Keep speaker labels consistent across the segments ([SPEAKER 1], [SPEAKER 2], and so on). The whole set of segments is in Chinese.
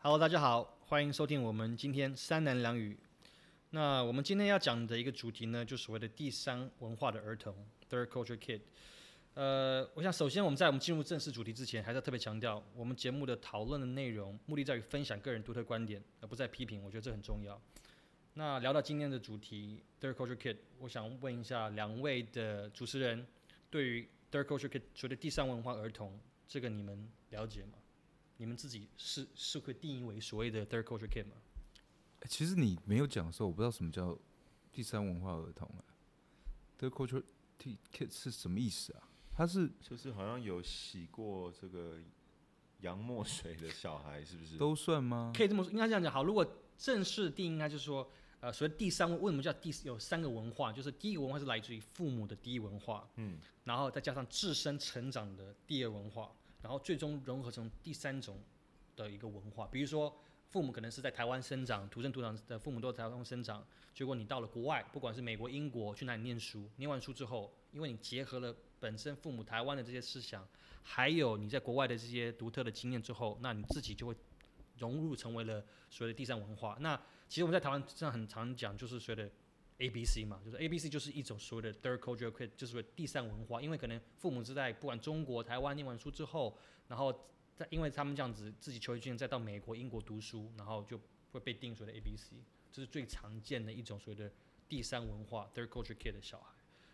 [SPEAKER 1] Hello，大家好，欢迎收听我们今天三男两语。那我们今天要讲的一个主题呢，就所谓的第三文化的儿童 （Third Culture Kid）。呃，我想首先我们在我们进入正式主题之前，还是要特别强调，我们节目的讨论的内容目的在于分享个人独特观点，而不在批评。我觉得这很重要。那聊到今天的主题 Third Culture Kid，我想问一下两位的主持人，对于 Third Culture Kid 所谓的第三文化儿童，这个你们了解吗？你们自己是是会定义为所谓的 Third Culture Kid 吗？
[SPEAKER 2] 欸其实你没有讲的时候，我不知道什么叫第三文化儿童啊，third culture t- kid 是什么意思啊？他是
[SPEAKER 3] 就是好像有洗过这个洋墨水的小孩，是不是？
[SPEAKER 2] 都算吗？
[SPEAKER 1] 可以这么说，应该这样讲。好，如果正式定义，应该就是说，呃，所谓第三文，为什么叫第有三个文化？就是第一个文化是来自于父母的第一文化，
[SPEAKER 3] 嗯，
[SPEAKER 1] 然后再加上自身成长的第二文化，然后最终融合成第三种的一个文化。比如说，父母可能是在台湾生长，土生土长的父母都在台湾生长，结果你到了国外，不管是美国、英国，去哪里念书，念完书之后，因为你结合了本身父母台湾的这些思想，还有你在国外的这些独特的经验之后，那你自己就会融入成为了所谓的第三文化。那其实我们在台湾上很常讲，就是所谓的 A B C 嘛，就是 A B C 就是一种所谓的 third culture kid，就是所谓第三文化，因为可能父母是在不管中国、台湾念完书之后，然后在因为他们这样子自己求学经验，再到美国、英国读书，然后就会被定所谓的 A B C，这是最常见的一种所谓的第三文化 third culture kid 的小孩。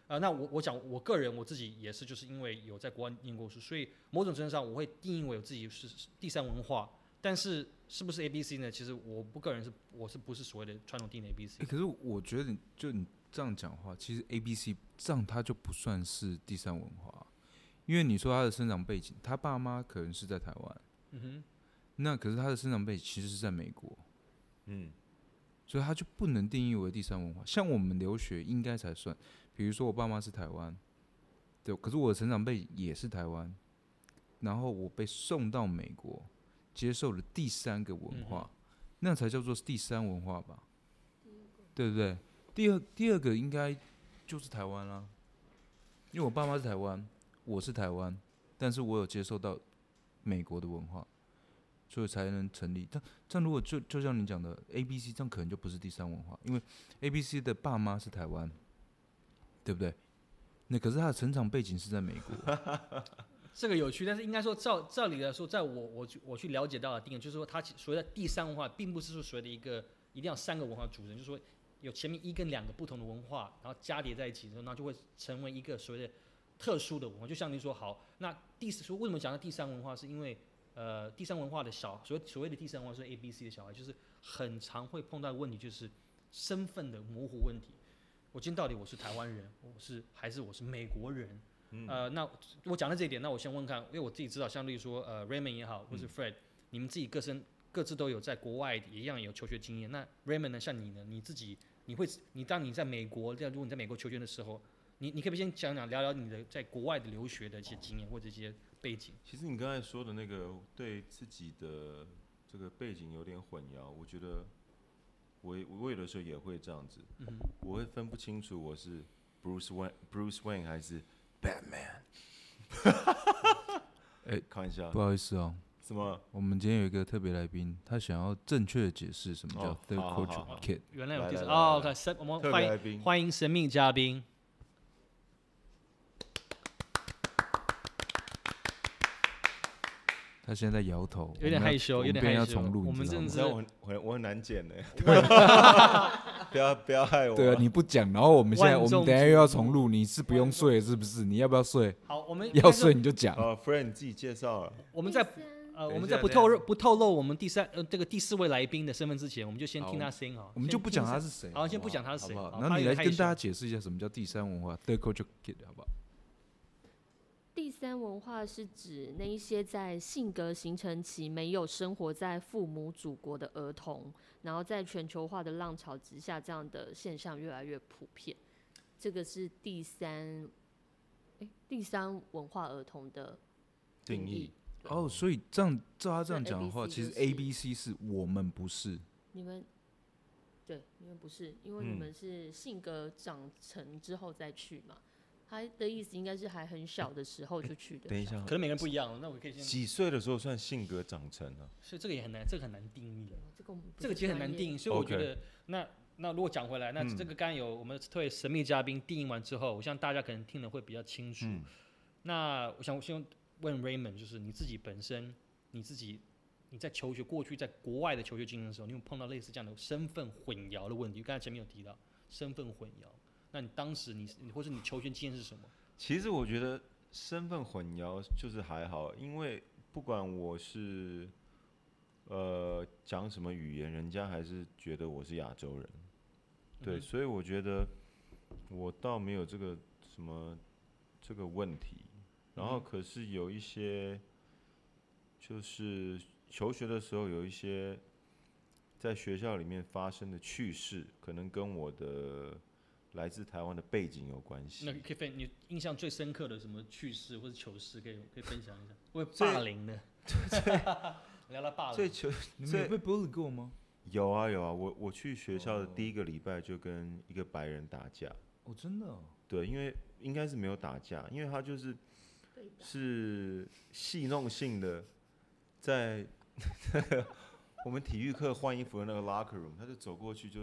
[SPEAKER 1] 啊，那我我讲我个人我自己也是，就是因为有在国外念过书，所以某种程度上我会定义为我自己是是第三文化。但是是不是 A B C 呢？其实我不个人是我是不是所谓的传统定义的 A B C？
[SPEAKER 2] 欸可是我觉得你就你这样讲话，其实 A B C 这样它就不算是第三文化啊，因为你说他的生长背景，他爸妈可能是在台湾，
[SPEAKER 1] 嗯哼。
[SPEAKER 2] 那可是他的生长背景其实是在美国，
[SPEAKER 3] 嗯，
[SPEAKER 2] 所以他就不能定义为第三文化。像我们留学应该才算，比如说我爸妈是台湾，对，可是我的成长背景也是台湾，然后我被送到美国，接受了第三个文化，那才叫做第三文化吧，对不对？第二第二个应该就是台湾啦、因为我爸妈是台湾，我是台湾，但是我有接受到美国的文化，所以才能成立。但这样如果就就像你讲的 A、B、C，这样可能就不是第三文化，因为 A、B、C 的爸妈是台湾，对不对？那可是他的成长背景是在美 国，
[SPEAKER 1] 这个有趣，但是应该说照照理来说，在我我去我去了解到的定义，就是说它其所谓的第三文化，并不是说所谓的一个一定要三个文化组成，就是说有前面一跟两个不同的文化，然后加叠在一起之后，那就会成为一个所谓的特殊的文化。就像你说，好，那第四说为什么讲到第三文化，是因为呃第三文化的小所谓所谓的第三文化是 A B C 的小孩，就是很常会碰到的问题，就是身份的模糊问题。我今天到底我是台湾人，我是还是我是美国人？呃，那我讲到这一点，那我先问看，因为我自己知道，像例如说，呃，Raymond 也好，或是 Fred，、你们自己各身各自都有在国外一样有求学经验。那 Raymond 呢，像你呢，你自己你会，你当你在美国，这样如果你在美国求学的时候，你你可不可以先讲讲聊聊你的在国外的留学的一些经验或者一些背景？
[SPEAKER 3] 其实你刚才说的那个对自己的这个背景有点混淆，我觉得我也我有的时候也会这样子，
[SPEAKER 1] 嗯哼，
[SPEAKER 3] 我会分不清楚我是 Bruce Wayne Bruce Wayne 还是 Batman。
[SPEAKER 2] 哎
[SPEAKER 3] 开玩笑
[SPEAKER 2] 不，好意思哦。
[SPEAKER 3] 什么？
[SPEAKER 2] 我们今天有一个特别来宾，他想要正确的解释什么叫
[SPEAKER 3] 哦
[SPEAKER 2] third
[SPEAKER 3] 好好好好
[SPEAKER 2] culture kid。
[SPEAKER 1] 原来有第
[SPEAKER 3] 来
[SPEAKER 1] 三
[SPEAKER 3] 来来来
[SPEAKER 1] 哦，OK，神，我们
[SPEAKER 3] 特别
[SPEAKER 1] 欢
[SPEAKER 3] 来
[SPEAKER 1] 迎
[SPEAKER 3] 宾
[SPEAKER 1] 欢迎神秘嘉宾。
[SPEAKER 2] 他现在在摇头，
[SPEAKER 1] 有点
[SPEAKER 2] 我们要
[SPEAKER 1] 害羞
[SPEAKER 2] 我们
[SPEAKER 1] 有点
[SPEAKER 2] 变
[SPEAKER 1] 害
[SPEAKER 2] 要
[SPEAKER 1] 羞
[SPEAKER 2] 重录，
[SPEAKER 1] 我
[SPEAKER 2] 你
[SPEAKER 1] 们
[SPEAKER 2] 知道
[SPEAKER 1] 真
[SPEAKER 2] 吗
[SPEAKER 1] 的是
[SPEAKER 3] 你知道我我我很难 剪呢，不要不要害我。
[SPEAKER 2] 对啊， 你不讲，然后我们现在
[SPEAKER 1] 万
[SPEAKER 2] 我
[SPEAKER 1] 众
[SPEAKER 2] 们等一下
[SPEAKER 1] 瞩
[SPEAKER 2] 又要
[SPEAKER 1] 目哎
[SPEAKER 2] 重录，你是不用睡是不是？你要不要睡？
[SPEAKER 1] 好，我们
[SPEAKER 2] 要睡你就讲。
[SPEAKER 3] 哦，Friend 你自己介绍了，
[SPEAKER 1] 我们在呃
[SPEAKER 3] 等一
[SPEAKER 1] 我们在
[SPEAKER 3] 下
[SPEAKER 1] 不
[SPEAKER 3] 等一下
[SPEAKER 1] 透露不透露我们第三呃这个第四位来宾的身份之前，我们就先
[SPEAKER 2] 好
[SPEAKER 1] 听他声音哈，
[SPEAKER 2] 我们
[SPEAKER 1] 先
[SPEAKER 2] 就不
[SPEAKER 1] 听
[SPEAKER 2] 讲
[SPEAKER 1] 声
[SPEAKER 2] 他是谁，
[SPEAKER 1] 好先不
[SPEAKER 2] 好
[SPEAKER 1] 讲他是
[SPEAKER 2] 好
[SPEAKER 1] 谁
[SPEAKER 2] 不
[SPEAKER 1] 好
[SPEAKER 2] 好？然后你
[SPEAKER 1] 他有
[SPEAKER 2] 来
[SPEAKER 1] 害
[SPEAKER 2] 跟
[SPEAKER 1] 羞
[SPEAKER 2] 大家解释一下什么叫第三文化 （third culture kid），好不好？
[SPEAKER 4] 第三文化是指那一些在性格形成期没有生活在父母祖国的儿童，然后在全球化的浪潮之下，这样的现象越来越普遍。这个是第三，诶，第三文化儿童的
[SPEAKER 3] 定
[SPEAKER 4] 定
[SPEAKER 3] 义
[SPEAKER 4] 义。
[SPEAKER 2] 哦，所以这样照他这
[SPEAKER 4] 所以
[SPEAKER 2] 样讲的话，
[SPEAKER 4] ABC
[SPEAKER 2] 其实
[SPEAKER 4] 就是
[SPEAKER 2] A、B、C 是我们不是，
[SPEAKER 4] 你们对，你们不是，因为你
[SPEAKER 3] 嗯
[SPEAKER 4] 们是性格长成之后再去嘛。他的意思应该是还很小的时候就去的。
[SPEAKER 3] 等一，下哦
[SPEAKER 1] 可，能每个人不一样，那我可以先，
[SPEAKER 3] 几岁的时候算性格长成呢、
[SPEAKER 1] 所以这个也很难，这个很难定义。
[SPEAKER 4] 这个我们不
[SPEAKER 1] 这个
[SPEAKER 4] 是
[SPEAKER 1] 其实很
[SPEAKER 4] 专
[SPEAKER 1] 难
[SPEAKER 4] 业
[SPEAKER 1] 定，义，所以我觉
[SPEAKER 3] OK
[SPEAKER 1] 得那那如果讲回来，那
[SPEAKER 3] 嗯
[SPEAKER 1] 这个刚才有我们特别神秘嘉宾定义完之后，我想大家可能听得会比较清楚。
[SPEAKER 3] 嗯
[SPEAKER 1] 那我想先问 Raymond，就是你自己本身，你自己你在求学过去在国外的求学经历的时候，你有碰到类似这样的身份混淆的问题？刚才前面有提到身份混淆，那你当时你你或者你求学经验是什么？
[SPEAKER 3] 其实我觉得身份混淆就是还好，因为不管我是呃讲什么语言，人家还是觉得我是亚洲人。对，
[SPEAKER 1] 嗯
[SPEAKER 3] 所以我觉得我倒没有这个什么这个问题。然后
[SPEAKER 1] 嗯
[SPEAKER 3] 可是有一些，就是求学的时候有一些在学校里面发生的趣事，可能跟我的来自台湾的背景有关系。
[SPEAKER 1] 那可以分你印象最深刻的什么趣事或者糗事，可以可以分享一下？会
[SPEAKER 3] 最
[SPEAKER 1] 霸凌 的，聊聊霸凌。
[SPEAKER 3] 最求
[SPEAKER 2] 你们有
[SPEAKER 3] 所
[SPEAKER 2] 被 bully 过吗？
[SPEAKER 3] 有啊有啊，我我去学校的
[SPEAKER 2] 哦
[SPEAKER 3] 第一个礼拜就跟一个白人打架，
[SPEAKER 2] 哦，真的哦、
[SPEAKER 3] 对，因为应该是没有打架，因为他就是
[SPEAKER 4] 对的
[SPEAKER 3] 是戏弄性的，在 我们体育课换衣服的那个 locker room，他就走过去就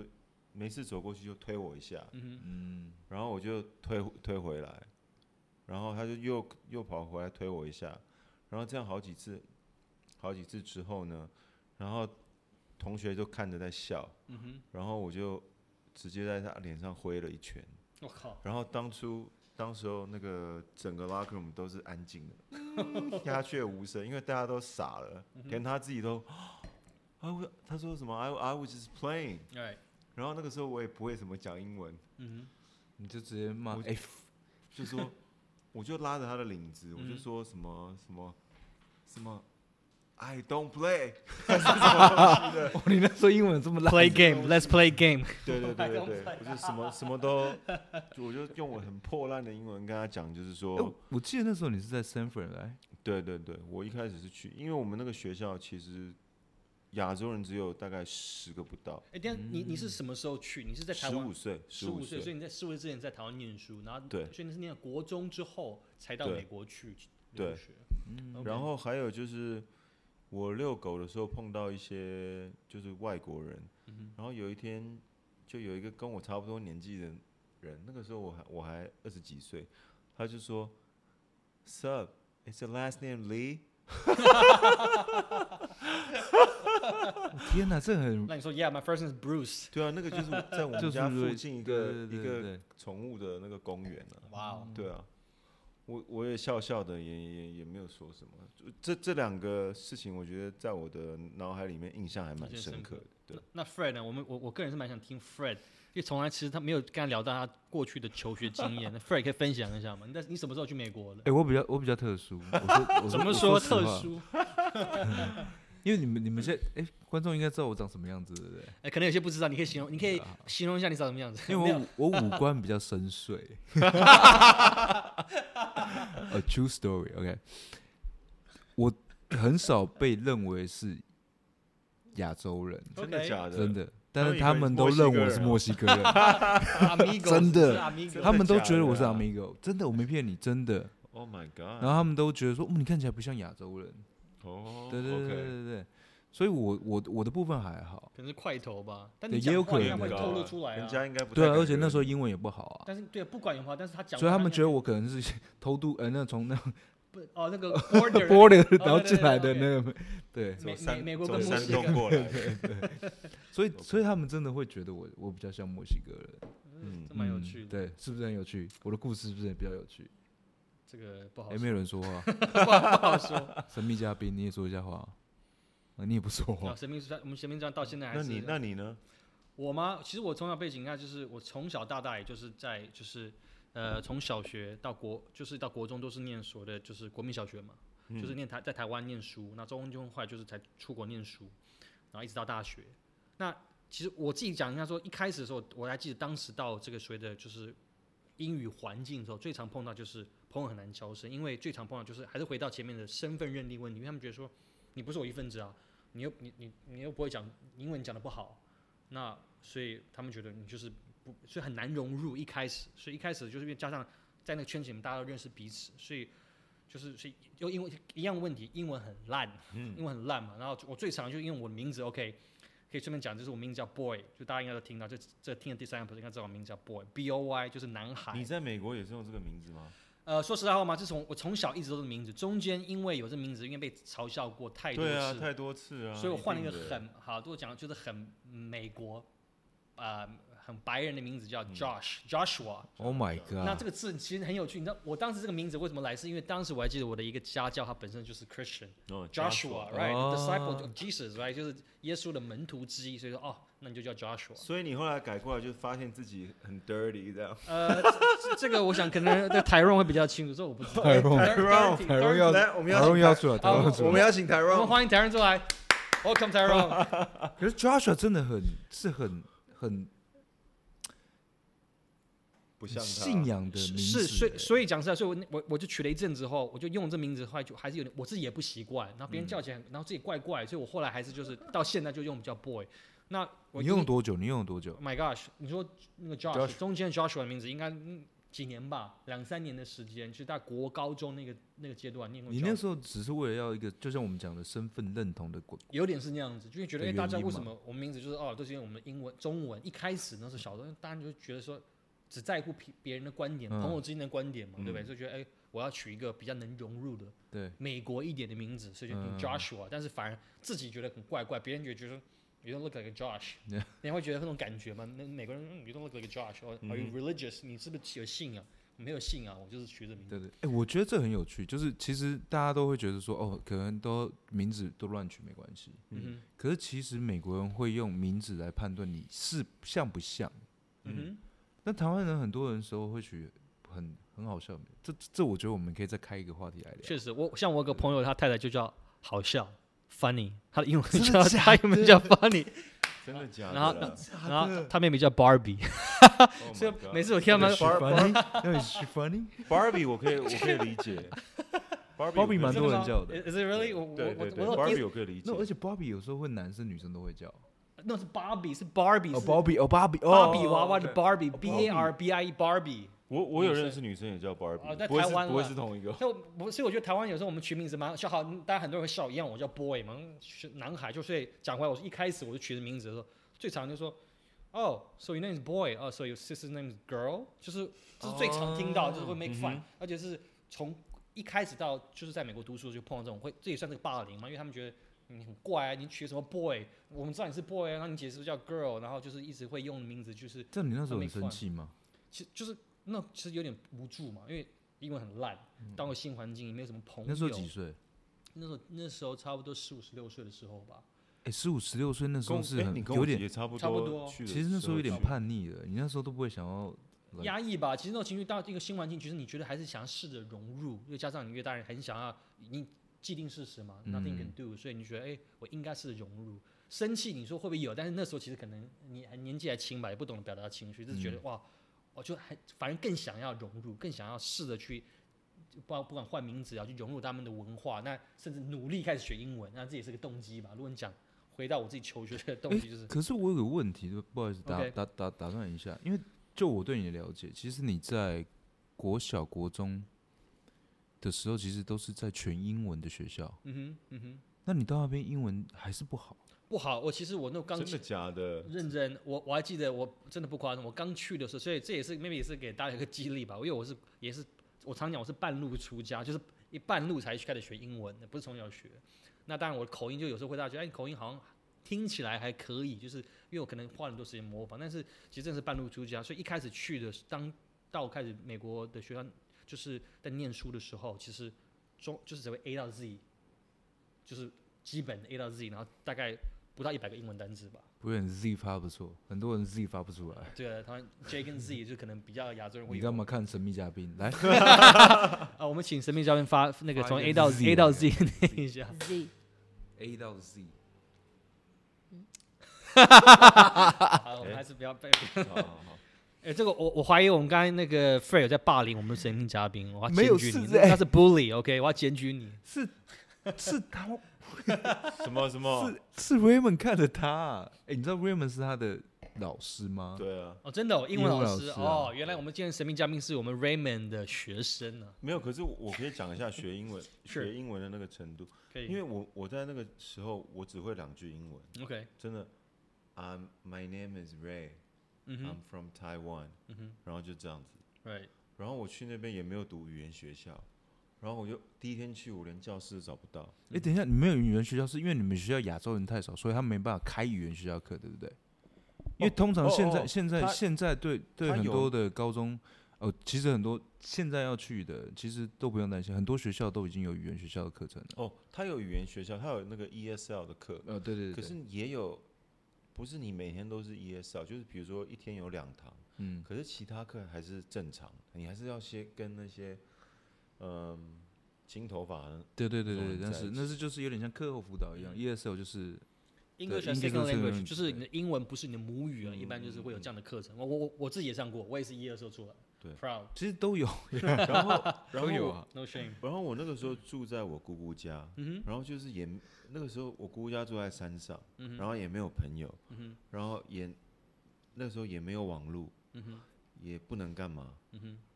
[SPEAKER 3] 每次走过去就推我一下，
[SPEAKER 1] 嗯
[SPEAKER 2] 嗯，
[SPEAKER 3] 然后我就推推回来，然后他就又又跑回来推我一下，然后这样好几次，好几次之后呢，然后同学就看着在笑，
[SPEAKER 1] 哼，嗯哼，
[SPEAKER 3] 然后我就直接在他脸上挥了一拳，
[SPEAKER 1] 我靠，
[SPEAKER 3] 然后当初当时候那个整个 locker room 都是安静的，
[SPEAKER 1] 嗯
[SPEAKER 3] 鸦雀无声，因为大家都傻了，连他自己都， 啊，我他说什么？I I was just playing，
[SPEAKER 1] 哎，
[SPEAKER 3] 然后那个时候我也不会什么讲英文。
[SPEAKER 1] 嗯
[SPEAKER 2] 你就直接骂
[SPEAKER 3] 我
[SPEAKER 2] F，
[SPEAKER 3] 就 说，我就拉着他的领子，我就
[SPEAKER 1] 嗯
[SPEAKER 3] 说什么什么什么，I don't play，
[SPEAKER 2] 哦，你那时候英文这么
[SPEAKER 1] 哼
[SPEAKER 2] 烂
[SPEAKER 1] ，play game，let's play game，
[SPEAKER 3] 对对对
[SPEAKER 1] don't
[SPEAKER 3] 对 对，我就什么什么都，我就用我很破烂的英文跟他讲，就是
[SPEAKER 2] 哎
[SPEAKER 3] 说
[SPEAKER 2] 我，我记得那时候你是在 Sanford 来，
[SPEAKER 3] 对对对，我一开始是去，因为我们那个学校其实亚洲人只有大概十个不到，
[SPEAKER 1] 哎，等一下你你是什么时候去？你是在台
[SPEAKER 3] 十
[SPEAKER 1] 湾
[SPEAKER 3] 五岁，
[SPEAKER 1] 十
[SPEAKER 3] 五
[SPEAKER 1] 岁，所
[SPEAKER 3] 岁，
[SPEAKER 1] 以你在十五岁之前在台湾念书，然后
[SPEAKER 3] 对
[SPEAKER 1] 所以你是念国中之后才到
[SPEAKER 3] 对
[SPEAKER 1] 美国去留
[SPEAKER 3] 对
[SPEAKER 1] 学。
[SPEAKER 2] 嗯
[SPEAKER 1] OK
[SPEAKER 3] 然后还有就是我遛狗的时候碰到一些就是外国人，
[SPEAKER 1] 嗯哼
[SPEAKER 3] 然后有一天就有一个跟我差不多年纪的人，那个时候我还我还二十几岁，他就说，Sub。It's a last name Lee，
[SPEAKER 2] 天哪，这很
[SPEAKER 1] 那你说，Yeah，my first name is Bruce。
[SPEAKER 3] 对啊，那个就是在我
[SPEAKER 2] 就
[SPEAKER 3] 们
[SPEAKER 2] 是
[SPEAKER 3] 家附
[SPEAKER 2] Ray-
[SPEAKER 3] 近一
[SPEAKER 2] 对
[SPEAKER 3] 个
[SPEAKER 2] 对
[SPEAKER 3] 一
[SPEAKER 2] 对
[SPEAKER 3] 个
[SPEAKER 2] 对，
[SPEAKER 3] 宠物的那个公园啊。
[SPEAKER 1] 哇哦，
[SPEAKER 3] 对啊，我我也笑笑的，也也也没有说什么。就这这两个事情，我觉得在我的脑海里面印象还蛮
[SPEAKER 1] 印象
[SPEAKER 3] 深
[SPEAKER 1] 深
[SPEAKER 3] 刻的。对
[SPEAKER 1] 那，那 Fred 呢？我们我我个人是蛮想听 Fred，因为从来其实他没有跟他聊到他过去的求学经验。那 Fred 可以分享一下吗？你在你什么时候去美国的
[SPEAKER 2] 哎、？我比较我比较特殊，我说我
[SPEAKER 1] 怎么
[SPEAKER 2] 我
[SPEAKER 1] 说
[SPEAKER 2] 实
[SPEAKER 1] 特
[SPEAKER 2] 话？
[SPEAKER 1] 殊？
[SPEAKER 2] 因为你们你们现在哎、观众应该知道我长什么样子，对不对？
[SPEAKER 1] 哎，可能有些不知道，你可以形容，你可以
[SPEAKER 2] 啊
[SPEAKER 1] 形容一下你长什么样 子？
[SPEAKER 2] 因
[SPEAKER 1] 没
[SPEAKER 2] 为
[SPEAKER 1] 有
[SPEAKER 2] 我我五官比较 深邃。A true story，OK、我很少被认为是亚洲人，
[SPEAKER 3] 真的
[SPEAKER 1] OK
[SPEAKER 3] 假的？
[SPEAKER 2] 真的，但是他
[SPEAKER 3] 他们
[SPEAKER 2] 们
[SPEAKER 3] 以
[SPEAKER 2] 都
[SPEAKER 3] 为
[SPEAKER 2] 认我
[SPEAKER 3] 你
[SPEAKER 2] 是
[SPEAKER 3] 是
[SPEAKER 2] 墨
[SPEAKER 3] 墨
[SPEAKER 2] 西哥 人，
[SPEAKER 1] Amigos，
[SPEAKER 2] 真的
[SPEAKER 1] 是，Amigos
[SPEAKER 2] 他们都
[SPEAKER 3] 真的假
[SPEAKER 2] 觉得我是
[SPEAKER 3] 的啊
[SPEAKER 2] amigo，真的，我没骗你，真的。
[SPEAKER 3] Oh my
[SPEAKER 2] 然后
[SPEAKER 3] god！
[SPEAKER 2] 他们都觉得说，嗯，你看起来不像亚洲人，
[SPEAKER 3] 哦，
[SPEAKER 2] 对对对
[SPEAKER 3] OK
[SPEAKER 2] 对对对。所以我我我的部分还好，
[SPEAKER 1] 可能是块头吧，但
[SPEAKER 2] 对
[SPEAKER 1] 你
[SPEAKER 2] 也有
[SPEAKER 1] 讲话
[SPEAKER 2] 可
[SPEAKER 1] 应该
[SPEAKER 2] 能
[SPEAKER 1] 会
[SPEAKER 2] 的
[SPEAKER 1] 透露出来
[SPEAKER 3] Oh 人
[SPEAKER 1] 啊。
[SPEAKER 3] 家应该不
[SPEAKER 2] 对
[SPEAKER 3] 太
[SPEAKER 2] 啊，
[SPEAKER 3] 敢
[SPEAKER 2] 而且
[SPEAKER 3] 惹
[SPEAKER 2] 那时候
[SPEAKER 3] 你
[SPEAKER 2] 英文也不好啊，
[SPEAKER 1] 但是对，不管有话，但是他讲话应该，
[SPEAKER 2] 所以他们觉得我可能是 偷渡，呃，那从那
[SPEAKER 1] 不哦 那个 border
[SPEAKER 2] border
[SPEAKER 1] 哦
[SPEAKER 2] 然后
[SPEAKER 1] 对
[SPEAKER 2] 进
[SPEAKER 1] 对
[SPEAKER 2] 来
[SPEAKER 1] 对
[SPEAKER 2] 的那个，对，
[SPEAKER 3] 走
[SPEAKER 1] 美
[SPEAKER 3] 山
[SPEAKER 1] 美美国
[SPEAKER 3] 走
[SPEAKER 1] 跟墨
[SPEAKER 3] 山
[SPEAKER 1] 西
[SPEAKER 3] 东
[SPEAKER 1] 哥
[SPEAKER 3] 过来，
[SPEAKER 2] 所以所以他们真的会觉得我我比较像墨西哥人，
[SPEAKER 1] 嗯，
[SPEAKER 3] 嗯
[SPEAKER 1] 这蛮有
[SPEAKER 2] 嗯
[SPEAKER 1] 趣的。
[SPEAKER 2] 对，是不是很有趣？我的故事是不是也比较有趣？
[SPEAKER 1] 这个不好
[SPEAKER 2] 哎，
[SPEAKER 1] 说，
[SPEAKER 2] 没有人说话，
[SPEAKER 1] 不好不好 说。
[SPEAKER 2] 神秘嘉宾你也说一下话啊，啊，你也不说
[SPEAKER 1] 然后
[SPEAKER 2] 话，
[SPEAKER 1] 神秘专，我们神秘专到现在 还
[SPEAKER 3] 那
[SPEAKER 1] 是
[SPEAKER 3] 你那你呢？
[SPEAKER 1] 我吗？其实我从小背景应该就是我从小到大也就是在就是呃从小学到国就是到国中都是念所谓的就是国民小学嘛，就是念台在台湾念书，那中间后来就是才出国念书，然后一直到大学。那其实我自己讲一下说，一开始的时候我还记得当时到这个所谓的就是英语环境的时候，最常碰到就是朋友很难交生，因为最常碰到就是还是回到前面的身份认定问题，因为他们觉得说你不是我一份子啊，你又你你你又不会讲英文讲的不好，那所以他们觉得你就是不，所以很难融入一开始，所以一开始就是因为加上在那个圈子里面大家都认识彼此，所以就是是就因为一样问题，英文很烂，
[SPEAKER 3] 嗯
[SPEAKER 1] 英文很烂嘛。然后我最常就因为我的名字 OK，可以顺便讲，就是我名字叫 Boy，就大家应该都听到，这这听的第三个不是应该知道我名字叫 Boy，B O Y 就是男孩
[SPEAKER 3] 你。在美国也是用这个名字吗？
[SPEAKER 1] 呃，说实在话嘛，自从我从小一直都是名字，中间因为有这名字，因为被嘲笑过太多次，
[SPEAKER 3] 对啊，太多次啊，
[SPEAKER 1] 所以我换了一个
[SPEAKER 3] 定的
[SPEAKER 1] 很好，对我讲就是很美国，呃，很白人的名字叫 Josh、Joshua。
[SPEAKER 2] ，Oh my god！
[SPEAKER 1] 那这个字其实很有趣，你知道我当时这个名字为什么来？是因为当时我还记得我的一个家教，他本身就是 Christian
[SPEAKER 3] 哦
[SPEAKER 1] Joshua,
[SPEAKER 2] 哦
[SPEAKER 1] right disciple of Jesus right，就是耶稣的门徒之一，所以说哦，那你就叫 Joshua。
[SPEAKER 3] 所以你后来改过来，就发现自己很 dirty 这 样。
[SPEAKER 1] 呃，这这个我想可能在台湾会比较清楚，这我不 知道。
[SPEAKER 2] 台湾
[SPEAKER 1] 台湾
[SPEAKER 2] 台湾要
[SPEAKER 3] 来，我们
[SPEAKER 2] 台
[SPEAKER 3] 要
[SPEAKER 2] 湾
[SPEAKER 3] 请
[SPEAKER 2] 要
[SPEAKER 3] 台
[SPEAKER 2] 出来，台
[SPEAKER 1] 好
[SPEAKER 2] 湾要
[SPEAKER 1] 我
[SPEAKER 2] 出来
[SPEAKER 3] 我们要请台
[SPEAKER 1] 我们
[SPEAKER 3] n
[SPEAKER 1] 欢迎台湾出来，Welcome 台湾。
[SPEAKER 2] 可是 Joshua 真的很是很很
[SPEAKER 3] 不像他
[SPEAKER 2] 信仰的名
[SPEAKER 1] 是是，
[SPEAKER 2] 字
[SPEAKER 1] 所以
[SPEAKER 2] 欸
[SPEAKER 1] 所以讲实在，所以我那我我就取了一阵子后，我就用这名字，后来就还是有点，我自己也不习惯，然后
[SPEAKER 2] 嗯
[SPEAKER 1] 别人叫起来，然后自己怪怪，所以我后来还是就是到现在就用比较 boy。那我
[SPEAKER 2] 你用了多久？你用了多久？
[SPEAKER 1] Oh My gosh，你说那个 Josh
[SPEAKER 2] Josh
[SPEAKER 1] 中间 Joshua 的名字应该嗯几年吧，两三年的时间，就在国高中那个那个阶段念过 Josh。
[SPEAKER 2] 你那时候只是为了要一个，就像我们讲的身份认同的国，
[SPEAKER 1] 有点是那样子，就会觉得，
[SPEAKER 2] 的
[SPEAKER 1] 哎，
[SPEAKER 2] 原
[SPEAKER 1] 大家
[SPEAKER 2] 因
[SPEAKER 1] 为什
[SPEAKER 2] 嘛
[SPEAKER 1] 么我们名字就是哦，都是因为我们的英文、中文。一开始那时候小时候，当然就觉得说，只在乎别别人的观点，
[SPEAKER 2] 嗯
[SPEAKER 1] 朋友之间的观点嘛，对不对？就觉得，哎，我要取一个比较能融入的
[SPEAKER 2] 对，
[SPEAKER 1] 美国一点的名字，所以就
[SPEAKER 2] 嗯
[SPEAKER 1] Joshua，、但是反而自己觉得很怪怪，别人也觉得。You don't look like a Josh，你 会觉得那种感觉吗？那美国人、嗯、，You don't look like a Josh，or are
[SPEAKER 2] Mm
[SPEAKER 1] you religious？、你是不是有信仰？没有信仰，我就是取这名字。
[SPEAKER 2] 对对，哎、我觉得这很有趣，就是其实大家都会觉得说，哦，可能都名字都乱取没关系，
[SPEAKER 1] 嗯
[SPEAKER 2] 可是其实美国人会用名字来判断你是像不像。
[SPEAKER 1] 哼，嗯
[SPEAKER 2] 那台湾人很多人时候会取很很好笑的名字，这这这我觉得我们可以再开一个话题来
[SPEAKER 1] 哼，
[SPEAKER 2] 聊。
[SPEAKER 1] 确实，我像我有个朋友，他太太就叫好笑 funny，他的英文
[SPEAKER 2] 真的
[SPEAKER 1] 叫
[SPEAKER 2] 假
[SPEAKER 1] 他英文叫 funny，
[SPEAKER 3] 真的假的
[SPEAKER 1] 然后
[SPEAKER 3] 啦？
[SPEAKER 1] 然后他妹妹叫 Barbie，
[SPEAKER 3] Oh my
[SPEAKER 1] 所以
[SPEAKER 3] God
[SPEAKER 1] 每次我听他们
[SPEAKER 2] Is she funny？那 is she funny？
[SPEAKER 3] Barbie 我可以我可以理 解
[SPEAKER 2] Barbie
[SPEAKER 3] 我可以
[SPEAKER 2] 蛮
[SPEAKER 3] 理解
[SPEAKER 2] 多人叫的
[SPEAKER 1] 真吗，Is it really？我
[SPEAKER 3] 对
[SPEAKER 1] 我
[SPEAKER 3] 对对
[SPEAKER 1] 我我
[SPEAKER 3] ，Barbie 我可以理解
[SPEAKER 2] 那。而且 Bobby 有时候会男生女生都会叫。
[SPEAKER 1] 那是 Barbie，是 Barbie，
[SPEAKER 2] 哦
[SPEAKER 1] 是
[SPEAKER 2] ，Bobby，哦，Bobby，
[SPEAKER 1] 芭
[SPEAKER 2] 哦，
[SPEAKER 1] 比娃娃的
[SPEAKER 2] 哦
[SPEAKER 1] Barbie，B A
[SPEAKER 2] Barbie
[SPEAKER 1] R B I E Barbie。
[SPEAKER 3] 我我有
[SPEAKER 1] 女生
[SPEAKER 3] 认识女生也叫
[SPEAKER 1] 哦
[SPEAKER 3] Barbie，
[SPEAKER 1] 在
[SPEAKER 3] 不会
[SPEAKER 1] 台湾
[SPEAKER 3] 是不会
[SPEAKER 1] 啦
[SPEAKER 3] 是同一个。
[SPEAKER 1] 所以我所以我觉得台湾有时候我们取名字蛮像好，大家很多人会笑一样，我叫 boy 嘛，是男孩。就所以讲回来，我一开始我就取的名字的时候，最常就说，哦、s o your name is boy，哦、s o your sister's name is girl，就是这是最常听到，就是会 make fun，、而且是从一开始到就是在美国读书就碰到这种，会这也算是个霸凌嘛，因为他们觉得。你很怪啊！你取什么 boy？我们知道你是 boy 啊，然后你姐是不是叫 girl？然后就是一直会用名字，就是
[SPEAKER 2] 这样你那时候很
[SPEAKER 1] Make fun
[SPEAKER 2] 生气吗？
[SPEAKER 1] 其实就是那其实有点无助嘛，因为英文很烂，到了新环境也没有什么朋友。
[SPEAKER 2] 嗯那时候几岁？
[SPEAKER 1] 那时候那时候差不多十五十六岁的时候吧。
[SPEAKER 2] 哎，十五十六岁那时
[SPEAKER 3] 跟
[SPEAKER 2] 候
[SPEAKER 3] 我
[SPEAKER 2] 是
[SPEAKER 3] 哎
[SPEAKER 2] 很
[SPEAKER 3] 你跟
[SPEAKER 2] 有
[SPEAKER 3] 我
[SPEAKER 2] 点，
[SPEAKER 3] 也差不
[SPEAKER 1] 差不多
[SPEAKER 3] 去的
[SPEAKER 2] 其实那时候有点
[SPEAKER 3] 去
[SPEAKER 2] 叛逆了，你那时候都不会想要来
[SPEAKER 1] 压抑吧，其实那种情绪到一个新环境，其实你觉得还是想要试着融入，又加上你越大人很想要你既定事实
[SPEAKER 3] 嗯
[SPEAKER 1] 嘛、n o t h i n g can do，所以你觉得哎、我应该试着融入。生气你说会不会有？但是那时候其实可能你还年纪还轻吧，也不懂得表达情绪，就是
[SPEAKER 3] 嗯
[SPEAKER 1] 觉得、哇，我就还反而更想要融入，更想要试着去。不管不管换名字啊，去融入他们的文化，那甚至努力开始学英文，那这也是个动机吧。如果你讲回到我自己求学的动机，就是
[SPEAKER 2] 可是我有个问题，就不好意思打
[SPEAKER 1] OK
[SPEAKER 2] 打打打断一下，因为就我对你的了解，其实你在国小、国中的时候，其实都是在全英文的学校。
[SPEAKER 1] 嗯哼嗯哼，
[SPEAKER 2] 那你到那边英文还是不好，
[SPEAKER 1] 不好。我其实我那刚
[SPEAKER 3] 真的假的？
[SPEAKER 1] 认真，我我还记得，我真的不夸张，我刚去的时候，所以这也是 maybe 也是给大家一个激励吧，因为我是也是我常讲我是半路出家，就是一半路才开始学英文的，不是从小学。那当然我的口音就有时候会大家觉得，哎，你口音好像听起来还可以，就是因为我可能花了很多时间模仿，但是其实真的是半路出家，所以一开始去的当到我开始美国的学校就是在念书的时候，其实中就是只会 A 到 Z，就是基本的 A 到 Z，然后大概不到一百个英文单词吧。
[SPEAKER 2] 不然 Z 发不错，很多人 Z 发不出来。
[SPEAKER 1] 对，他们 J 跟 Z 就可能比较亚洲人会
[SPEAKER 2] 嗯你
[SPEAKER 1] 有。
[SPEAKER 2] 干嘛看神秘嘉宾？来，
[SPEAKER 1] 啊，我们请神秘教练发那个
[SPEAKER 2] 发
[SPEAKER 1] 从
[SPEAKER 2] 一个
[SPEAKER 1] A 到
[SPEAKER 2] Z
[SPEAKER 1] A 到
[SPEAKER 2] 来
[SPEAKER 1] Z 念一 下。
[SPEAKER 4] Z
[SPEAKER 2] A 到 Z，哎
[SPEAKER 1] 好，我们还是不要被。
[SPEAKER 3] 好好好，
[SPEAKER 1] 哎，这个我我怀疑我们刚才那个 Fred 有在霸凌我们的神秘嘉宾，我要
[SPEAKER 2] 没有
[SPEAKER 1] 检举你，
[SPEAKER 2] 是
[SPEAKER 1] 那
[SPEAKER 2] 哎
[SPEAKER 1] 那是 bully，OK，我要检举你。
[SPEAKER 2] 是是他
[SPEAKER 3] 什么什么？
[SPEAKER 2] 是是 Raymond 看着他啊、哎、你知道 Raymond 是他的老师吗？
[SPEAKER 3] 对啊，
[SPEAKER 1] 哦，真的、哦，英文
[SPEAKER 2] 英
[SPEAKER 1] 老
[SPEAKER 2] 文老
[SPEAKER 1] 师、
[SPEAKER 2] 师啊
[SPEAKER 1] 哦，原来我们今天神秘嘉宾是我们 Raymond 的学生啊呢、
[SPEAKER 3] 没有。可是我可以讲一下学 英文
[SPEAKER 1] 是
[SPEAKER 3] 学英文的那个程度，
[SPEAKER 1] 可
[SPEAKER 3] 因
[SPEAKER 1] 以
[SPEAKER 3] 为我我在那个时候我只会两句英文，
[SPEAKER 1] ，OK，
[SPEAKER 3] 真的。I'm my name is Ray.
[SPEAKER 1] 嗯
[SPEAKER 3] I'm
[SPEAKER 1] 哼
[SPEAKER 3] from Taiwan.
[SPEAKER 1] 嗯哼
[SPEAKER 3] 然后就这样子。
[SPEAKER 1] ，Right，
[SPEAKER 3] 然后我去那边也没有读语言学校，然后我就第一天去，我连教室都找不到。
[SPEAKER 2] 哎、等一下，你们有语言学校，是因为你们学校亚洲人太少，所以他们没办法开语言学校课，对不对？因为通常
[SPEAKER 3] 哦
[SPEAKER 2] 现在、
[SPEAKER 3] 哦
[SPEAKER 2] 现在
[SPEAKER 3] 他
[SPEAKER 2] 现在对对
[SPEAKER 3] 他
[SPEAKER 2] 很
[SPEAKER 3] 有
[SPEAKER 2] 多的高中，哦，其实很多现在要去的，其实都不用担心，很多学校都已经有语言学校的课程了。
[SPEAKER 3] 哦，他有语言学校，他有那个 ESL 的课，
[SPEAKER 2] 呃、对对
[SPEAKER 3] 可是也有，不是你每天都是 ESL，就是比如说一天有两堂，
[SPEAKER 2] 嗯，
[SPEAKER 3] 可是其他课还是正常，你还是要先跟那些，嗯，金头发的，
[SPEAKER 2] 对对对
[SPEAKER 3] 中
[SPEAKER 2] 对，
[SPEAKER 3] 文
[SPEAKER 2] 但
[SPEAKER 3] 在
[SPEAKER 2] 是
[SPEAKER 3] 一嗯
[SPEAKER 2] 那是就是有点像课后辅导一样、e s l 就是
[SPEAKER 1] 英 n g l
[SPEAKER 2] English
[SPEAKER 1] second
[SPEAKER 2] as a
[SPEAKER 1] language，
[SPEAKER 2] second
[SPEAKER 1] 就是你
[SPEAKER 2] language，嗯
[SPEAKER 1] 的英文不是你的母语啊，一般就是会有这样的课程。我我我我自己也上过，我也是一二时候出来。
[SPEAKER 3] 对
[SPEAKER 1] ，Proud，
[SPEAKER 2] 其实都有，
[SPEAKER 3] 然后然后
[SPEAKER 2] 都有啊。
[SPEAKER 1] no shame。
[SPEAKER 3] 然后我那个时候住在我姑姑家，
[SPEAKER 1] 嗯
[SPEAKER 3] 然后就是也那个时候我姑姑家住在山上，
[SPEAKER 1] 嗯
[SPEAKER 3] 然后也没有朋友，然后也那时候也没有网络，
[SPEAKER 1] 嗯
[SPEAKER 3] 也不能干嘛，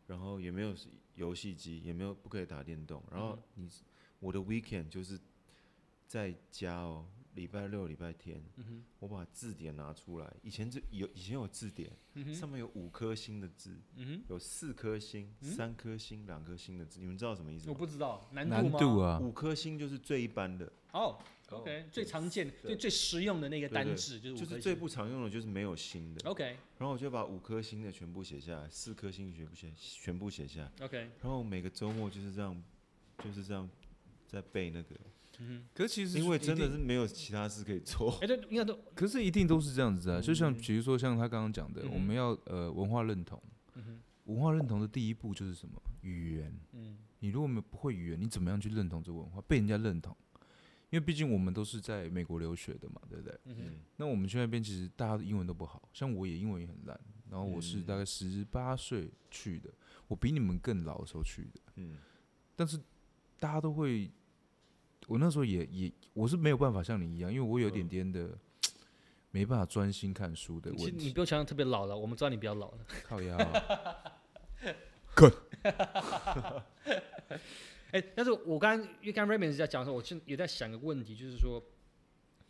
[SPEAKER 3] 然后也没有游戏机，也没有不可以打电动，
[SPEAKER 1] 嗯
[SPEAKER 3] 然后你、我的 weekend 就是在家哦，礼拜六礼拜天，
[SPEAKER 1] 嗯
[SPEAKER 3] 我把字典拿出来，以前这有以前有字典，
[SPEAKER 1] 嗯
[SPEAKER 3] 上面有五颗星的字，有四颗星、三颗星、两颗星的字，你们知道什么意思
[SPEAKER 1] 嗯我
[SPEAKER 3] 吗？
[SPEAKER 1] 不知道难
[SPEAKER 2] 难
[SPEAKER 1] 吗？
[SPEAKER 2] 度啊，
[SPEAKER 3] 五颗星就是最一般的，
[SPEAKER 1] 哦，OK，最常见、最最实用的那个
[SPEAKER 3] 对
[SPEAKER 1] 单
[SPEAKER 3] 对
[SPEAKER 1] 字就是
[SPEAKER 3] 就
[SPEAKER 1] 五颗
[SPEAKER 3] 是最
[SPEAKER 1] 星。
[SPEAKER 3] 不常用的就是没有星的。
[SPEAKER 1] OK
[SPEAKER 3] 然后我就把五颗星的全部写下来，四颗星全部写全部写下来。
[SPEAKER 1] OK，
[SPEAKER 3] 然后每个周末就是这样，就是这样在背那个，
[SPEAKER 2] 可是其实
[SPEAKER 3] 因为
[SPEAKER 2] 一
[SPEAKER 3] 真
[SPEAKER 2] 定
[SPEAKER 3] 的是没有其他事可以做。
[SPEAKER 1] 哎，对，应该都
[SPEAKER 2] 可是一定都是这样子啊，就像比如说像他刚刚讲的，
[SPEAKER 1] 嗯嗯哼
[SPEAKER 2] 我们要呃文化认同，文化认同的第一步就是什么？语言。
[SPEAKER 1] 嗯
[SPEAKER 2] 你如果没不会语言，你怎么样去认同这文化，被人家认同？因为毕竟我们都是在美国留学的嘛，对不对？
[SPEAKER 1] 嗯哼
[SPEAKER 3] 嗯，
[SPEAKER 2] 那我们去那边其实大家的英文都不好，像我也英文也很烂，然后我
[SPEAKER 1] 嗯
[SPEAKER 2] 是大概十八岁去的，我比你们更老的时候去的，
[SPEAKER 3] 嗯，
[SPEAKER 2] 但是大家都会，我那时候也也我是没有办法像你一样，因为我有一点点的、没办法专心看书的
[SPEAKER 1] 其实
[SPEAKER 2] 问
[SPEAKER 1] 嗯你
[SPEAKER 2] 题，
[SPEAKER 1] 不用强调特别老了，我们知道你比较老了。
[SPEAKER 2] 靠腰 啊、
[SPEAKER 1] 哎，但是我刚刚因为刚刚 Raymond 在讲的时候，我现也在想一个问题，就是说，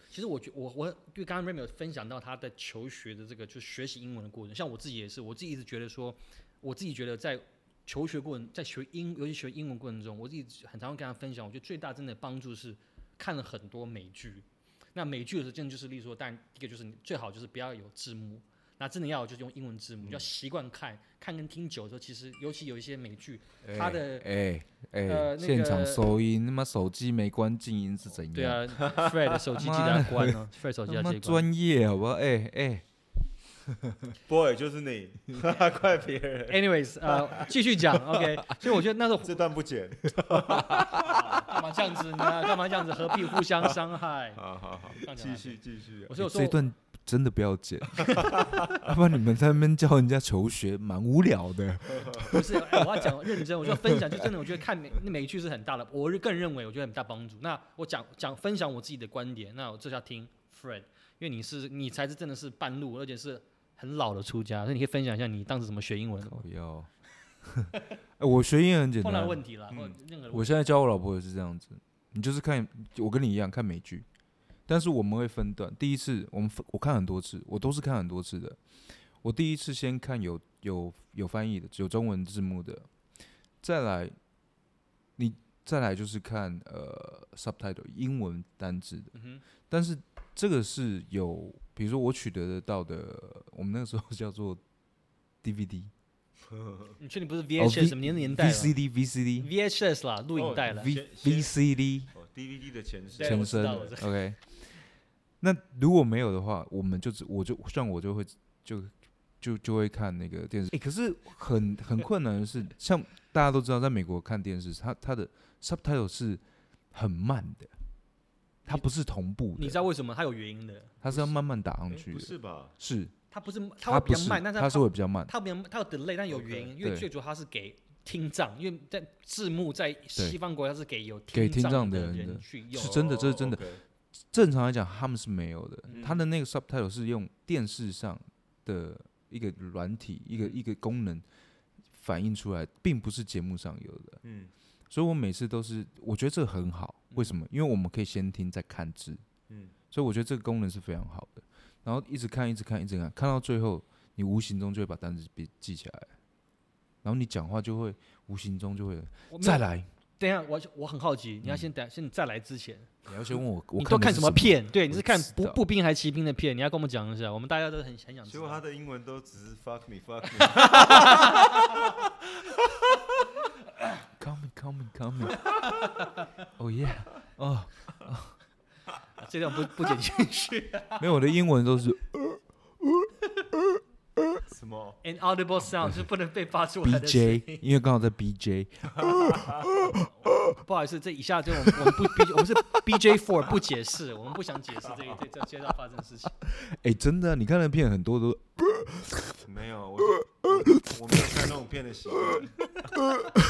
[SPEAKER 1] 其实我觉我我因为刚刚 Raymond 有分享到他在求学的这个就是学习英文的过程，像我自己也是，我自己一直觉得说，我自己觉得在求学过程，在学英尤其学英文过程中，我自己很常会跟他分享，我觉得最大真的帮助是看了很多美剧。那美剧的时候，真的就是例如说，但第一个就是你最好就是不要有字幕。那真的要就是用英文字幕，就要习惯看，看跟听久的时候，其实尤其有一些美剧，他的
[SPEAKER 2] 哎哎、
[SPEAKER 1] 呃那
[SPEAKER 2] 现场
[SPEAKER 1] 个
[SPEAKER 2] 收音，他妈手机没关静音是怎样？
[SPEAKER 1] 对啊 ，Fred 手机记得要关哦，Fred 手机
[SPEAKER 2] 他
[SPEAKER 1] 要
[SPEAKER 2] 妈
[SPEAKER 1] 记得关。
[SPEAKER 2] 专业好不好？哎、哎、
[SPEAKER 3] boy 就是你，怪别 人，
[SPEAKER 1] Anyways，呃，继续讲，OK。所以 我觉得那时候
[SPEAKER 3] 这段不剪。
[SPEAKER 1] 干嘛这样子呢？干嘛这样子？何必互相伤 害？
[SPEAKER 3] 好好好
[SPEAKER 1] 这样讲，
[SPEAKER 3] 继续继续。
[SPEAKER 1] 我
[SPEAKER 2] 欸
[SPEAKER 1] 说我
[SPEAKER 2] 这一
[SPEAKER 1] 说，
[SPEAKER 2] 段真的不要剪， 要不然你们在那边教人家求学，蛮无聊 的。
[SPEAKER 1] 不是，哎我要讲认真，我就分享，就真的，我觉得看美那美剧是很大的，我是更认为我觉得很大帮助。那我讲讲分享我自己的观点，那我这是要听 Fred，因为你是你才是真的是半路，而且是很老的出家，所以你可以分享一下你当时怎么学英文的，
[SPEAKER 2] 不要， 哎，我学英文很简
[SPEAKER 1] 碰到
[SPEAKER 2] 单
[SPEAKER 1] 的，问题啦，或
[SPEAKER 3] 嗯
[SPEAKER 1] 任何的问
[SPEAKER 2] 我现在教我老婆也是这样子，你就是看，我跟你一样看美剧，但是我们会分段。第一次我们分我看很多次，我都是看很多次的。我第一次先看有有有翻译的，有中文字幕的，再来，你再来就是看呃 subtitle 英文单字的。
[SPEAKER 1] 嗯
[SPEAKER 2] 但是这个是有，比如说我取得得到的，我们那个时候叫做 DVD、
[SPEAKER 1] 哼，你确定不是
[SPEAKER 2] 哦
[SPEAKER 1] VHS 什么年年代了
[SPEAKER 2] VCD、VCD、
[SPEAKER 1] VHS 啦，录影带了。
[SPEAKER 2] 哦 V
[SPEAKER 3] 先先
[SPEAKER 2] VCD
[SPEAKER 3] 哦，DVD 的前
[SPEAKER 1] 对
[SPEAKER 3] 身，
[SPEAKER 2] 前
[SPEAKER 1] 我知
[SPEAKER 2] 身
[SPEAKER 1] 道我
[SPEAKER 2] 的，OK。那如果没有的话，我们就只我就像我就会就就就会看那个电视。诶，可是很很困难的是，像大家都知道，在美国看电视，它它的 subtitle 是很慢的，它不是同步
[SPEAKER 1] 你知
[SPEAKER 2] 的，
[SPEAKER 1] 道为什么？它有原因的，
[SPEAKER 2] 它是要慢慢打上
[SPEAKER 3] 哎
[SPEAKER 2] 去
[SPEAKER 3] 不
[SPEAKER 2] 的。
[SPEAKER 3] 是吧？
[SPEAKER 2] 是，
[SPEAKER 1] 它不是它
[SPEAKER 2] 它
[SPEAKER 1] 会比
[SPEAKER 2] 不
[SPEAKER 1] 较
[SPEAKER 2] 是，
[SPEAKER 1] 慢，但是
[SPEAKER 2] 它是会比较慢。
[SPEAKER 1] 它比较它有 delay，但有原因，因为
[SPEAKER 2] 对
[SPEAKER 1] 最主要它是给听障，因为在字幕在西方国家是给有
[SPEAKER 2] 给听
[SPEAKER 1] 障
[SPEAKER 2] 障的人
[SPEAKER 1] 人
[SPEAKER 2] 的
[SPEAKER 1] 去用
[SPEAKER 2] 是。真的这是真的
[SPEAKER 3] 的。
[SPEAKER 2] 正常来讲，他们是没有的。
[SPEAKER 3] 嗯
[SPEAKER 2] 他的那个 subtitle 是用电视上的一个软体，一个一个功能反映出来，并不是节目上有的。
[SPEAKER 3] 嗯，
[SPEAKER 2] 所以我每次都是，我觉得这很好。为什么？因为我们可以先听再看字，
[SPEAKER 3] 嗯，
[SPEAKER 2] 所以我觉得这个功能是非常好的。然后一直看，一直看，一直看，看到最后，你无形中就会把单词记记起来，然后你讲话就会无形中就会
[SPEAKER 1] 我没有
[SPEAKER 2] 再来。
[SPEAKER 1] 等一下，我我很好奇，你要先等，先你再来之前，
[SPEAKER 2] 你要先问我，我
[SPEAKER 1] 你都
[SPEAKER 2] 看的
[SPEAKER 1] 看
[SPEAKER 2] 是
[SPEAKER 1] 什
[SPEAKER 2] 什么？
[SPEAKER 1] 片？对，你是看
[SPEAKER 2] 我知
[SPEAKER 1] 步
[SPEAKER 2] 道
[SPEAKER 1] 步兵还是骑兵的片？你要跟我们讲一下，我们大家都很很想知
[SPEAKER 3] 结果他
[SPEAKER 1] 道。
[SPEAKER 3] 的英文都只是 fuck me fuck me，
[SPEAKER 2] Coming, coming, coming. oh yeah. 哦、
[SPEAKER 1] 啊这段不不剪进 去。
[SPEAKER 2] 没有，我的英文都是
[SPEAKER 3] 什么？
[SPEAKER 1] Inaudible sound 是不能被发出来的声音。
[SPEAKER 2] BJ，因为刚好在 BJ。
[SPEAKER 1] 不好意思，这以下就我们我们不 B 我们是 BJ Four 不解释，我们不想解释这一这这街道发生的事情。
[SPEAKER 2] 哎，真的啊、你看的片很多都
[SPEAKER 3] 没有，我我我没有看那种片的习惯。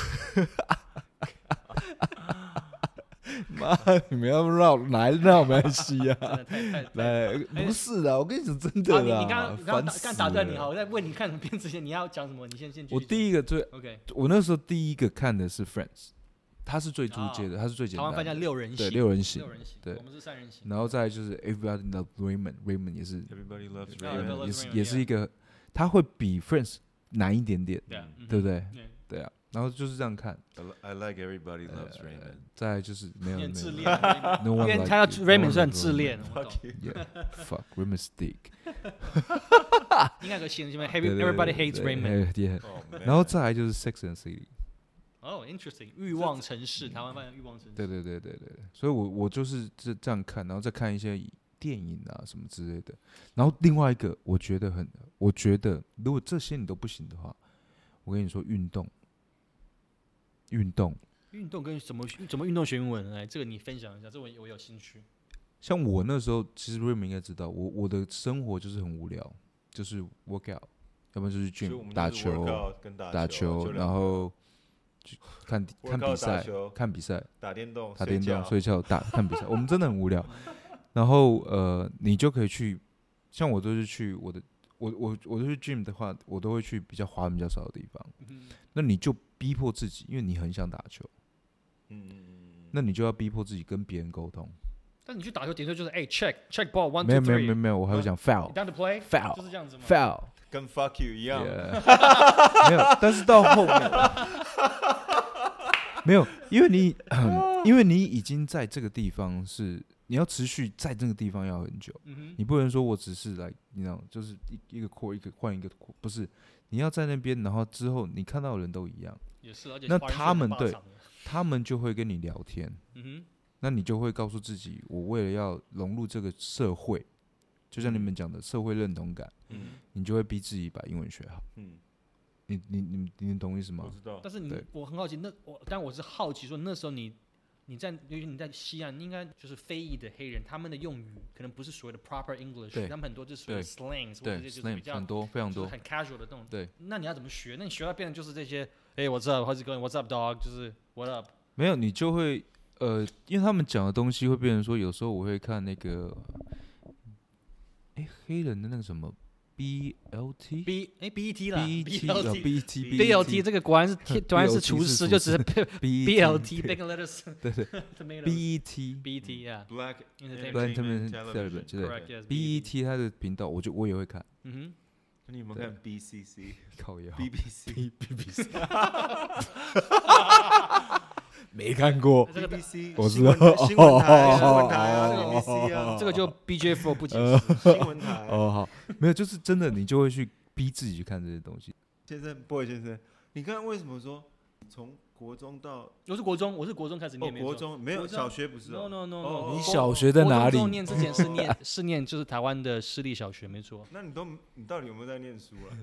[SPEAKER 2] 妈，你们要绕来绕没关系 呀、
[SPEAKER 1] 真的太太太。
[SPEAKER 2] 来，不是的，我跟你讲真
[SPEAKER 1] 啊，
[SPEAKER 2] 的
[SPEAKER 1] 你
[SPEAKER 2] 啦，
[SPEAKER 1] 你刚刚刚
[SPEAKER 2] 烦
[SPEAKER 1] 打
[SPEAKER 2] 死
[SPEAKER 1] 刚打断你
[SPEAKER 2] 了
[SPEAKER 1] 哈，我在问你看什么片之前，你要讲什么？你先先继续
[SPEAKER 2] 我第一个最，
[SPEAKER 1] 讲 OK，
[SPEAKER 2] 我那时候第一个看的是 Friends，它是最租借的，它是最简
[SPEAKER 1] 哦台湾翻
[SPEAKER 2] 单
[SPEAKER 1] 叫
[SPEAKER 2] 的，
[SPEAKER 1] 六人
[SPEAKER 2] 对，
[SPEAKER 1] 行，
[SPEAKER 2] 六人行
[SPEAKER 1] 六。人行，
[SPEAKER 2] 对
[SPEAKER 1] 我们是三人行。
[SPEAKER 2] 然后再来就是 Everybody Love Raymond，Raymond 也是
[SPEAKER 3] Everybody loves
[SPEAKER 1] Yeah, Everybody Loves
[SPEAKER 3] Raymond。
[SPEAKER 2] 也是
[SPEAKER 1] Raymond，
[SPEAKER 2] 也是一个，它会比 Friends 难一点点，
[SPEAKER 1] 对啊，嗯哼
[SPEAKER 2] 对不对？
[SPEAKER 1] 对
[SPEAKER 2] 对啊，然后就是这样看，
[SPEAKER 3] I li- I like everybody loves
[SPEAKER 2] 呃
[SPEAKER 3] Raymond。
[SPEAKER 2] 再来就是没有
[SPEAKER 1] 你
[SPEAKER 2] 没有
[SPEAKER 1] 很自
[SPEAKER 2] 没
[SPEAKER 1] 恋
[SPEAKER 2] 有
[SPEAKER 1] 啊，
[SPEAKER 2] ，No
[SPEAKER 1] 因
[SPEAKER 2] one
[SPEAKER 1] 为
[SPEAKER 2] like
[SPEAKER 1] 他要
[SPEAKER 2] you, no
[SPEAKER 1] Raymond
[SPEAKER 2] one
[SPEAKER 1] 算
[SPEAKER 2] like
[SPEAKER 1] 自
[SPEAKER 2] Raymond
[SPEAKER 1] 恋，我懂。
[SPEAKER 2] Yeah, fuck, Raymond Stick。
[SPEAKER 1] 应该有个新的什么
[SPEAKER 2] 对
[SPEAKER 1] Heavy
[SPEAKER 2] 对
[SPEAKER 1] Everybody
[SPEAKER 2] 对
[SPEAKER 1] Hates
[SPEAKER 2] 对
[SPEAKER 1] Raymond。
[SPEAKER 2] 哎，yeah
[SPEAKER 3] 哦，
[SPEAKER 2] 然后再来就是 Sex and the City。
[SPEAKER 1] 哦，interesting，欲望城
[SPEAKER 2] 嗯
[SPEAKER 1] 市，台湾翻译欲望城市。
[SPEAKER 2] 对对对对对，对所以我我就是这这样看，然后再看一些电影啊什么之类的。然后另外一个，我觉得很，我觉得如果这些你都不行的话，我跟你说，运动，运动，
[SPEAKER 1] 运动跟怎么怎么运动学英文？来，这个你分享一下，这我我有兴趣。
[SPEAKER 2] 像我那时候，其实 Rim 应该知道，我我的生活就是很无聊，就是 workout，要不然就是 gym 打球，
[SPEAKER 3] 跟打
[SPEAKER 2] 打
[SPEAKER 3] 球
[SPEAKER 2] 球，，然后去看看
[SPEAKER 3] Workout
[SPEAKER 2] 比
[SPEAKER 3] 打
[SPEAKER 2] 赛
[SPEAKER 3] 球，
[SPEAKER 2] 看比赛，
[SPEAKER 3] 打电动，
[SPEAKER 2] 打电动、
[SPEAKER 3] 所
[SPEAKER 2] 睡觉、打看比赛，我们真的很无 聊。然后呃，你就可以去，像我都是去我的，我我我都去 gym 的话，我都会去比较滑比较少的地方。那你就逼迫自己，因为你很想打球，
[SPEAKER 3] 嗯嗯嗯
[SPEAKER 2] 那你就要逼迫自己跟别人沟通。
[SPEAKER 1] 但你去打球，顶多就是哎，check check ball one
[SPEAKER 2] 没
[SPEAKER 1] two
[SPEAKER 2] 有没有
[SPEAKER 1] three，down
[SPEAKER 2] 没有没有，我还会讲 foul
[SPEAKER 1] to play，就
[SPEAKER 2] foul
[SPEAKER 1] 是这样子嘛。
[SPEAKER 2] foul，
[SPEAKER 3] 嗯，跟 fuck you 一样。
[SPEAKER 2] Yeah 没有，但是到后面没有，因为 你、因为你已经在这个地方是你要持续在这个地方要很久。
[SPEAKER 1] 嗯
[SPEAKER 2] 你不能说我只是来，你知道，就是一一个扩一个换一个扩，不是，你要在那边，然后之后你看到的人都一样，
[SPEAKER 1] 哼，也是，而且
[SPEAKER 2] 那
[SPEAKER 1] 华人
[SPEAKER 2] 他们
[SPEAKER 1] 是很霸
[SPEAKER 2] 对
[SPEAKER 1] 场的，
[SPEAKER 2] 他们就会跟你聊天，
[SPEAKER 1] 嗯
[SPEAKER 2] 那你就会告诉自己，我为了要融入这个社会，就像你们讲的社会认同感，
[SPEAKER 3] 嗯
[SPEAKER 2] 你就会逼自己把英文学好。
[SPEAKER 3] 嗯，
[SPEAKER 2] 你你你你懂我意思
[SPEAKER 3] 我
[SPEAKER 2] 吗？
[SPEAKER 3] 知
[SPEAKER 1] 哼。
[SPEAKER 3] 道。
[SPEAKER 1] 但是你
[SPEAKER 2] 对，
[SPEAKER 1] 我很好奇，那我，但我是好奇说，那时候你你在，尤其你在西岸，应该就是非裔的黑人，他们的用语可能不是所谓的 proper English，
[SPEAKER 2] 对
[SPEAKER 1] 他们很多就是所谓的 slangs，或者
[SPEAKER 2] 对
[SPEAKER 1] 是就是比
[SPEAKER 2] ，slang
[SPEAKER 1] 较
[SPEAKER 2] 很多非常
[SPEAKER 1] 就是
[SPEAKER 2] 多，
[SPEAKER 1] 很 casual 的那种。
[SPEAKER 2] 对，
[SPEAKER 1] 那你要怎么学？那你学到变成就是这些，哎，what's up，how's it going，what's up dog，就是 what up。
[SPEAKER 2] 没有你就会呃，因为他们讲的东西会变成说，有时候我会看那个，哎，黑人的那个什么 BLT。
[SPEAKER 1] B 哎 BET 啦
[SPEAKER 2] B T 啊
[SPEAKER 1] BLT
[SPEAKER 2] B T
[SPEAKER 1] BLT 这个果然是果然是
[SPEAKER 2] BLT
[SPEAKER 1] 厨
[SPEAKER 2] 是
[SPEAKER 1] 师，
[SPEAKER 2] 厨
[SPEAKER 1] 就只是
[SPEAKER 2] B
[SPEAKER 1] BLT bacon lettuce
[SPEAKER 2] 对对
[SPEAKER 1] tomato
[SPEAKER 2] B T
[SPEAKER 1] BET 啊
[SPEAKER 3] Black
[SPEAKER 1] Entertainment
[SPEAKER 2] Entertainment Television，
[SPEAKER 3] Television，
[SPEAKER 2] 对
[SPEAKER 1] correct yes
[SPEAKER 2] B E T 他的频道，我就我也会看，
[SPEAKER 1] 嗯
[SPEAKER 3] 那你有没有
[SPEAKER 2] 对
[SPEAKER 3] 看 BCC、
[SPEAKER 2] 靠腰
[SPEAKER 3] BBC、
[SPEAKER 2] B B B 没看过
[SPEAKER 1] 这个
[SPEAKER 3] BBC？
[SPEAKER 2] 我
[SPEAKER 3] 新
[SPEAKER 2] 知道
[SPEAKER 3] 闻台新闻台新闻台
[SPEAKER 2] 哦哦
[SPEAKER 3] 啊
[SPEAKER 2] 哦呃
[SPEAKER 3] ，BBC 啊
[SPEAKER 1] 哼，，这个就 BJ Four 不解释，
[SPEAKER 3] 新闻台。
[SPEAKER 2] 哦，好，没有，就是真的，你就会去逼自己去看这些东西。
[SPEAKER 3] 先生，boy 先生，你刚刚为什么说从国中到
[SPEAKER 1] 我是国中，我是国中开始
[SPEAKER 3] 哦
[SPEAKER 1] 念，没
[SPEAKER 3] 国
[SPEAKER 1] 错。
[SPEAKER 3] Oh, 中没有
[SPEAKER 1] 国中
[SPEAKER 3] 小学不是
[SPEAKER 1] No
[SPEAKER 3] 哦？
[SPEAKER 1] no no
[SPEAKER 3] 哦
[SPEAKER 1] no，
[SPEAKER 3] 你
[SPEAKER 2] 小学在哪里
[SPEAKER 1] 国中念之前是念 是念就是台湾的私立小学，没错。
[SPEAKER 3] 那你都你到底有没有在念书啊？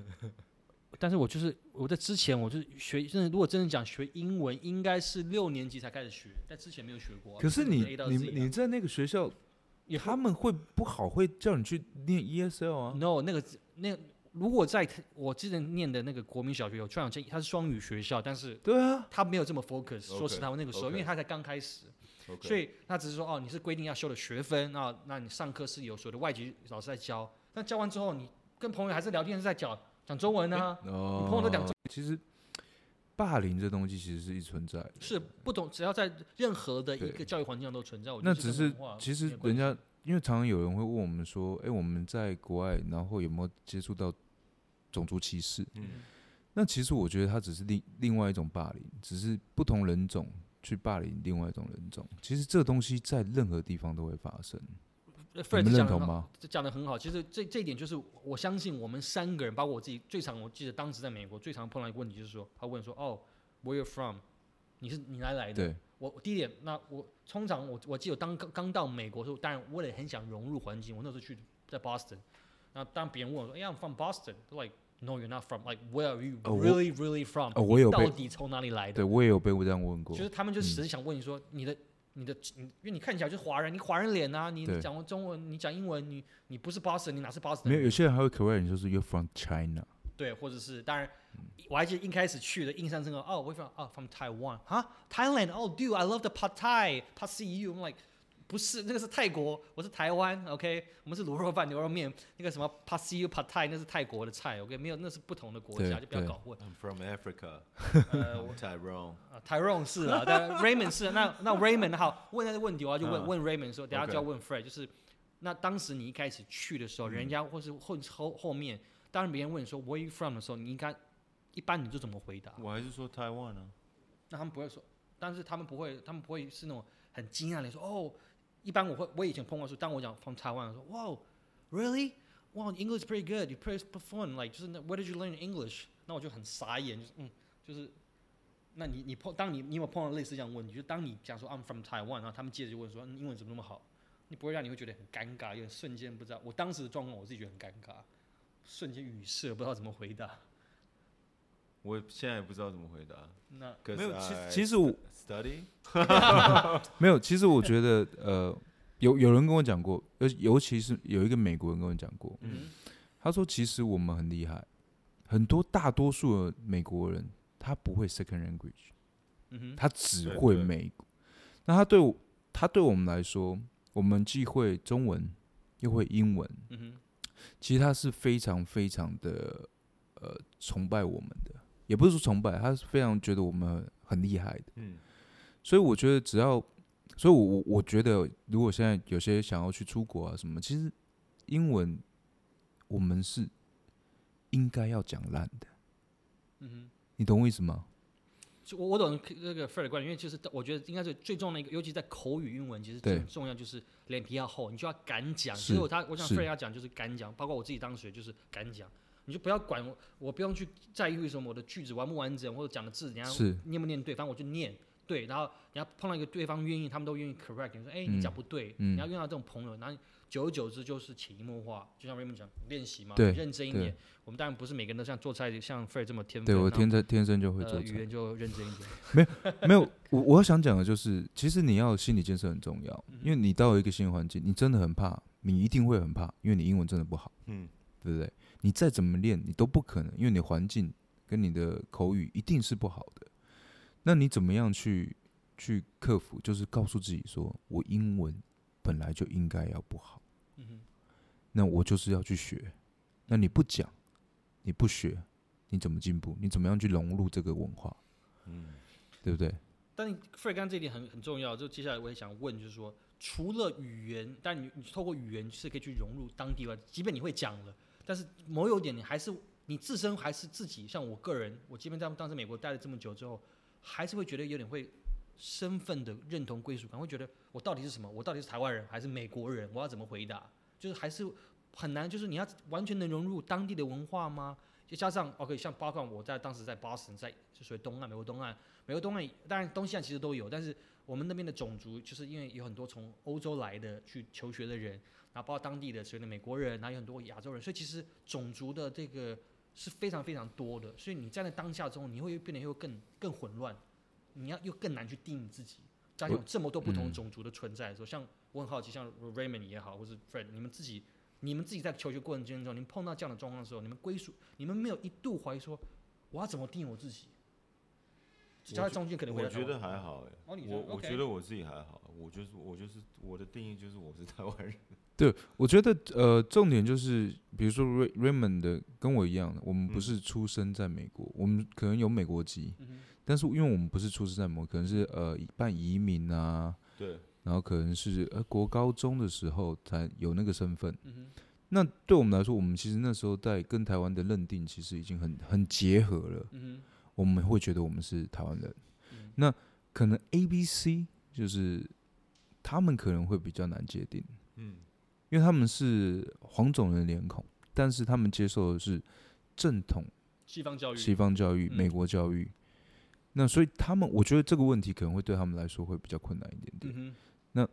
[SPEAKER 1] 但是我就是我在之前我就是学，真的如果真的讲学英文，应该是六年级才开始学，在之前没有学过啊。
[SPEAKER 2] 可是
[SPEAKER 1] 就
[SPEAKER 2] 你
[SPEAKER 1] A 到
[SPEAKER 2] 你
[SPEAKER 1] Z 啊
[SPEAKER 2] 你在那个学校，
[SPEAKER 1] 也
[SPEAKER 2] 他们会不好会叫你去念 E S L 啊？
[SPEAKER 1] No，那个那个如果在我之前念的那个国民小学有传讲，它是双语学校，但是
[SPEAKER 2] 对啊，
[SPEAKER 1] 它没有这么 focus。说实
[SPEAKER 3] OK，
[SPEAKER 1] 在话，那个时候
[SPEAKER 3] OK
[SPEAKER 1] 因为它才刚开始
[SPEAKER 3] OK
[SPEAKER 1] 所以它只是说哦，啊你是规定要修的学分，那那你上课是有所谓的外籍老师在教，但教完之后你跟朋友还是聊天是在讲讲中文啊，
[SPEAKER 2] 哦，
[SPEAKER 1] 你朋友都讲中
[SPEAKER 2] 其实霸凌这东西其实是一直存在的，
[SPEAKER 1] 是不懂，只要在任何的一
[SPEAKER 2] 对
[SPEAKER 1] 个教育环境上都存在。我觉
[SPEAKER 2] 那
[SPEAKER 1] 得这
[SPEAKER 2] 只是
[SPEAKER 1] 跟文化
[SPEAKER 2] 其
[SPEAKER 1] 没
[SPEAKER 2] 实
[SPEAKER 1] 有关
[SPEAKER 2] 人
[SPEAKER 1] 系
[SPEAKER 2] 家，因为常常有人会问我们说，哎、我们在国外，然后有没有接触到种族歧视？
[SPEAKER 3] 嗯
[SPEAKER 2] 那其实我觉得它只是另另外一种霸凌，只是不同人种去霸凌另外一种人种。其实这东西在任何地方都会发生，
[SPEAKER 1] 呃
[SPEAKER 2] 你
[SPEAKER 1] Fred
[SPEAKER 2] 们
[SPEAKER 1] 讲
[SPEAKER 2] 认
[SPEAKER 1] 得
[SPEAKER 2] 同
[SPEAKER 1] 很好
[SPEAKER 2] 吗？
[SPEAKER 1] 这讲的很好。其实这这一点就是我相信我们三个人，包括我自己，最常我记得当时在美国最常碰到一个问题就是说，他问说哦，Where you from？你是你哪里来的？
[SPEAKER 2] 对，
[SPEAKER 1] 我我第一点，那我通常我我记得当刚刚到美国的时候，当然我也很想融入环境。我那时候去在 Boston，那当别人问我说，哎、i m from Boston，like no you're not from，like where are you
[SPEAKER 2] 哦我
[SPEAKER 1] really really from？、
[SPEAKER 2] 哦，我有
[SPEAKER 1] 到
[SPEAKER 2] 被，
[SPEAKER 1] 底从哪里来的
[SPEAKER 2] 对？我也有被这样问过
[SPEAKER 1] 就，是他们就
[SPEAKER 2] 嗯
[SPEAKER 1] 只是想问你说你的、你的你，因为你看起来就是华人，你华人脸啊，你
[SPEAKER 2] 对
[SPEAKER 1] 你讲中文，你讲英文，你你不是 Boston，你哪是 Boston？
[SPEAKER 2] 没有，有些人还会 correct 你，就是 you're from China，
[SPEAKER 1] 对，或者是当然，我还记得一开始去的印象深刻，哦，we from 哦 from Taiwan 哈 Thailand oh dude I love the pad Thai pad see you I'm like 不是那个是泰国，我是台湾 OK，我们是卤肉饭牛肉面，那个什么 pad see you pad Thai 那是泰国的菜 OK，没有那是不同的国家
[SPEAKER 2] 对
[SPEAKER 1] 就不要
[SPEAKER 2] 对
[SPEAKER 1] 搞混。
[SPEAKER 3] ，I'm from Africa，
[SPEAKER 1] 呃，
[SPEAKER 3] 我 Tyrone，
[SPEAKER 1] 啊，Tyrone 是啊， 但 Raymond 是啊那那 Raymond 好，问那个问题我要就问
[SPEAKER 3] 嗯
[SPEAKER 1] 问 Raymond 说，等下
[SPEAKER 3] OK
[SPEAKER 1] 就要问 Fred，就是那当时你一开始去的时候，
[SPEAKER 3] 嗯
[SPEAKER 1] 人家或是后后后面，当然别人问你说 Where you from 的时候，你应该一般你就怎么回答？
[SPEAKER 3] 我还是说 Taiwan 啊，
[SPEAKER 1] 那他们不会说，但是他们不会，他们不会是那种很惊讶的说哦。一般我会，我以前碰到说，当我讲 from Taiwan，说 Wow really Wow English pretty good you pretty perform like 就是那 Where did you learn English？那我就很傻眼，就是嗯，就是那你你碰当你你有没有碰到类似这样的问题？就当你讲说 I'm from Taiwan，然后他们接着就问说嗯英文怎么那么好？你不会让你会觉得很尴尬，有点瞬间不知道。我当时的状况我自己觉得很尴尬，瞬间语塞，不知道怎么回答。
[SPEAKER 3] 我现在也不知道怎么回答。
[SPEAKER 1] 那
[SPEAKER 2] 没有，其实其实我
[SPEAKER 3] study，
[SPEAKER 2] 没有，其实我觉得，呃，有有人跟我讲过，尤尤其是有一个美国人跟我讲过，
[SPEAKER 1] 嗯
[SPEAKER 2] 他说其实我们很厉害，很多大多数的美国人他不会 second language，
[SPEAKER 1] 嗯哼
[SPEAKER 2] 他只
[SPEAKER 3] 对
[SPEAKER 2] 会
[SPEAKER 3] 对
[SPEAKER 2] 美国。那他对我，他对我们来说，我们既会中文又会英文，
[SPEAKER 1] 嗯哼
[SPEAKER 2] 其实他是非常非常的呃崇拜我们的，也不是说崇拜，他是非常觉得我们很厉害的。
[SPEAKER 3] 嗯，
[SPEAKER 2] 所以我觉得只要，所以我我我觉得，如果现在有些想要去出国啊什么，其实英文我们是应该要讲烂的，
[SPEAKER 1] 嗯哼。
[SPEAKER 2] 你懂我意思吗？
[SPEAKER 1] 就我我懂那个 Fred 的观点，因为其实我觉得应该是最重要的一个，尤其在口语英文，其实
[SPEAKER 2] 对
[SPEAKER 1] 最重要就是脸皮要厚，你就要敢讲。
[SPEAKER 2] 是
[SPEAKER 1] 其实我他我想
[SPEAKER 2] 是
[SPEAKER 1] Fred 要讲就是敢讲，包括我自己当时就是敢讲，你就不要管我，我不用去在意什么我的句子完不完整或者讲的字人家
[SPEAKER 2] 是
[SPEAKER 1] 念不念对，反正我就念对。然后你要碰到一个对方愿意，他们都愿意 correct 你说，哎、你讲不对。
[SPEAKER 2] 嗯
[SPEAKER 1] 你要用到这种朋友，然后久而久之就是潜移默化，就像 Raymond 讲练习嘛，
[SPEAKER 2] 对
[SPEAKER 1] 认真一
[SPEAKER 2] 对
[SPEAKER 1] 点。我们当然不是每个人都像做菜像 Fred 这么天分，
[SPEAKER 2] 对我
[SPEAKER 1] 那
[SPEAKER 2] 天生天生就会
[SPEAKER 1] 嗯
[SPEAKER 2] 做
[SPEAKER 1] 呃语
[SPEAKER 2] 菜，
[SPEAKER 1] 言就认真一点。
[SPEAKER 2] 没有我我想讲的就是，其实你要心理建设很重要，
[SPEAKER 1] 嗯
[SPEAKER 2] 因为你到一个新的环境，你真的很怕，你一定会很怕，因为你英文真的不好，
[SPEAKER 3] 嗯，
[SPEAKER 2] 对不对？你再怎么练，你都不可能，因为你环境跟你的口语一定是不好的。那你怎么样去去克服？就是告诉自己说，我英文本来就应该要不好，
[SPEAKER 1] 嗯哼。
[SPEAKER 2] 那我就是要去学。那你不讲，你不学，你怎么进步？你怎么样去融入这个文化？
[SPEAKER 3] 嗯，
[SPEAKER 2] 对不对？
[SPEAKER 1] 但 Fred 刚刚这一点很很重要，就接下来我也想问，就是说，除了语言，但你你透过语言是可以去融入当地外，即便你会讲了，但是某有点你还是你自身还是自己，像我个人，我即便在当时美国待了这么久之后，还是会觉得有点会身份的认同归属感，会觉得我到底是什么？我到底是台湾人还是美国人？我要怎么回答？就是还是很难，就是你要完全能融入当地的文化吗？就加上 OK，像包括我在当时在 Boston，在就属于东岸，美国东岸。美国东岸当然东西岸其实都有，但是
[SPEAKER 3] 嗯
[SPEAKER 1] 我们那边的种族，就是因为有很多从欧洲来的去求学的人，然后包括当地的所谓的美国人，然后有很多亚洲人，所以其实种族的这个是非常非常多的。所以你站在当下之后，你会变得又更更混乱，你要又更难去定义自己。加上有这么多不同
[SPEAKER 2] 嗯
[SPEAKER 1] 种族的存在的时候，像我很好奇，像 Raymond 也好，或是 Fred，你们自己。你们自己在求学过程中，你们碰到这样的状况的时候，你们归属，你们没有一度怀疑说，我要怎么定义我自己？
[SPEAKER 3] 我
[SPEAKER 1] 就在
[SPEAKER 3] 觉
[SPEAKER 1] 中间可能回
[SPEAKER 3] 我
[SPEAKER 1] 答到
[SPEAKER 3] 觉得还好哎，
[SPEAKER 1] 哦，你
[SPEAKER 3] 我我觉
[SPEAKER 1] 得
[SPEAKER 3] 得我自己还好，我就是我就是我的定义就是我是台湾人，
[SPEAKER 2] 对，我觉得呃，重点就是比如说 Ray Raymond 的跟我一样的，我们不
[SPEAKER 3] 嗯
[SPEAKER 2] 是出生在美国，我们可能有美国籍，但是因为我们不是出生在美国，可能是呃办移民啊，
[SPEAKER 3] 对，
[SPEAKER 2] 然后可能是呃国高中的时候才有那个身份。
[SPEAKER 1] 嗯哼，
[SPEAKER 2] 那对我们来说，我们其实那时候在跟台湾的认定其实已经很很结合了，
[SPEAKER 1] 嗯
[SPEAKER 2] 我们会觉得我们是台湾人。
[SPEAKER 1] 哼，
[SPEAKER 2] 那可能 A、B、C 就是他们可能会比较难界定，
[SPEAKER 3] 嗯，
[SPEAKER 2] 因为他们是黄种人脸孔，但是他们接受的是正统
[SPEAKER 1] 西方教育，
[SPEAKER 2] 西方教育、
[SPEAKER 1] 嗯
[SPEAKER 2] 美国教育。那所以他们，我觉得这个问题可能会对他们来说会比较困难一点点。
[SPEAKER 1] 嗯哼，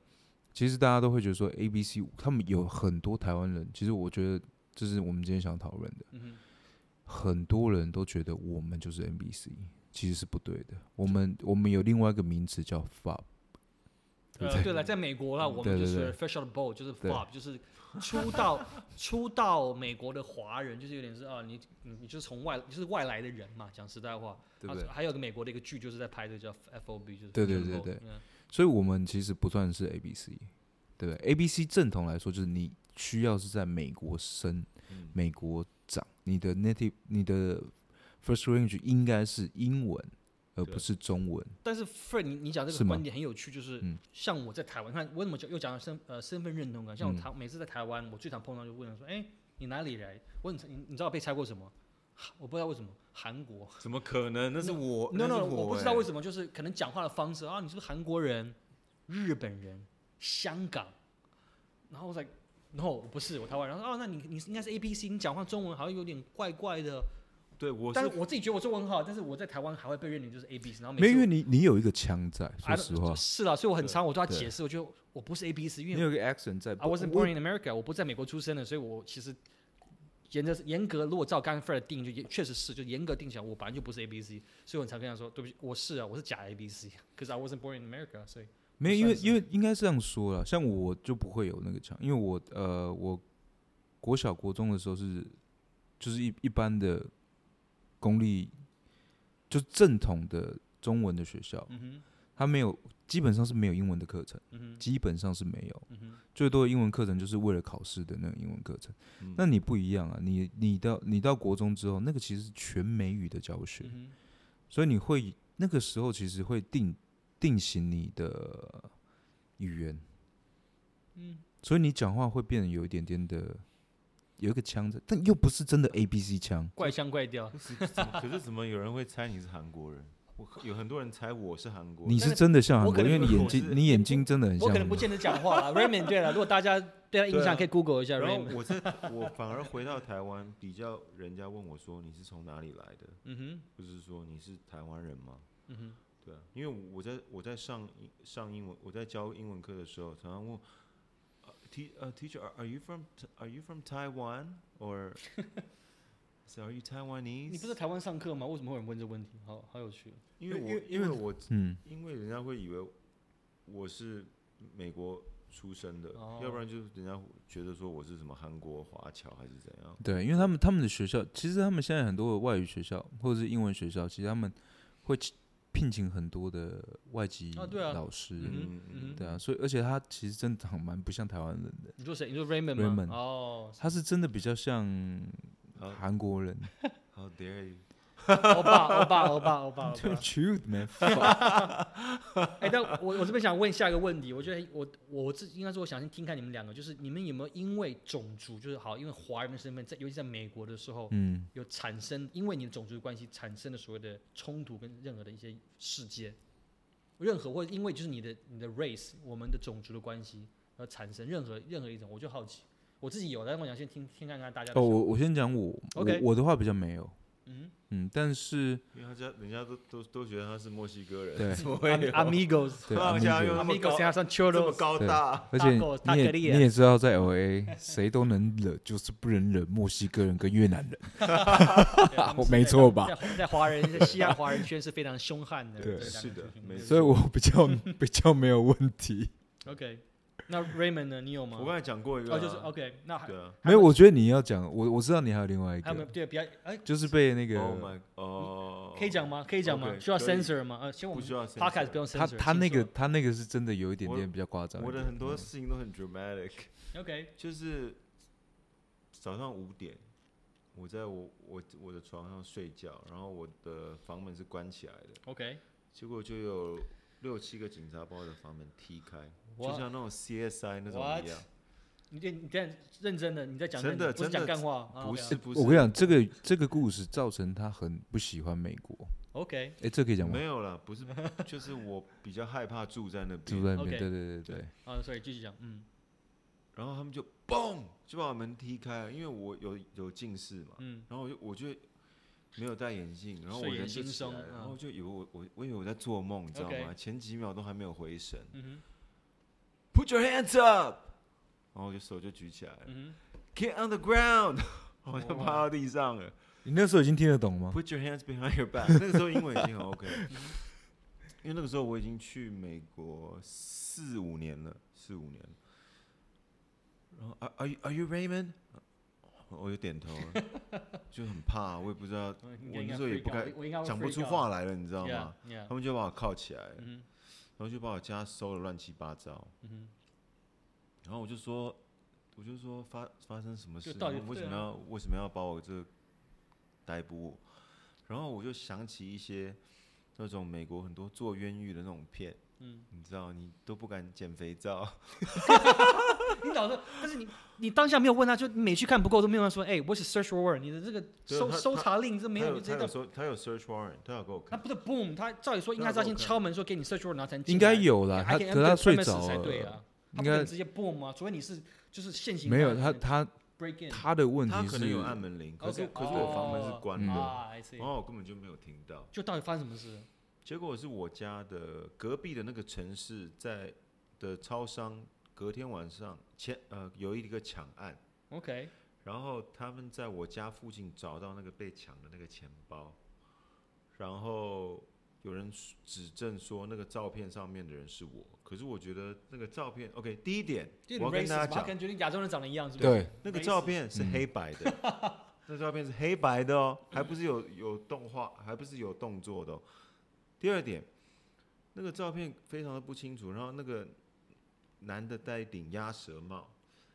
[SPEAKER 2] 其实大家都会觉得说 A、B、C，他们有很多台湾人，其实我觉得这是我们今天想讨论的，
[SPEAKER 1] 嗯哼，
[SPEAKER 2] 很多人都觉得我们就是 N、B、C，其实是不对的。我们我们有另外一个名词叫 FOB，对不
[SPEAKER 1] 呃，
[SPEAKER 2] 对？
[SPEAKER 1] 对了，在美国啦，我
[SPEAKER 2] 对
[SPEAKER 1] 们就
[SPEAKER 2] 对
[SPEAKER 1] 是
[SPEAKER 2] 对
[SPEAKER 1] fresh out the boat，就是
[SPEAKER 2] 对
[SPEAKER 1] flop，就是初 到初到美国的华人，就是有点是啊，你你你就是从外，你就是外来的人嘛，讲实在话，
[SPEAKER 2] 对不对
[SPEAKER 1] 啊？还有个美国的一个剧，就是在拍的叫 F O B，就是
[SPEAKER 2] 对对
[SPEAKER 1] Fresh Outta the
[SPEAKER 2] 对
[SPEAKER 1] Boat，嗯
[SPEAKER 2] 所以我们其实不算是 A、B、C，对不对？A、B、C 正统来说，就是你需要是在美国生、
[SPEAKER 3] 嗯
[SPEAKER 2] 美国长，你的 native、你的 first language 应该是英文，而
[SPEAKER 3] 对
[SPEAKER 2] 不是中文。
[SPEAKER 1] 但是 Fred，你你讲这
[SPEAKER 2] 是
[SPEAKER 1] 个
[SPEAKER 2] 吗
[SPEAKER 1] 观点很有趣，就是
[SPEAKER 2] 嗯
[SPEAKER 1] 像我在台湾，看我怎么讲，又讲到身呃身份认同感，像我
[SPEAKER 2] 嗯
[SPEAKER 1] 台、每次在台湾，我最常碰到就问人说，哎、你哪里来？我很你你知道被猜过什么？哈我不知道为什么韩国
[SPEAKER 3] 怎么可能？那是我
[SPEAKER 1] no
[SPEAKER 3] 那
[SPEAKER 1] no，
[SPEAKER 3] 是
[SPEAKER 1] 我
[SPEAKER 3] 我欸
[SPEAKER 1] 不知
[SPEAKER 2] 欸
[SPEAKER 1] 道为
[SPEAKER 3] 什
[SPEAKER 1] 什么，就是可能讲话的方式啊，你是不是韩国人、日本人、香港？然后我 like no，我不是，我台湾人。然后哦，那你你应该是 A B C，你讲话中文好像有点怪怪的。
[SPEAKER 3] 么，对我
[SPEAKER 1] 但
[SPEAKER 3] 是
[SPEAKER 1] 是我自己觉得我中文很好，但是我在台湾还会被认定就是 A B C，然后每
[SPEAKER 2] 没有，
[SPEAKER 1] 次
[SPEAKER 2] 因为你你有一个腔在，说
[SPEAKER 1] I
[SPEAKER 2] 实
[SPEAKER 1] don't-
[SPEAKER 2] 话，
[SPEAKER 1] 是啦，所以我很常我都要
[SPEAKER 2] 对
[SPEAKER 1] 解释，我觉得我不是 A B C，因
[SPEAKER 2] 你
[SPEAKER 1] 为
[SPEAKER 2] 有一个 accent 在。
[SPEAKER 1] I wasn't
[SPEAKER 2] 我
[SPEAKER 1] born in 啊 America，我不在美国出生的，所以我其实沿着严格如果照刚才 Fred 的定义，就也确实是就严格定起来，我本来就不是 A B C，所以我很常跟他说，对不起，我是啊，我是假 A B C，cause I wasn't 啊 born in America，所以
[SPEAKER 2] 没有，因为
[SPEAKER 1] 算是
[SPEAKER 2] 因为应该是这样说了，像我就不会有那个腔，因为我呃，我国小国中的时候是就是一一般的公立，就正统的中文的学校，
[SPEAKER 1] 嗯哼，
[SPEAKER 2] 它没有基本上是没有英文的课程，
[SPEAKER 1] 嗯哼，
[SPEAKER 2] 基本上是没有，
[SPEAKER 1] 嗯哼，
[SPEAKER 2] 最多的英文课程就是为了考试的那个英文课程。
[SPEAKER 3] 嗯
[SPEAKER 2] 那你不一样啊，你你到你到国中之后，那个其实是全美语的教学，
[SPEAKER 1] 嗯哼，
[SPEAKER 2] 所以你会那个时候其实会定定型你的语言，
[SPEAKER 1] 嗯，
[SPEAKER 2] 所以你讲话会变得有一点点的有一个腔子，但又不是
[SPEAKER 1] 哦
[SPEAKER 2] 真的 A B C 腔。
[SPEAKER 1] 怪腔怪调，
[SPEAKER 3] 怎么可是怎么有人会猜你是韩国人？我有很多人猜我是韩国人，
[SPEAKER 2] 你是真的像韩
[SPEAKER 1] 我
[SPEAKER 2] 国，
[SPEAKER 1] 可
[SPEAKER 2] 因
[SPEAKER 1] 能
[SPEAKER 2] 为你
[SPEAKER 3] 不是
[SPEAKER 2] 眼
[SPEAKER 3] 我
[SPEAKER 2] 睛
[SPEAKER 3] 是
[SPEAKER 2] 你眼睛真的很像
[SPEAKER 1] 我可
[SPEAKER 2] 韩
[SPEAKER 1] 能不
[SPEAKER 2] 国。
[SPEAKER 1] 见得讲话了 ，Raymond，对了，如果大家对他印
[SPEAKER 3] 对
[SPEAKER 1] 象
[SPEAKER 3] 啊
[SPEAKER 1] 可以 Google 一下
[SPEAKER 3] 然后
[SPEAKER 1] Raymond，
[SPEAKER 3] 我在 我反而回到台湾，比较人家问我说你是从哪里来的，
[SPEAKER 1] 嗯哼，
[SPEAKER 3] 不是说你是台湾人吗？
[SPEAKER 1] 嗯哼，
[SPEAKER 3] 对啊，因为我在我在上英上英文，我在教英文课的时候，常常问。呃 T 呃、teacher, are are you from Are you from Taiwan or so are you Taiwanese？
[SPEAKER 1] 你不是在台湾上课吗？为什么会有人问这问题？好好有趣，
[SPEAKER 3] 因为
[SPEAKER 2] 因
[SPEAKER 3] 我
[SPEAKER 2] 为
[SPEAKER 3] 因为我
[SPEAKER 2] 嗯，
[SPEAKER 3] 因为人家会以为我是美国出生的，
[SPEAKER 1] 哦
[SPEAKER 3] 要不然就是人家会觉得说我是什么韩国华侨还是怎样。
[SPEAKER 2] 对，因为他们他们的学校，其实他们现在很多的外语学校或者是英文学校，其实他们会请聘请很多的外籍
[SPEAKER 1] 啊对啊
[SPEAKER 2] 老师，
[SPEAKER 1] 嗯哼
[SPEAKER 3] 嗯，
[SPEAKER 1] 嗯
[SPEAKER 3] 嗯
[SPEAKER 1] 哼，
[SPEAKER 2] 对啊，所以而且他其实真的长得蛮不像台湾人的，
[SPEAKER 1] 你说谁？你说 Raymond 吗
[SPEAKER 2] Raymond？
[SPEAKER 1] 哦，
[SPEAKER 2] 他是真的比较像
[SPEAKER 3] 好
[SPEAKER 2] 韩国人。
[SPEAKER 3] ，How dare you？
[SPEAKER 1] 欧巴，欧巴，欧巴，欧巴，欧
[SPEAKER 2] 啊
[SPEAKER 1] 巴
[SPEAKER 2] Shoot man，
[SPEAKER 1] 哎、但我我这边想问下一个问题，我觉得我我自己应该是我想先听看你们两个，就是你们有没有因为种族，就是好，因为华人的身份在，尤其在美国的时候，
[SPEAKER 2] 嗯，
[SPEAKER 1] 有产生因为你的种族关系产生的所谓的冲突跟任何的一些事件，任何或者因为就是你的你的 race，我们的种族的关系而产生任何任何一种，我就好奇，我自己有，但我想先听听看看大家的
[SPEAKER 2] 哦，
[SPEAKER 1] 想法。
[SPEAKER 2] 我我先讲我
[SPEAKER 1] OK
[SPEAKER 2] 我我的话比较没有，
[SPEAKER 1] 嗯
[SPEAKER 2] 嗯，但是
[SPEAKER 3] 因为他家人家都都都觉得他是墨西哥人，
[SPEAKER 2] 对
[SPEAKER 3] 怎么会有
[SPEAKER 1] ，Amigos，Amigos
[SPEAKER 2] 对，
[SPEAKER 3] 放下
[SPEAKER 2] Amigo
[SPEAKER 3] 又那么高
[SPEAKER 1] Amigos 加上 c h i l
[SPEAKER 3] 这
[SPEAKER 1] d r
[SPEAKER 3] 么
[SPEAKER 1] e
[SPEAKER 3] 高大？
[SPEAKER 2] 而且
[SPEAKER 1] 大狗大
[SPEAKER 2] 你也
[SPEAKER 1] 格力啊
[SPEAKER 2] 你也知道，在 L A 谁都能惹，就是不能惹墨西哥人跟越南 人。
[SPEAKER 1] n
[SPEAKER 2] 没错吧
[SPEAKER 1] 在在华人在西亚华人圈是非常凶悍的，这两
[SPEAKER 2] 对
[SPEAKER 1] 个
[SPEAKER 3] 是的
[SPEAKER 1] 族群
[SPEAKER 3] 没
[SPEAKER 1] 对
[SPEAKER 3] 错
[SPEAKER 2] 所以我比较 比较没有问题。
[SPEAKER 1] OK，那 Raymond 呢？你有吗？
[SPEAKER 3] 我刚才讲过一个啊，
[SPEAKER 1] 哦，就是 OK，那还
[SPEAKER 3] 对啊
[SPEAKER 2] 没有，我觉得你要讲，我我知道你还有另外一
[SPEAKER 1] 还有没有
[SPEAKER 2] 个，
[SPEAKER 1] 对比较哎，
[SPEAKER 2] 就是被那
[SPEAKER 3] ，Oh
[SPEAKER 2] 个
[SPEAKER 3] my，哦，
[SPEAKER 1] 可以讲吗？可以讲吗？
[SPEAKER 3] OK，
[SPEAKER 1] 需要
[SPEAKER 3] 可以
[SPEAKER 1] censor 吗？呃，先我
[SPEAKER 3] 不
[SPEAKER 1] 们
[SPEAKER 3] 需要
[SPEAKER 1] podcast
[SPEAKER 3] censor
[SPEAKER 1] 不用 censor
[SPEAKER 2] 他
[SPEAKER 1] 请
[SPEAKER 2] 他那个
[SPEAKER 1] 坐
[SPEAKER 2] 他那个是真的有一点
[SPEAKER 3] 我
[SPEAKER 2] 点比较夸张一点。
[SPEAKER 3] 我的很多
[SPEAKER 2] 嗯
[SPEAKER 3] 事情都很 dramatic，
[SPEAKER 1] OK，
[SPEAKER 3] 就是早上五点，我在我我我的床上睡觉，然后我的房门是关起来的，
[SPEAKER 1] OK，
[SPEAKER 3] 结果就有六七个警察把我的房门踢开，就
[SPEAKER 1] What？
[SPEAKER 3] 像那种 CSI 那种
[SPEAKER 1] What？
[SPEAKER 3] 一样。
[SPEAKER 1] 你这你这样认真的，你在讲
[SPEAKER 3] 真的
[SPEAKER 1] 认不是
[SPEAKER 3] 真
[SPEAKER 1] 讲
[SPEAKER 3] 的
[SPEAKER 1] 干话，啊
[SPEAKER 3] 不是不是，
[SPEAKER 2] 我跟你讲，这个这个故事造成他很不喜欢美国。
[SPEAKER 1] OK，
[SPEAKER 2] 哎，这可以讲吗
[SPEAKER 3] 没？有了，不是， 就是我比较害怕住在那
[SPEAKER 2] 住
[SPEAKER 3] 边。
[SPEAKER 2] 在那
[SPEAKER 1] OK
[SPEAKER 2] 边，对对对对，
[SPEAKER 1] 啊，所以继续讲，嗯
[SPEAKER 3] 然后他们就嘣就把我门踢开，因为我有有近视嘛，
[SPEAKER 1] 嗯，
[SPEAKER 3] 然后我就我就没有戴眼镜，然后我
[SPEAKER 1] 睡眼
[SPEAKER 3] 人就
[SPEAKER 1] 惺
[SPEAKER 3] 起
[SPEAKER 1] 忪
[SPEAKER 3] 来了，然
[SPEAKER 1] 嗯
[SPEAKER 3] 后就以为我我我以为我在做梦，你知道吗
[SPEAKER 1] OK
[SPEAKER 3] 前几秒都还没有回神
[SPEAKER 1] 嗯
[SPEAKER 3] ，Put your hands up，然后我就手就举起来了、
[SPEAKER 1] 嗯
[SPEAKER 3] g e t on the ground，我 就
[SPEAKER 1] 哇
[SPEAKER 3] 趴到地上了
[SPEAKER 2] 你那时候已经听得懂吗？
[SPEAKER 3] ，Put your hands behind your back，那个时 候英文已经很 OK，了因为那个时候我已经去美国四五年了，四五年了，然后 Are Are you, are you Raymond？我就点头了 就很怕，我也不知道
[SPEAKER 1] 哼，
[SPEAKER 3] 我那时候也不该
[SPEAKER 1] 该
[SPEAKER 3] 讲不出话来了，你知道吗？
[SPEAKER 1] ？Yeah，
[SPEAKER 3] 他们就把我铐起来了，然
[SPEAKER 1] 嗯
[SPEAKER 3] 后就把我家搜的乱七八糟。
[SPEAKER 1] 哼嗯
[SPEAKER 3] 然后我就说，我就说发发生什么
[SPEAKER 1] 就
[SPEAKER 3] 事？
[SPEAKER 1] 到底
[SPEAKER 3] 你们为
[SPEAKER 1] 对
[SPEAKER 3] 什么
[SPEAKER 1] 啊
[SPEAKER 3] 要为什么要把我这逮捕我？然后我就想起一些那种美国很多做冤狱的那种片，
[SPEAKER 1] 嗯
[SPEAKER 3] 你知道，你都不敢捡肥皂，
[SPEAKER 1] 哼，你老是，但是你你当下没有问他，就你每去看不够都没有人说，哎，what's the search warrant？你的这个
[SPEAKER 3] 对
[SPEAKER 1] 搜
[SPEAKER 3] 他
[SPEAKER 1] 搜
[SPEAKER 3] 他
[SPEAKER 1] 查令 这没
[SPEAKER 3] 他
[SPEAKER 1] 有，
[SPEAKER 3] 有
[SPEAKER 1] 你直接
[SPEAKER 3] 他
[SPEAKER 1] 到
[SPEAKER 3] 有搜他有 search warrant，他有给我
[SPEAKER 1] 他
[SPEAKER 3] 看，
[SPEAKER 1] 不是 boom，他照理说应该是要先敲门说给你 search warrant，然后才能进
[SPEAKER 2] 应
[SPEAKER 1] 来
[SPEAKER 2] 该有啦，他
[SPEAKER 1] I
[SPEAKER 2] 可
[SPEAKER 1] can
[SPEAKER 2] 是他
[SPEAKER 1] enter
[SPEAKER 2] 睡
[SPEAKER 1] premises
[SPEAKER 2] 着
[SPEAKER 1] 才对
[SPEAKER 2] 了，
[SPEAKER 1] 啊，他不
[SPEAKER 2] 应
[SPEAKER 1] 可
[SPEAKER 2] 该
[SPEAKER 1] 能直接 boom 啊，除非你是就是现行
[SPEAKER 2] 没有
[SPEAKER 1] 犯
[SPEAKER 2] 他
[SPEAKER 1] 就是
[SPEAKER 2] 他
[SPEAKER 1] break in
[SPEAKER 2] 他的问
[SPEAKER 3] 他
[SPEAKER 2] 题
[SPEAKER 3] 可能有
[SPEAKER 2] 是，
[SPEAKER 3] 按门铃，可是
[SPEAKER 1] OK，
[SPEAKER 3] 可是我房门
[SPEAKER 1] 哦
[SPEAKER 3] 是关的，哦
[SPEAKER 1] 啊，I
[SPEAKER 3] 然
[SPEAKER 1] see，
[SPEAKER 3] 后我根本就没有听到。
[SPEAKER 1] 就到底发生什么事？
[SPEAKER 3] 结果是我家的隔壁的那个城市在的超商，隔天晚上前呃有一个抢案，
[SPEAKER 1] OK，
[SPEAKER 3] 然后他们在我家附近找到那个被抢的那个钱包，然后有人指证说那个照片上面的人是我，可是我觉得那个照片 OK，第一点
[SPEAKER 1] 就
[SPEAKER 3] 我要跟
[SPEAKER 1] racist
[SPEAKER 3] 大
[SPEAKER 1] 吧
[SPEAKER 3] 家
[SPEAKER 1] 他可
[SPEAKER 3] 讲，
[SPEAKER 1] 能觉得亚洲人长得一样，是不是？
[SPEAKER 2] 对，
[SPEAKER 3] 那个
[SPEAKER 1] racist
[SPEAKER 3] 照片
[SPEAKER 2] 嗯
[SPEAKER 3] 是黑白的， 那照片是黑白的哦，还不是有有动画，还不是有动作的、哦。第二点，那个照片非常的不清楚，然后那个男的戴一顶鸭舌帽，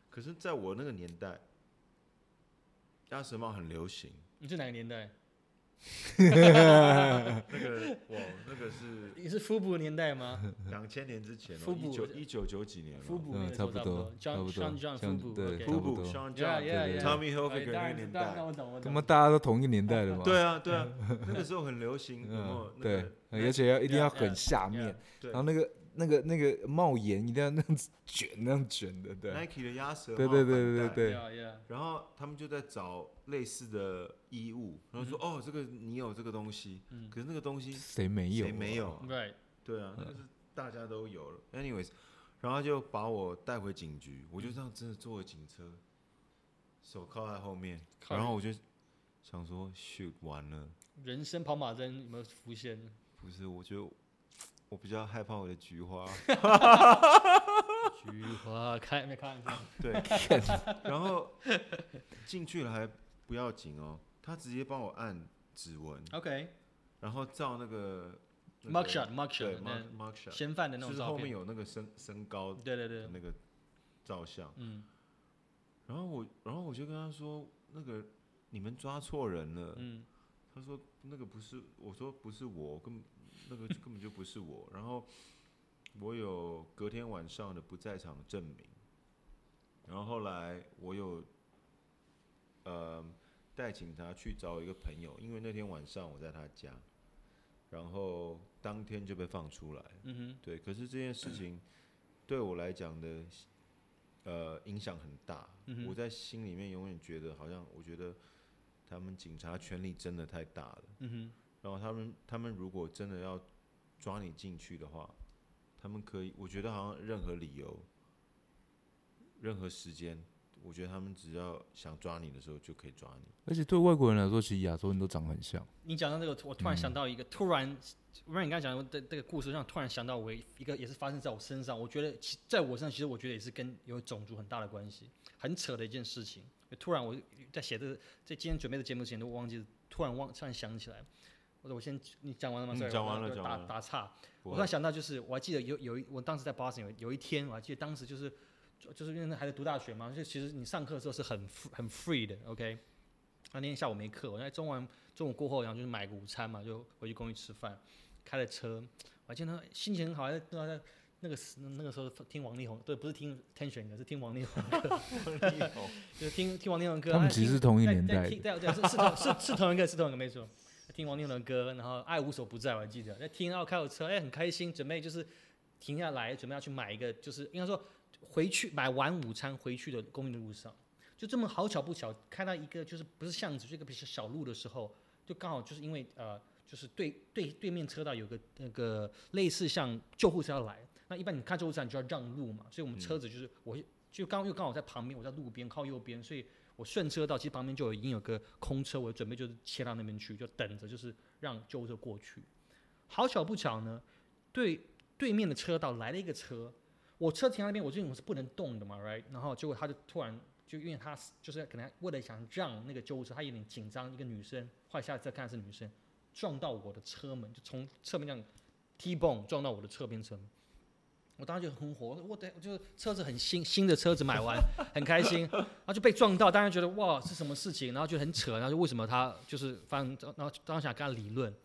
[SPEAKER 3] 可是在我那个年代，鸭舌帽很流行。
[SPEAKER 1] 你是哪个年代？
[SPEAKER 3] 那个哇，那个是
[SPEAKER 1] 你是夫布年代吗？
[SPEAKER 3] 两千年之前、哦，
[SPEAKER 1] Fubu
[SPEAKER 3] 一九一九九几年、哦。
[SPEAKER 1] 夫布那
[SPEAKER 2] 嗯，
[SPEAKER 1] 个时
[SPEAKER 2] 差
[SPEAKER 1] 候
[SPEAKER 2] 不
[SPEAKER 1] 差
[SPEAKER 2] 多，差不
[SPEAKER 1] ，John
[SPEAKER 2] 多
[SPEAKER 1] John，John
[SPEAKER 2] 像
[SPEAKER 1] 夫布
[SPEAKER 2] 对，
[SPEAKER 1] ，OK
[SPEAKER 2] 差不
[SPEAKER 3] Fubu、
[SPEAKER 2] 多。
[SPEAKER 3] Sean
[SPEAKER 1] Yeah,
[SPEAKER 3] John、
[SPEAKER 1] yeah, yeah.
[SPEAKER 3] Tommy
[SPEAKER 1] 哎当
[SPEAKER 3] Hilfiger 那个
[SPEAKER 1] 然
[SPEAKER 3] 年
[SPEAKER 1] 当然
[SPEAKER 3] 代
[SPEAKER 1] 那。我懂，我
[SPEAKER 2] 他
[SPEAKER 1] 懂。
[SPEAKER 2] 妈大家都同一个年代的嘛。
[SPEAKER 3] 对啊，对啊， 那个时候很流行，有没有
[SPEAKER 2] 嗯，？
[SPEAKER 3] 那
[SPEAKER 2] 对
[SPEAKER 3] 个，
[SPEAKER 2] 而且要一定要
[SPEAKER 1] yeah,
[SPEAKER 2] 很
[SPEAKER 1] yeah,
[SPEAKER 2] 下
[SPEAKER 1] yeah
[SPEAKER 2] 面，
[SPEAKER 3] 对
[SPEAKER 2] 然后那个那个那个帽檐一定要那样子卷，那样卷的，对，
[SPEAKER 3] Nike 的鸭舌帽
[SPEAKER 2] 对对对
[SPEAKER 3] 绑
[SPEAKER 2] 对
[SPEAKER 3] 带
[SPEAKER 2] 对
[SPEAKER 1] Yeah, yeah.
[SPEAKER 3] 然后他们就在找类似的衣物，然后说：“哦，这个你有这个东西，
[SPEAKER 1] 嗯
[SPEAKER 3] 可是那个东西
[SPEAKER 2] 谁嗯没有？嗯
[SPEAKER 3] 谁没？有啊？
[SPEAKER 1] Right，
[SPEAKER 3] 对啊，那个是大家都有了。”Anyways，然后他就把我带回警局，我就这样真的坐了警车，手铐在后面，
[SPEAKER 1] 靠
[SPEAKER 3] 然后我就想说：“shoot，完了，
[SPEAKER 1] 人生跑马灯有没有浮 现？
[SPEAKER 3] 不是，我觉得我比较害怕我的菊花。”
[SPEAKER 1] 菊花啊开没看一 下？
[SPEAKER 3] 对， 然后进去了还不要紧哦，他直接帮我按指纹，
[SPEAKER 1] OK，mug
[SPEAKER 3] 然后照那个
[SPEAKER 1] shot，mug
[SPEAKER 3] 对
[SPEAKER 1] shot，
[SPEAKER 3] mark
[SPEAKER 1] 那
[SPEAKER 3] mark shot，
[SPEAKER 1] 嫌犯的那种
[SPEAKER 3] 就是
[SPEAKER 1] 照
[SPEAKER 3] 后面
[SPEAKER 1] 片。
[SPEAKER 3] 有嗯那个身身高的
[SPEAKER 1] 对对对，
[SPEAKER 3] 那个照相。
[SPEAKER 1] 嗯
[SPEAKER 3] 然后我，然后我就跟他说，那个你们抓错人了。
[SPEAKER 1] 嗯
[SPEAKER 3] 他说那个不是，我说不是我，根本那个就 根本就不是我。然后我有隔天晚上的不在场证明，然后后来我有呃带警察去找我一个朋友，因为那天晚上我在他家，然后当天就被放出来。
[SPEAKER 1] 嗯哼，
[SPEAKER 3] 对，可是这件事情对我来讲的，呃，影响很大。
[SPEAKER 1] 嗯
[SPEAKER 3] 我在心里面永远觉得，好像我觉得他们警察权力真的太大了。
[SPEAKER 1] 嗯哼，
[SPEAKER 3] 然后他们，他们如果真的要抓你进去的话，他们可以，我觉得好像任何理由、任何时间，我觉得他们只要想抓你的时候就可以抓你。
[SPEAKER 2] 而且对外国人来说，其实亚洲人都长很像。
[SPEAKER 1] 你讲到这个，我突然想到一个，突然，我让你刚才讲的这这个故事，让我突然想到我一个也是发生在我身上，我觉得其在我身上，其实我觉得也是跟有种族很大的关系，很扯的一件事情。突然我在写这个，在今天准备的节目之前都忘记，突然忘突然想起来，我我先你讲完了吗？
[SPEAKER 3] 嗯
[SPEAKER 1] Sorry，
[SPEAKER 3] 讲
[SPEAKER 1] 我
[SPEAKER 3] 完了
[SPEAKER 1] 打
[SPEAKER 3] 讲完了
[SPEAKER 1] 打打岔。
[SPEAKER 3] 不
[SPEAKER 1] 我突
[SPEAKER 3] 会
[SPEAKER 1] 然想到，就是我还记得有有一，我当时在 Boston 有有一天，我还记得当时就是就就是因为还在读大学嘛，就其实你上课的时候是很 fr- 很 free 的，OK。那天下午没课，我在中完中午过后，然后就是买个午餐嘛，就回去公寓吃饭，开了车，我还记得心情很好，还在那在那个时那个时候听王力宏，对，不是听 Tension 的，是听王力宏的歌，就是听听王力宏的歌。
[SPEAKER 2] 他们
[SPEAKER 1] 哎
[SPEAKER 2] 其实
[SPEAKER 1] 听
[SPEAKER 2] 是同一
[SPEAKER 1] 在
[SPEAKER 2] 年
[SPEAKER 1] 在
[SPEAKER 2] 代
[SPEAKER 1] 听
[SPEAKER 2] 的，
[SPEAKER 1] 对对是是同是是同一个是同一个没错。听王力宏的歌，然后《爱无所不在》，我还记得在听，然后开我车，哎，很开心，准备就是停下来，准备要去买一个，就是应该说回去买完午餐回去的公寓的路上，就这么好巧不巧，看到一个就是不是巷子，就一个比较小路的时候，就刚好就是因为呃，就是对对对面车道有个那个类似像救护车要来，那一般你看救护车你就要让路嘛，所以我们车
[SPEAKER 2] 嗯
[SPEAKER 1] 子就是、我就刚又刚好在旁边，我在路边靠右边，所以我顺车道，其实旁边就有已经有个空车，我准备就是切到那边去，就等着就是让救护车过去。好巧不巧呢，对对面的车道来了一个车，我车停在那边，我这种是不能动的嘛，right？然后结果他就突然就因为他就是可能为了想让那个救护车，他有点紧张，一个女生，后来下车看是女生，撞到我的车门，就从侧面这样 T bone 撞到我的侧边车门。我当时就很火，我说我得就是车子很新，新的车子买完很开心，然后就被撞到，当然觉得哇是什么事情，然后就很扯，然后就为什么他就是反正然后当时想跟他理论，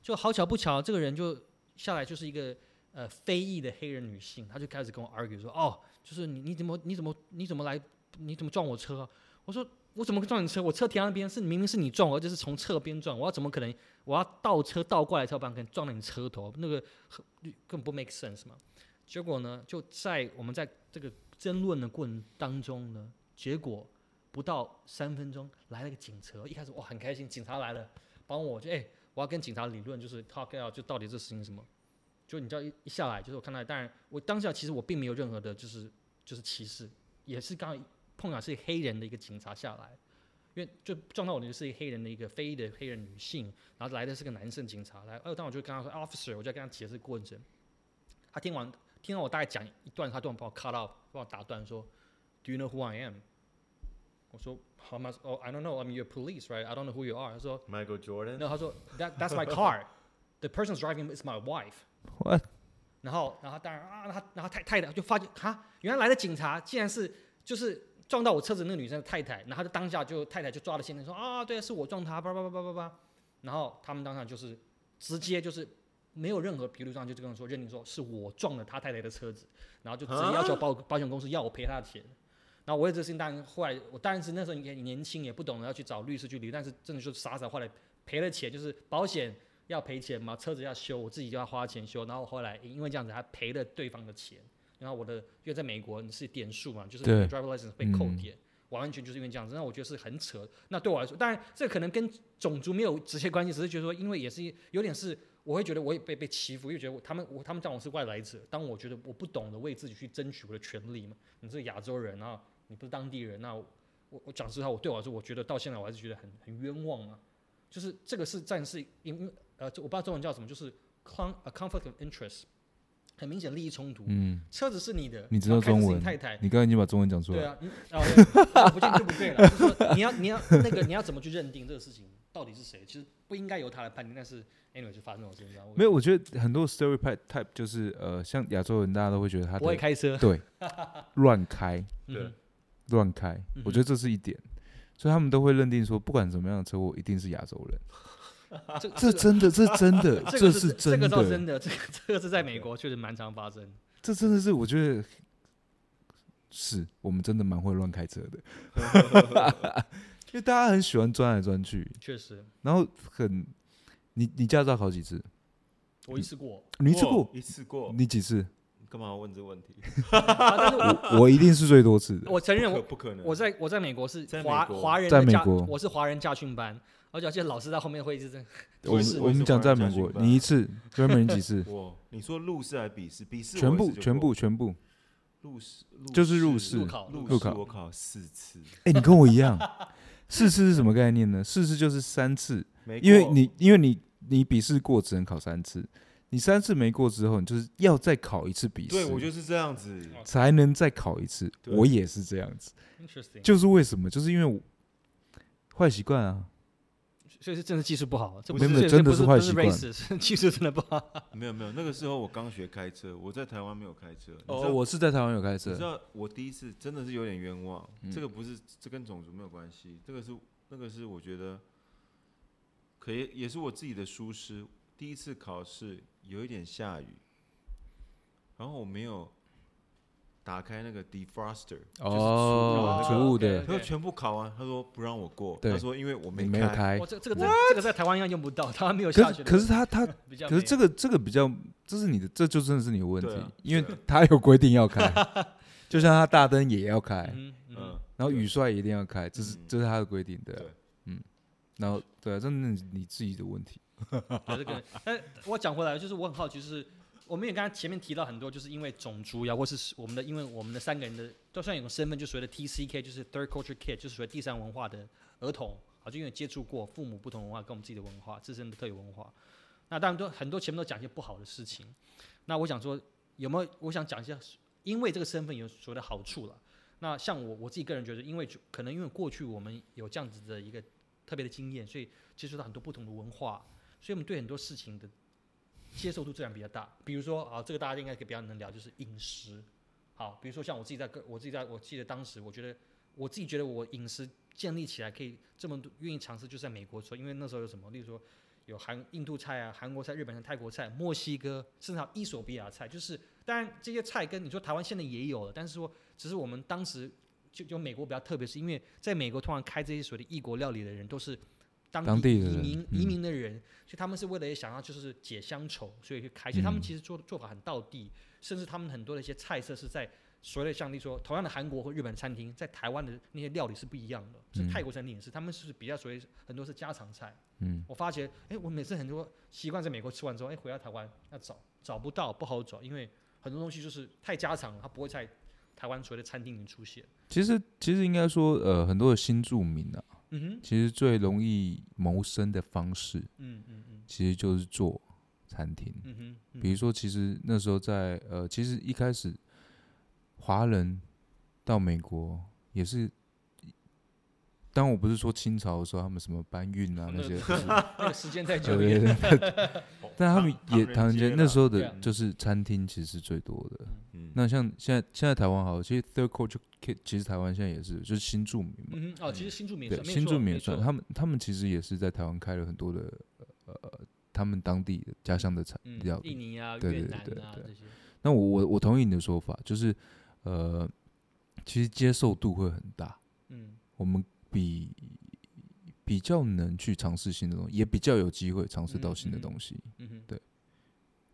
[SPEAKER 1] 就好巧不巧，这个人就下来就是一个呃非裔的黑人女性，她就开始跟我 argue 说哦，就是你你怎么你怎么你怎么来你怎么撞我车、啊？我说我怎么撞你车？我车停在那边是明明是你撞我，而且是从侧边撞，我要怎么可能我要倒车倒过来才有办法可能撞到你车头？那个很根本不 make sense 嘛。结果呢，就在我们在这个争论的过程当中呢，结果不到三分钟来了个警车，一开始哇很开心，警察来了，帮我就哎、我要跟警察理论，就是 talk out，就到底这事情是什么。就你知道一一下来，就是我看到，当然我当下其实我并没有任何的，就是就是歧视，也是刚好碰巧是黑人的一个警察下来，因为就撞到我的就是一个黑人的一个非裔的黑人女性，然后来的是个男生警察来，哦，当我就跟他说 officer，我就跟他解释过程，他听完听到我大概讲一段，他突然把我 cut off，把我打断说，Do you know who I am？我说 How much? Oh, I don't know. I mean, you're police, right? I don't know who you are. 他说
[SPEAKER 3] Michael Jordan，
[SPEAKER 1] no，他说 that that's my car. The person driving is my wife.
[SPEAKER 2] What？
[SPEAKER 1] 然后，然后他当然啊，他然后太太太就发觉哈，原来来的警察竟然是就是撞到我车子那个女生的太太，然后他就当下就太太就抓了现行人说啊，对啊，是我撞他，叭叭叭叭叭叭。然后他们当场就是直接就是没有任何评论上就跟我说认定说是我撞了他太太的车子，然后就直接要求保保险公司要我赔他的钱。然后我为这事情，当然后来我当然是那时候也年轻，也不懂得要去找律师去理，但是真的就傻傻后来赔了钱，就是保险要赔钱嘛，车子要修，我自己就要花钱修。然后后来因为这样子，还赔了对方的钱。然后我的因为在美国你是点数嘛，就是你的 driver license
[SPEAKER 2] 嗯
[SPEAKER 1] 被扣点，完完全就是因为这样子。那我觉得是很扯。那对我来说，当然这可能跟种族没有直接关系，只是觉得说，因为也是有点是。我会觉得我也被被欺负，又觉得我他们我他们当我是外来者，当我觉得我不懂得为自己去争取我的权利嘛。你是亚洲人啊，你不是当地人，那我我我讲实话，我对我来说，我觉得到现在我还是觉得很很冤枉啊。就是这个是战是因为呃，这我不知道中文叫什么，就是 con a conflict of interest，很明显利益冲突。
[SPEAKER 2] 嗯，
[SPEAKER 1] 车子是你的，
[SPEAKER 2] 你知道
[SPEAKER 1] 然后开始
[SPEAKER 2] 中
[SPEAKER 1] 是
[SPEAKER 2] 文
[SPEAKER 1] 你太太。
[SPEAKER 2] 你刚才已经把中文讲出
[SPEAKER 1] 对
[SPEAKER 2] 来，
[SPEAKER 1] 啊，你啊，对 不见对不对了。就是说你要你要那个你要怎么去认定这个事情到底是谁？其实不应该由他来判定，但是 anyway 就发生在我身上。我
[SPEAKER 2] 没有，我觉得很多 stereotype type 就是呃，像亚洲人，大家都会觉得他
[SPEAKER 1] 不会
[SPEAKER 2] 的
[SPEAKER 1] 开 车，
[SPEAKER 2] 对乱开
[SPEAKER 1] 嗯
[SPEAKER 3] 对
[SPEAKER 1] 哼嗯
[SPEAKER 2] 乱开，我觉得这是一点，所以他们都会认定说，不管怎么样的车祸，一定是亚洲人。
[SPEAKER 1] 这
[SPEAKER 2] 这真啊的，这真的，
[SPEAKER 1] 这个
[SPEAKER 2] 是
[SPEAKER 1] 这
[SPEAKER 2] 真
[SPEAKER 1] 个
[SPEAKER 2] 的，
[SPEAKER 1] 倒真的，这个这个是在美国确实蛮常发生。
[SPEAKER 2] 这真的是我觉得是我们真的蛮会乱开车的， 因为大家很喜欢钻来钻去，
[SPEAKER 1] 确实，
[SPEAKER 2] 然后很你你驾照考几次？
[SPEAKER 1] 我一次过，
[SPEAKER 2] 你一次
[SPEAKER 3] 哇
[SPEAKER 2] 过？
[SPEAKER 3] 一次过，
[SPEAKER 2] 你几 次？
[SPEAKER 3] 你干嘛问这问题？
[SPEAKER 1] 啊但是 我
[SPEAKER 2] 我我一定是最多次的。
[SPEAKER 1] 我承认
[SPEAKER 3] 不可
[SPEAKER 1] 我
[SPEAKER 3] 不可能，
[SPEAKER 1] 我在我在美国是
[SPEAKER 3] 在美
[SPEAKER 1] 华
[SPEAKER 3] 国
[SPEAKER 1] 华人
[SPEAKER 2] 在
[SPEAKER 1] 的
[SPEAKER 2] 美
[SPEAKER 1] 驾
[SPEAKER 2] 国
[SPEAKER 1] 我是华人驾训班，而且而且老师在后面会一直在
[SPEAKER 2] 我们
[SPEAKER 3] 我也是
[SPEAKER 2] 我们讲在美
[SPEAKER 3] 我
[SPEAKER 2] 国
[SPEAKER 3] 也是，玩？
[SPEAKER 2] 你一次，专门几次
[SPEAKER 3] 哇，你说路试还笔试？笔试
[SPEAKER 2] 全
[SPEAKER 3] 我一
[SPEAKER 2] 部
[SPEAKER 3] 次就
[SPEAKER 2] 全
[SPEAKER 3] 过
[SPEAKER 2] 部全部。
[SPEAKER 3] 路试
[SPEAKER 2] 就是入
[SPEAKER 3] 试
[SPEAKER 2] 试
[SPEAKER 1] 路考
[SPEAKER 3] 路
[SPEAKER 2] 路
[SPEAKER 3] 试
[SPEAKER 2] 考
[SPEAKER 3] 我考四次，
[SPEAKER 2] 哎，你跟我一样。 四次是什么概念呢？四次就是三次，
[SPEAKER 3] 没
[SPEAKER 2] 因为
[SPEAKER 3] 过
[SPEAKER 2] 你因为你你笔试过只能考三次，你三次没过之后，你就是要再考一次笔试，
[SPEAKER 3] 对我就是这样子，
[SPEAKER 2] 才能再考一次。
[SPEAKER 3] 对
[SPEAKER 2] 我也是这样子，
[SPEAKER 1] interesting。
[SPEAKER 2] 就是为什么？就是因为我坏习惯啊，
[SPEAKER 1] 所以是真的技术不好，这不
[SPEAKER 2] 没有
[SPEAKER 1] 是
[SPEAKER 2] 没有
[SPEAKER 1] 这
[SPEAKER 2] 真的
[SPEAKER 1] 不
[SPEAKER 2] 是
[SPEAKER 1] 是
[SPEAKER 2] 坏
[SPEAKER 1] 不
[SPEAKER 2] 习
[SPEAKER 1] 是
[SPEAKER 2] 惯
[SPEAKER 1] racist，是 技术真的不好。
[SPEAKER 3] 没有没有，那个时候我刚学开车，我在台湾没有开车。你知
[SPEAKER 2] 哦，
[SPEAKER 3] 道
[SPEAKER 2] 我是在台湾有开
[SPEAKER 3] 你知
[SPEAKER 2] 车，
[SPEAKER 3] 道我第一次真的是有点冤枉，
[SPEAKER 2] 嗯
[SPEAKER 3] 这个不是这跟种族没有关系，这个是那个是我觉得，可也也是我自己的疏失。第一次考试有一点下雨，然后我没有打开那个 defroster，
[SPEAKER 1] 就
[SPEAKER 2] 哦，
[SPEAKER 1] 是除
[SPEAKER 2] 除雾
[SPEAKER 1] 雾的
[SPEAKER 2] 的
[SPEAKER 1] 那个
[SPEAKER 3] 他说全部考完，他说不让我过，
[SPEAKER 2] 对
[SPEAKER 3] 他说因为我
[SPEAKER 2] 你
[SPEAKER 3] 没
[SPEAKER 2] 没有开
[SPEAKER 1] 我，这这个在这个在台湾应该用不到，台湾没有下
[SPEAKER 2] 哎可
[SPEAKER 1] 雪
[SPEAKER 2] 是
[SPEAKER 1] 的
[SPEAKER 2] 可是他他
[SPEAKER 1] 比较
[SPEAKER 2] 可
[SPEAKER 1] 没有。
[SPEAKER 2] 是这个这个比较，这是你的，这就真的是你的问题
[SPEAKER 3] 对啊，
[SPEAKER 2] 因为
[SPEAKER 3] 对啊
[SPEAKER 2] 他有规定要 开，就像他大灯也要开，
[SPEAKER 1] 嗯哼，嗯哼
[SPEAKER 3] 嗯，
[SPEAKER 2] 然后雨刷也一定要开，这是
[SPEAKER 3] 嗯
[SPEAKER 2] 这是他的规定，对啊
[SPEAKER 3] 对，
[SPEAKER 2] 嗯，然后对啊，这那是你自己的问题，
[SPEAKER 1] 对这个，但我讲回来，就是我很好奇，就是我们也刚刚前面提到很多，就是因为种族呀，或是我们的，因为我们的三个人的，就算有个身份，就所谓的 TCK，就是 Third Culture Kid，就是所谓第三文化的儿童，啊，就因为接触过父母不同文化跟我们自己的文化，自身的特有文化。那当然都很多前面都讲一些不好的事情。那我想说，有没有？我想讲一下，因为这个身份有所谓的好处了。那像我我自己个人觉得，因为就可能因为过去我们有这样子的一个特别的经验，所以接触到很多不同的文化，所以我们对很多事情的接受度自然比较大。比如说啊，这个大家应该可以比较能聊，就是饮食。好，比如说像我自己在个，我自己在我记得当时，我觉得我自己觉得我饮食建立起来可以这么多愿意尝试，就是在美国的时候，因为那时候有什么，例如说有韩印度菜啊、韩国菜、日本菜、泰国菜、墨西哥，甚至还有伊索比亚菜，就是当然这些菜跟你说台湾现在也有了，但是说只是我们当时。就就美国比较特别，是因为在美国通常开这些所谓的异国料理的人都是当
[SPEAKER 2] 当地
[SPEAKER 1] 移
[SPEAKER 2] 的人
[SPEAKER 1] 民移
[SPEAKER 2] 嗯
[SPEAKER 1] 民的人，所以他们是为了想要就是解乡愁，所以去开。其实他们
[SPEAKER 2] 嗯
[SPEAKER 1] 其实做做法很道地，甚至他们很多的一些菜色是在所谓的像例如说，同样的韩国或日本餐厅，在台湾的那些料理是不一样的，是
[SPEAKER 2] 嗯
[SPEAKER 1] 泰国餐厅也是，他们是比较所谓很多是家常菜。
[SPEAKER 2] 嗯，
[SPEAKER 1] 我发觉，哎、我每次很多习惯在美国吃完之后，哎、回到台湾要找找不到，不好找，因为很多东西就是太家常了，它不会在台湾所谓的餐厅里面出现。
[SPEAKER 2] 其实其实应该说，呃，很多的新住民啊，
[SPEAKER 1] 嗯哼，
[SPEAKER 2] 其实最容易谋生的方式，
[SPEAKER 1] 嗯嗯嗯
[SPEAKER 2] 其实就是做餐厅。
[SPEAKER 1] 嗯哼，嗯
[SPEAKER 2] 比如说，其实那时候在呃，其实一开始华人到美国也是，当我不是说清朝的时候，他们什么搬 运啊那些，
[SPEAKER 1] 那个时间太
[SPEAKER 2] 对
[SPEAKER 1] 久
[SPEAKER 2] 对
[SPEAKER 1] 远，
[SPEAKER 2] 对， 但他们也唐人街那时
[SPEAKER 3] 候，
[SPEAKER 2] 候
[SPEAKER 1] 对
[SPEAKER 2] 的
[SPEAKER 1] 啊
[SPEAKER 2] 就是餐厅其实是最多的。
[SPEAKER 3] 嗯，
[SPEAKER 2] 那像现在现在台湾好，其实 third culture kid 其实台湾现在也是，就是新住民嘛，
[SPEAKER 1] 嗯哼，哦，其实新住民也
[SPEAKER 2] 对，
[SPEAKER 1] 算，没
[SPEAKER 2] 新
[SPEAKER 1] 错
[SPEAKER 2] 住民
[SPEAKER 1] 没
[SPEAKER 2] 也算，
[SPEAKER 1] 错
[SPEAKER 2] 他们他们其实也是在台湾开了很多的呃他们当地的家乡的产料
[SPEAKER 1] 嗯，
[SPEAKER 2] 理
[SPEAKER 1] 印。尼啊、
[SPEAKER 2] 对
[SPEAKER 1] 越
[SPEAKER 2] 对
[SPEAKER 1] 南
[SPEAKER 2] 对
[SPEAKER 1] 啊
[SPEAKER 2] 对
[SPEAKER 1] 这些，
[SPEAKER 2] 那我我我同意你的说法，就是呃，其实接受度会很大，
[SPEAKER 1] 嗯
[SPEAKER 2] 我们比比较能去尝试新的东西，也比较有机会尝试到新的
[SPEAKER 1] 嗯嗯
[SPEAKER 2] 东西。
[SPEAKER 1] 嗯哼，
[SPEAKER 2] 对。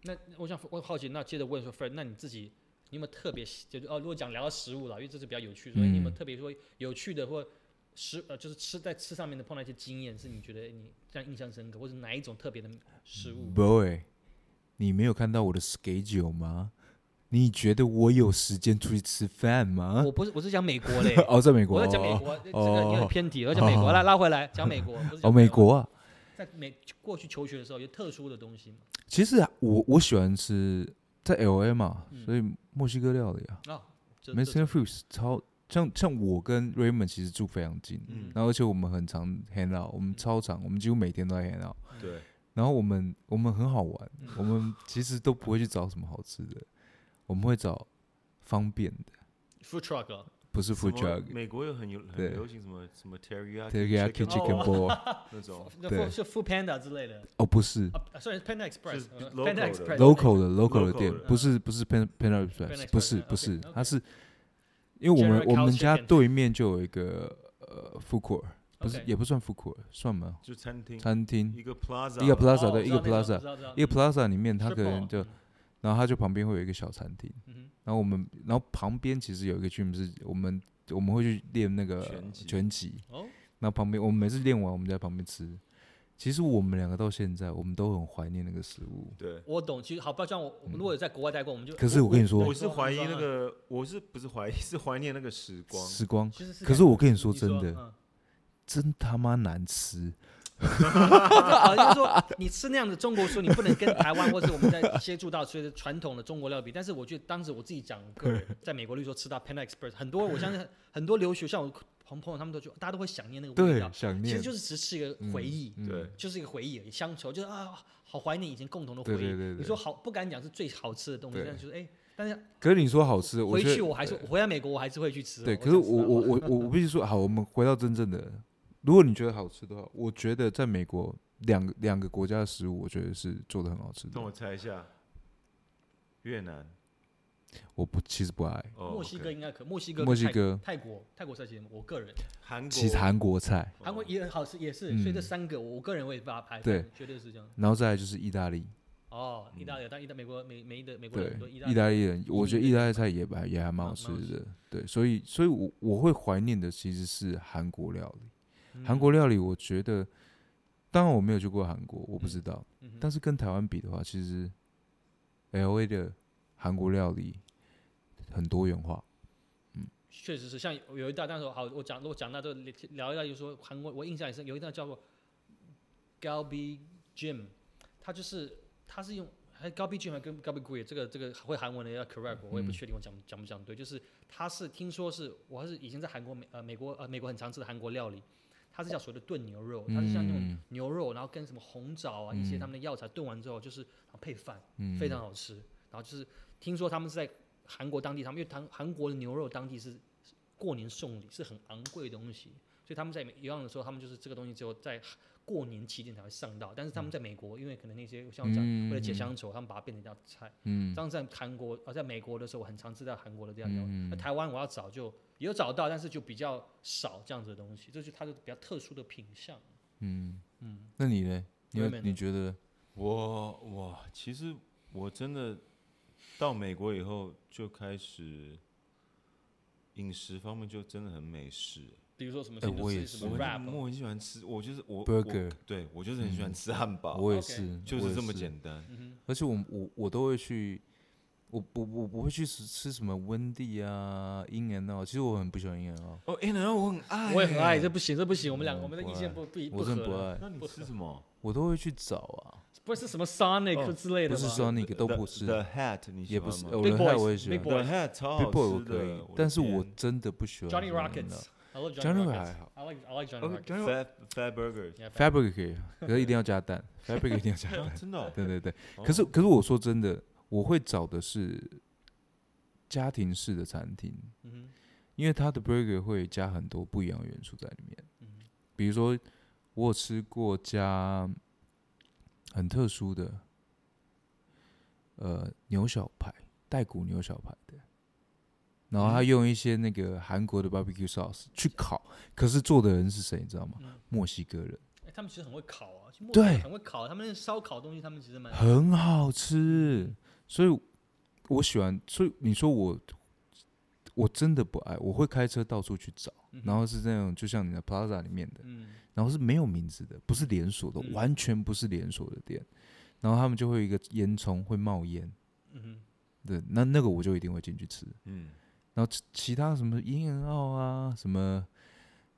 [SPEAKER 1] 那我想我好奇，那接着问说，Fred，那你自己你有没有特别喜就是哦？如果讲聊到食物了，因为这是比较有趣，所以你有没有
[SPEAKER 2] 嗯
[SPEAKER 1] 特别说有趣的或食呃，就是吃在吃上面的碰到一些经验，是你觉得哎你这样印象深刻，或者哪一种特别的食物？
[SPEAKER 2] Boy，你没有看到我的 schedule 吗？你觉得我有时间出去吃饭吗，
[SPEAKER 1] 我？不是我是讲美国嘞
[SPEAKER 2] 哦，在 美国，
[SPEAKER 1] 我在讲美
[SPEAKER 2] 哦
[SPEAKER 1] 国，呃这个你很
[SPEAKER 2] 哦
[SPEAKER 1] 偏题，我讲美国，来拉回来讲美国，不是
[SPEAKER 2] 哦，
[SPEAKER 1] 讲
[SPEAKER 2] 美
[SPEAKER 1] 台湾，
[SPEAKER 2] 国啊。
[SPEAKER 1] 在美过去求学的时候有特殊的东西吗？
[SPEAKER 2] 其实啊我我喜欢吃在 L A 嘛，
[SPEAKER 1] 嗯
[SPEAKER 2] 所以墨西哥料理啊
[SPEAKER 1] 啊，这这
[SPEAKER 2] ，Mexican food 是超像像我跟 Raymond 其实住非常近，
[SPEAKER 1] 嗯
[SPEAKER 2] 然后而且我们很常 hang out，我们
[SPEAKER 1] 嗯
[SPEAKER 2] 超常，我们几乎每天都在 hang out。
[SPEAKER 3] 对，
[SPEAKER 2] 然后我们我们很好玩
[SPEAKER 1] 嗯，
[SPEAKER 2] 我们其实都不会去找什么好吃的，我们会找方便的，
[SPEAKER 1] food truck 啊
[SPEAKER 2] 不是 food
[SPEAKER 3] 什么
[SPEAKER 2] truck。
[SPEAKER 3] 美国有很有
[SPEAKER 2] 对
[SPEAKER 3] 很流行什么什么 teriyaki
[SPEAKER 2] Teriyaki
[SPEAKER 3] chicken
[SPEAKER 2] chicken ball
[SPEAKER 3] 那种，
[SPEAKER 1] 那
[SPEAKER 2] 对
[SPEAKER 1] food 是 food panda 之类的。
[SPEAKER 2] 哦，不是
[SPEAKER 1] 啊，虽然 Panda Express
[SPEAKER 3] 是
[SPEAKER 1] 呃
[SPEAKER 3] local
[SPEAKER 1] Panda
[SPEAKER 3] 的
[SPEAKER 1] Express
[SPEAKER 2] local 的 local 的
[SPEAKER 3] local
[SPEAKER 2] 店
[SPEAKER 3] 的，
[SPEAKER 2] 不是不是 Pan Pan
[SPEAKER 1] Pan
[SPEAKER 2] Express，
[SPEAKER 1] 嗯 Express，
[SPEAKER 2] 不是
[SPEAKER 1] 嗯
[SPEAKER 2] 不是
[SPEAKER 1] OK，OK，
[SPEAKER 2] 它是因为我们
[SPEAKER 1] General
[SPEAKER 2] 我们
[SPEAKER 1] Cow's
[SPEAKER 2] 家
[SPEAKER 1] Chicken
[SPEAKER 2] 对面就有一个呃 food court，不是
[SPEAKER 1] OK 嗯
[SPEAKER 2] 也不算 food court，算吗？
[SPEAKER 3] 就餐厅
[SPEAKER 2] 餐厅
[SPEAKER 3] 一个 plaza，
[SPEAKER 2] 一个 plaza
[SPEAKER 1] 哦
[SPEAKER 2] 的一个
[SPEAKER 1] 我知道那种
[SPEAKER 2] plaza
[SPEAKER 1] 知道知道
[SPEAKER 2] 一个 plaza 里面，它可
[SPEAKER 1] Triple，
[SPEAKER 2] 能就
[SPEAKER 1] 嗯
[SPEAKER 2] 然后它就旁边会有一个小餐厅，
[SPEAKER 1] 嗯
[SPEAKER 2] 然后我们然后旁边其实有一个 gym 是我们我们会去练那个
[SPEAKER 3] 拳击
[SPEAKER 2] 拳击，
[SPEAKER 1] 哼哦，
[SPEAKER 2] 那旁边我们每次练完我们在旁边吃。其实我们两个到现在，我们都很怀念那个食物。
[SPEAKER 3] 对。
[SPEAKER 1] 我懂。其实好，不要像我，我如果有在国外待过，我们就
[SPEAKER 2] 可是我跟你说
[SPEAKER 3] 我是怀疑那，
[SPEAKER 1] 我
[SPEAKER 3] 个，我是不是怀疑 是怀念那个时光？
[SPEAKER 2] 时光
[SPEAKER 1] 其实是
[SPEAKER 2] 可是我跟你说真的
[SPEAKER 1] 嗯
[SPEAKER 2] 真他妈难吃。
[SPEAKER 1] 啊，就是说你吃那样的中国食物，你不能跟台湾或者我们 在接触到所谓的传统的中国料理比。但 是我觉得当时我自己讲，个人在美国，例如说吃到 Panda Express，很多我相信很多留学像我朋朋友他们都觉得大家都会想念那个味
[SPEAKER 2] 对
[SPEAKER 1] 道，，
[SPEAKER 2] 想
[SPEAKER 1] 其
[SPEAKER 2] 念
[SPEAKER 1] 实就是只是一个
[SPEAKER 2] 嗯
[SPEAKER 1] 回忆，
[SPEAKER 2] 嗯
[SPEAKER 3] 对
[SPEAKER 1] 就是一个回忆而已，乡愁就是啊，好怀念以前共同的回
[SPEAKER 2] 对
[SPEAKER 1] 忆。
[SPEAKER 2] 对对对
[SPEAKER 1] 你说好不敢讲是最好吃的东西，
[SPEAKER 2] 对
[SPEAKER 1] 但就是哎、但是
[SPEAKER 2] 可是你说好吃，我
[SPEAKER 1] 回
[SPEAKER 2] 觉得
[SPEAKER 1] 去我还是我回到美国我还是会去吃哦。
[SPEAKER 2] 对，
[SPEAKER 1] 讲
[SPEAKER 2] 可是我
[SPEAKER 1] 实话
[SPEAKER 2] 我我我我必须说，好，我们回到真正的，如果你觉得好吃的话，我觉得在美国两个两个国家的食物，我觉得是做的很好吃的
[SPEAKER 3] 让。我猜一下，越南
[SPEAKER 2] 我不其实不爱
[SPEAKER 3] 哦
[SPEAKER 1] 墨西哥
[SPEAKER 3] OK
[SPEAKER 1] 应该可，墨西哥跟
[SPEAKER 2] 墨西
[SPEAKER 1] 泰、
[SPEAKER 2] 哥，
[SPEAKER 1] 泰国、泰国菜其实我个人，
[SPEAKER 3] 韩国
[SPEAKER 2] 其实韩国菜，
[SPEAKER 3] 哦
[SPEAKER 1] 韩国也很好吃，也是，所以这三个我个人会把它排，
[SPEAKER 2] 嗯对，
[SPEAKER 1] 绝对是这样。
[SPEAKER 2] 然后再来就是意大利，
[SPEAKER 1] 哦，
[SPEAKER 3] 嗯
[SPEAKER 1] 意大利，但意大美国美美的美国人
[SPEAKER 2] 对
[SPEAKER 1] 很多，意大
[SPEAKER 2] 意
[SPEAKER 1] 利
[SPEAKER 2] 大利人，我
[SPEAKER 1] 移
[SPEAKER 2] 觉得
[SPEAKER 1] 民
[SPEAKER 2] 意
[SPEAKER 1] 的
[SPEAKER 2] 大利菜也还也还
[SPEAKER 1] 蛮
[SPEAKER 2] 蛮好
[SPEAKER 1] 蛮
[SPEAKER 2] 吃
[SPEAKER 1] 好吃
[SPEAKER 2] 的，对，所以所以我我会怀念的其实是韩国料理，
[SPEAKER 1] 嗯
[SPEAKER 2] 韩国料理我觉得，当然我没有去过韩国，我不知道，
[SPEAKER 1] 嗯哼
[SPEAKER 2] 但是跟台湾比的话，其实 L A 的韩国料理很多元化，
[SPEAKER 1] 确实是像有有一道，但是我好，我讲我讲到这聊聊一道，就是说韩国，我印象也深，有一道叫做 Galbi Jim，它就是它是用还 Galbi Jim 还跟 Galbi Gui 这个这个会韩文的要 correct，我我
[SPEAKER 2] 嗯
[SPEAKER 1] 也不确定我讲讲不讲对，就是它是听说是我还是以前在韩国美呃美国呃美国很常吃的韩国料理，它是叫所谓的炖牛肉，它是像那种
[SPEAKER 2] 嗯
[SPEAKER 1] 牛肉，然后跟什么红枣啊一些他们的药材炖完之后，就是然后配饭，
[SPEAKER 2] 嗯，
[SPEAKER 1] 非常好吃。然后就是听说他们是在韩国当地，他们因为韩韩国的牛肉当地是过年送礼，是很昂贵的东西，所以他们在一样的时候，他们就是这个东西只有在过年期间才会上到。但是他们在美国，因为可能那些像我讲
[SPEAKER 2] 嗯
[SPEAKER 1] 为了解乡愁，他们把它变成一道菜。
[SPEAKER 2] 嗯，
[SPEAKER 1] 这样在韩国呃，在美国的时候，我很常吃到韩国的这样料理。
[SPEAKER 2] 嗯
[SPEAKER 1] 那台湾我要找就也有找到，但是就比较少这样子的东西，这就它就比较特殊的品相。
[SPEAKER 2] 嗯嗯，那你呢？你有
[SPEAKER 1] Raymond 呢
[SPEAKER 2] 你觉得？
[SPEAKER 3] 我哇，其实我真的到美国以后就开始饮食方面就真的很美式。
[SPEAKER 1] 比如说什么，
[SPEAKER 2] 哎
[SPEAKER 1] 你就
[SPEAKER 2] 我也
[SPEAKER 1] 吃
[SPEAKER 2] 是
[SPEAKER 1] 什
[SPEAKER 3] 我
[SPEAKER 1] 么
[SPEAKER 3] 很
[SPEAKER 1] rap，
[SPEAKER 3] 我很喜欢吃，我就是我
[SPEAKER 2] Burger 嗯
[SPEAKER 3] 我对我就是很喜欢吃汉堡，
[SPEAKER 2] 我也
[SPEAKER 1] OK
[SPEAKER 2] 是，
[SPEAKER 3] 就
[SPEAKER 2] 我
[SPEAKER 3] 是
[SPEAKER 2] 也
[SPEAKER 3] 这么简单。
[SPEAKER 1] 嗯
[SPEAKER 2] 而且我我我都会去，我我我不会去吃吃什么温蒂啊、英人啊，其实我很不喜欢英人啊，
[SPEAKER 3] 哦，哎，然后我很爱，
[SPEAKER 1] 哼，我也很爱，这不行，这不行，我们两个
[SPEAKER 2] 我
[SPEAKER 1] 我们的
[SPEAKER 2] 不
[SPEAKER 1] 意见
[SPEAKER 2] 爱
[SPEAKER 1] 不不一不
[SPEAKER 2] 我
[SPEAKER 1] 合
[SPEAKER 2] 真的不
[SPEAKER 1] 了。
[SPEAKER 2] 爱，
[SPEAKER 3] 那你吃 什么？
[SPEAKER 2] 我都会去找啊，
[SPEAKER 1] 不是什么 Sonic
[SPEAKER 3] 哦
[SPEAKER 1] 之类的
[SPEAKER 2] 不
[SPEAKER 1] 吗？
[SPEAKER 2] 是 Sonic 都
[SPEAKER 3] The-
[SPEAKER 2] 不是
[SPEAKER 3] The Hat，你喜
[SPEAKER 2] 也不
[SPEAKER 3] 欢
[SPEAKER 2] 是，
[SPEAKER 3] 吗
[SPEAKER 2] 我
[SPEAKER 1] Big
[SPEAKER 2] 的菜
[SPEAKER 1] Boys，
[SPEAKER 2] 我也喜
[SPEAKER 1] Big
[SPEAKER 2] 欢
[SPEAKER 1] Boys
[SPEAKER 3] The Hat 超
[SPEAKER 2] 啊 Big
[SPEAKER 3] 好
[SPEAKER 2] Boy 我
[SPEAKER 3] 吃
[SPEAKER 2] 可
[SPEAKER 3] 的
[SPEAKER 2] 以，，但是我
[SPEAKER 3] 的
[SPEAKER 2] 真的不喜欢
[SPEAKER 1] Johnny
[SPEAKER 2] 英人
[SPEAKER 1] Rockets。I love
[SPEAKER 2] Johnny
[SPEAKER 1] Johnny Rockets.
[SPEAKER 2] 还好
[SPEAKER 1] I like I like Johnny
[SPEAKER 2] OK，
[SPEAKER 1] Rockets.
[SPEAKER 2] Johnny
[SPEAKER 3] Fat Fat Burger，
[SPEAKER 1] Yeah,
[SPEAKER 2] f a b r i c 可以，啊可是一定要加蛋 f a b r i c 一定要加蛋
[SPEAKER 3] 啊，真的哦。
[SPEAKER 2] 对对对，
[SPEAKER 3] 哦
[SPEAKER 2] 可是可是我说真的，我会找的是家庭式的餐厅，
[SPEAKER 1] 嗯
[SPEAKER 2] 因为它的 burger 会加很多不一样的元素在里面。
[SPEAKER 1] 哼嗯
[SPEAKER 2] 比如说，我有吃过加很特殊的，呃，牛小排，带骨牛小排的，然后他
[SPEAKER 1] 嗯
[SPEAKER 2] 用一些那个韩国的 barbecue sauce 去烤，可是做的人是谁，你知道吗？
[SPEAKER 1] 嗯
[SPEAKER 2] 墨西哥人，
[SPEAKER 1] 哼，哎，他们其实很会烤啊，去墨
[SPEAKER 2] 对
[SPEAKER 1] 西哥很会烤，他们那烧烤东西，他们其实蛮
[SPEAKER 2] 很好吃，所以我喜欢，所以你说我。我真的不爱，我会开车到处去找，
[SPEAKER 1] 嗯哼
[SPEAKER 2] 然后是那种就像你的 Plaza 里面的，
[SPEAKER 1] 嗯
[SPEAKER 2] 然后是没有名字的，不是连锁的，
[SPEAKER 1] 嗯
[SPEAKER 2] 完全不是连锁的店。然后他们就会有一个烟囱会冒烟，
[SPEAKER 1] 嗯哼
[SPEAKER 2] 对，那那个我就一定会进去吃。
[SPEAKER 3] 嗯，
[SPEAKER 2] 然后其其他什么英人澳啊，什么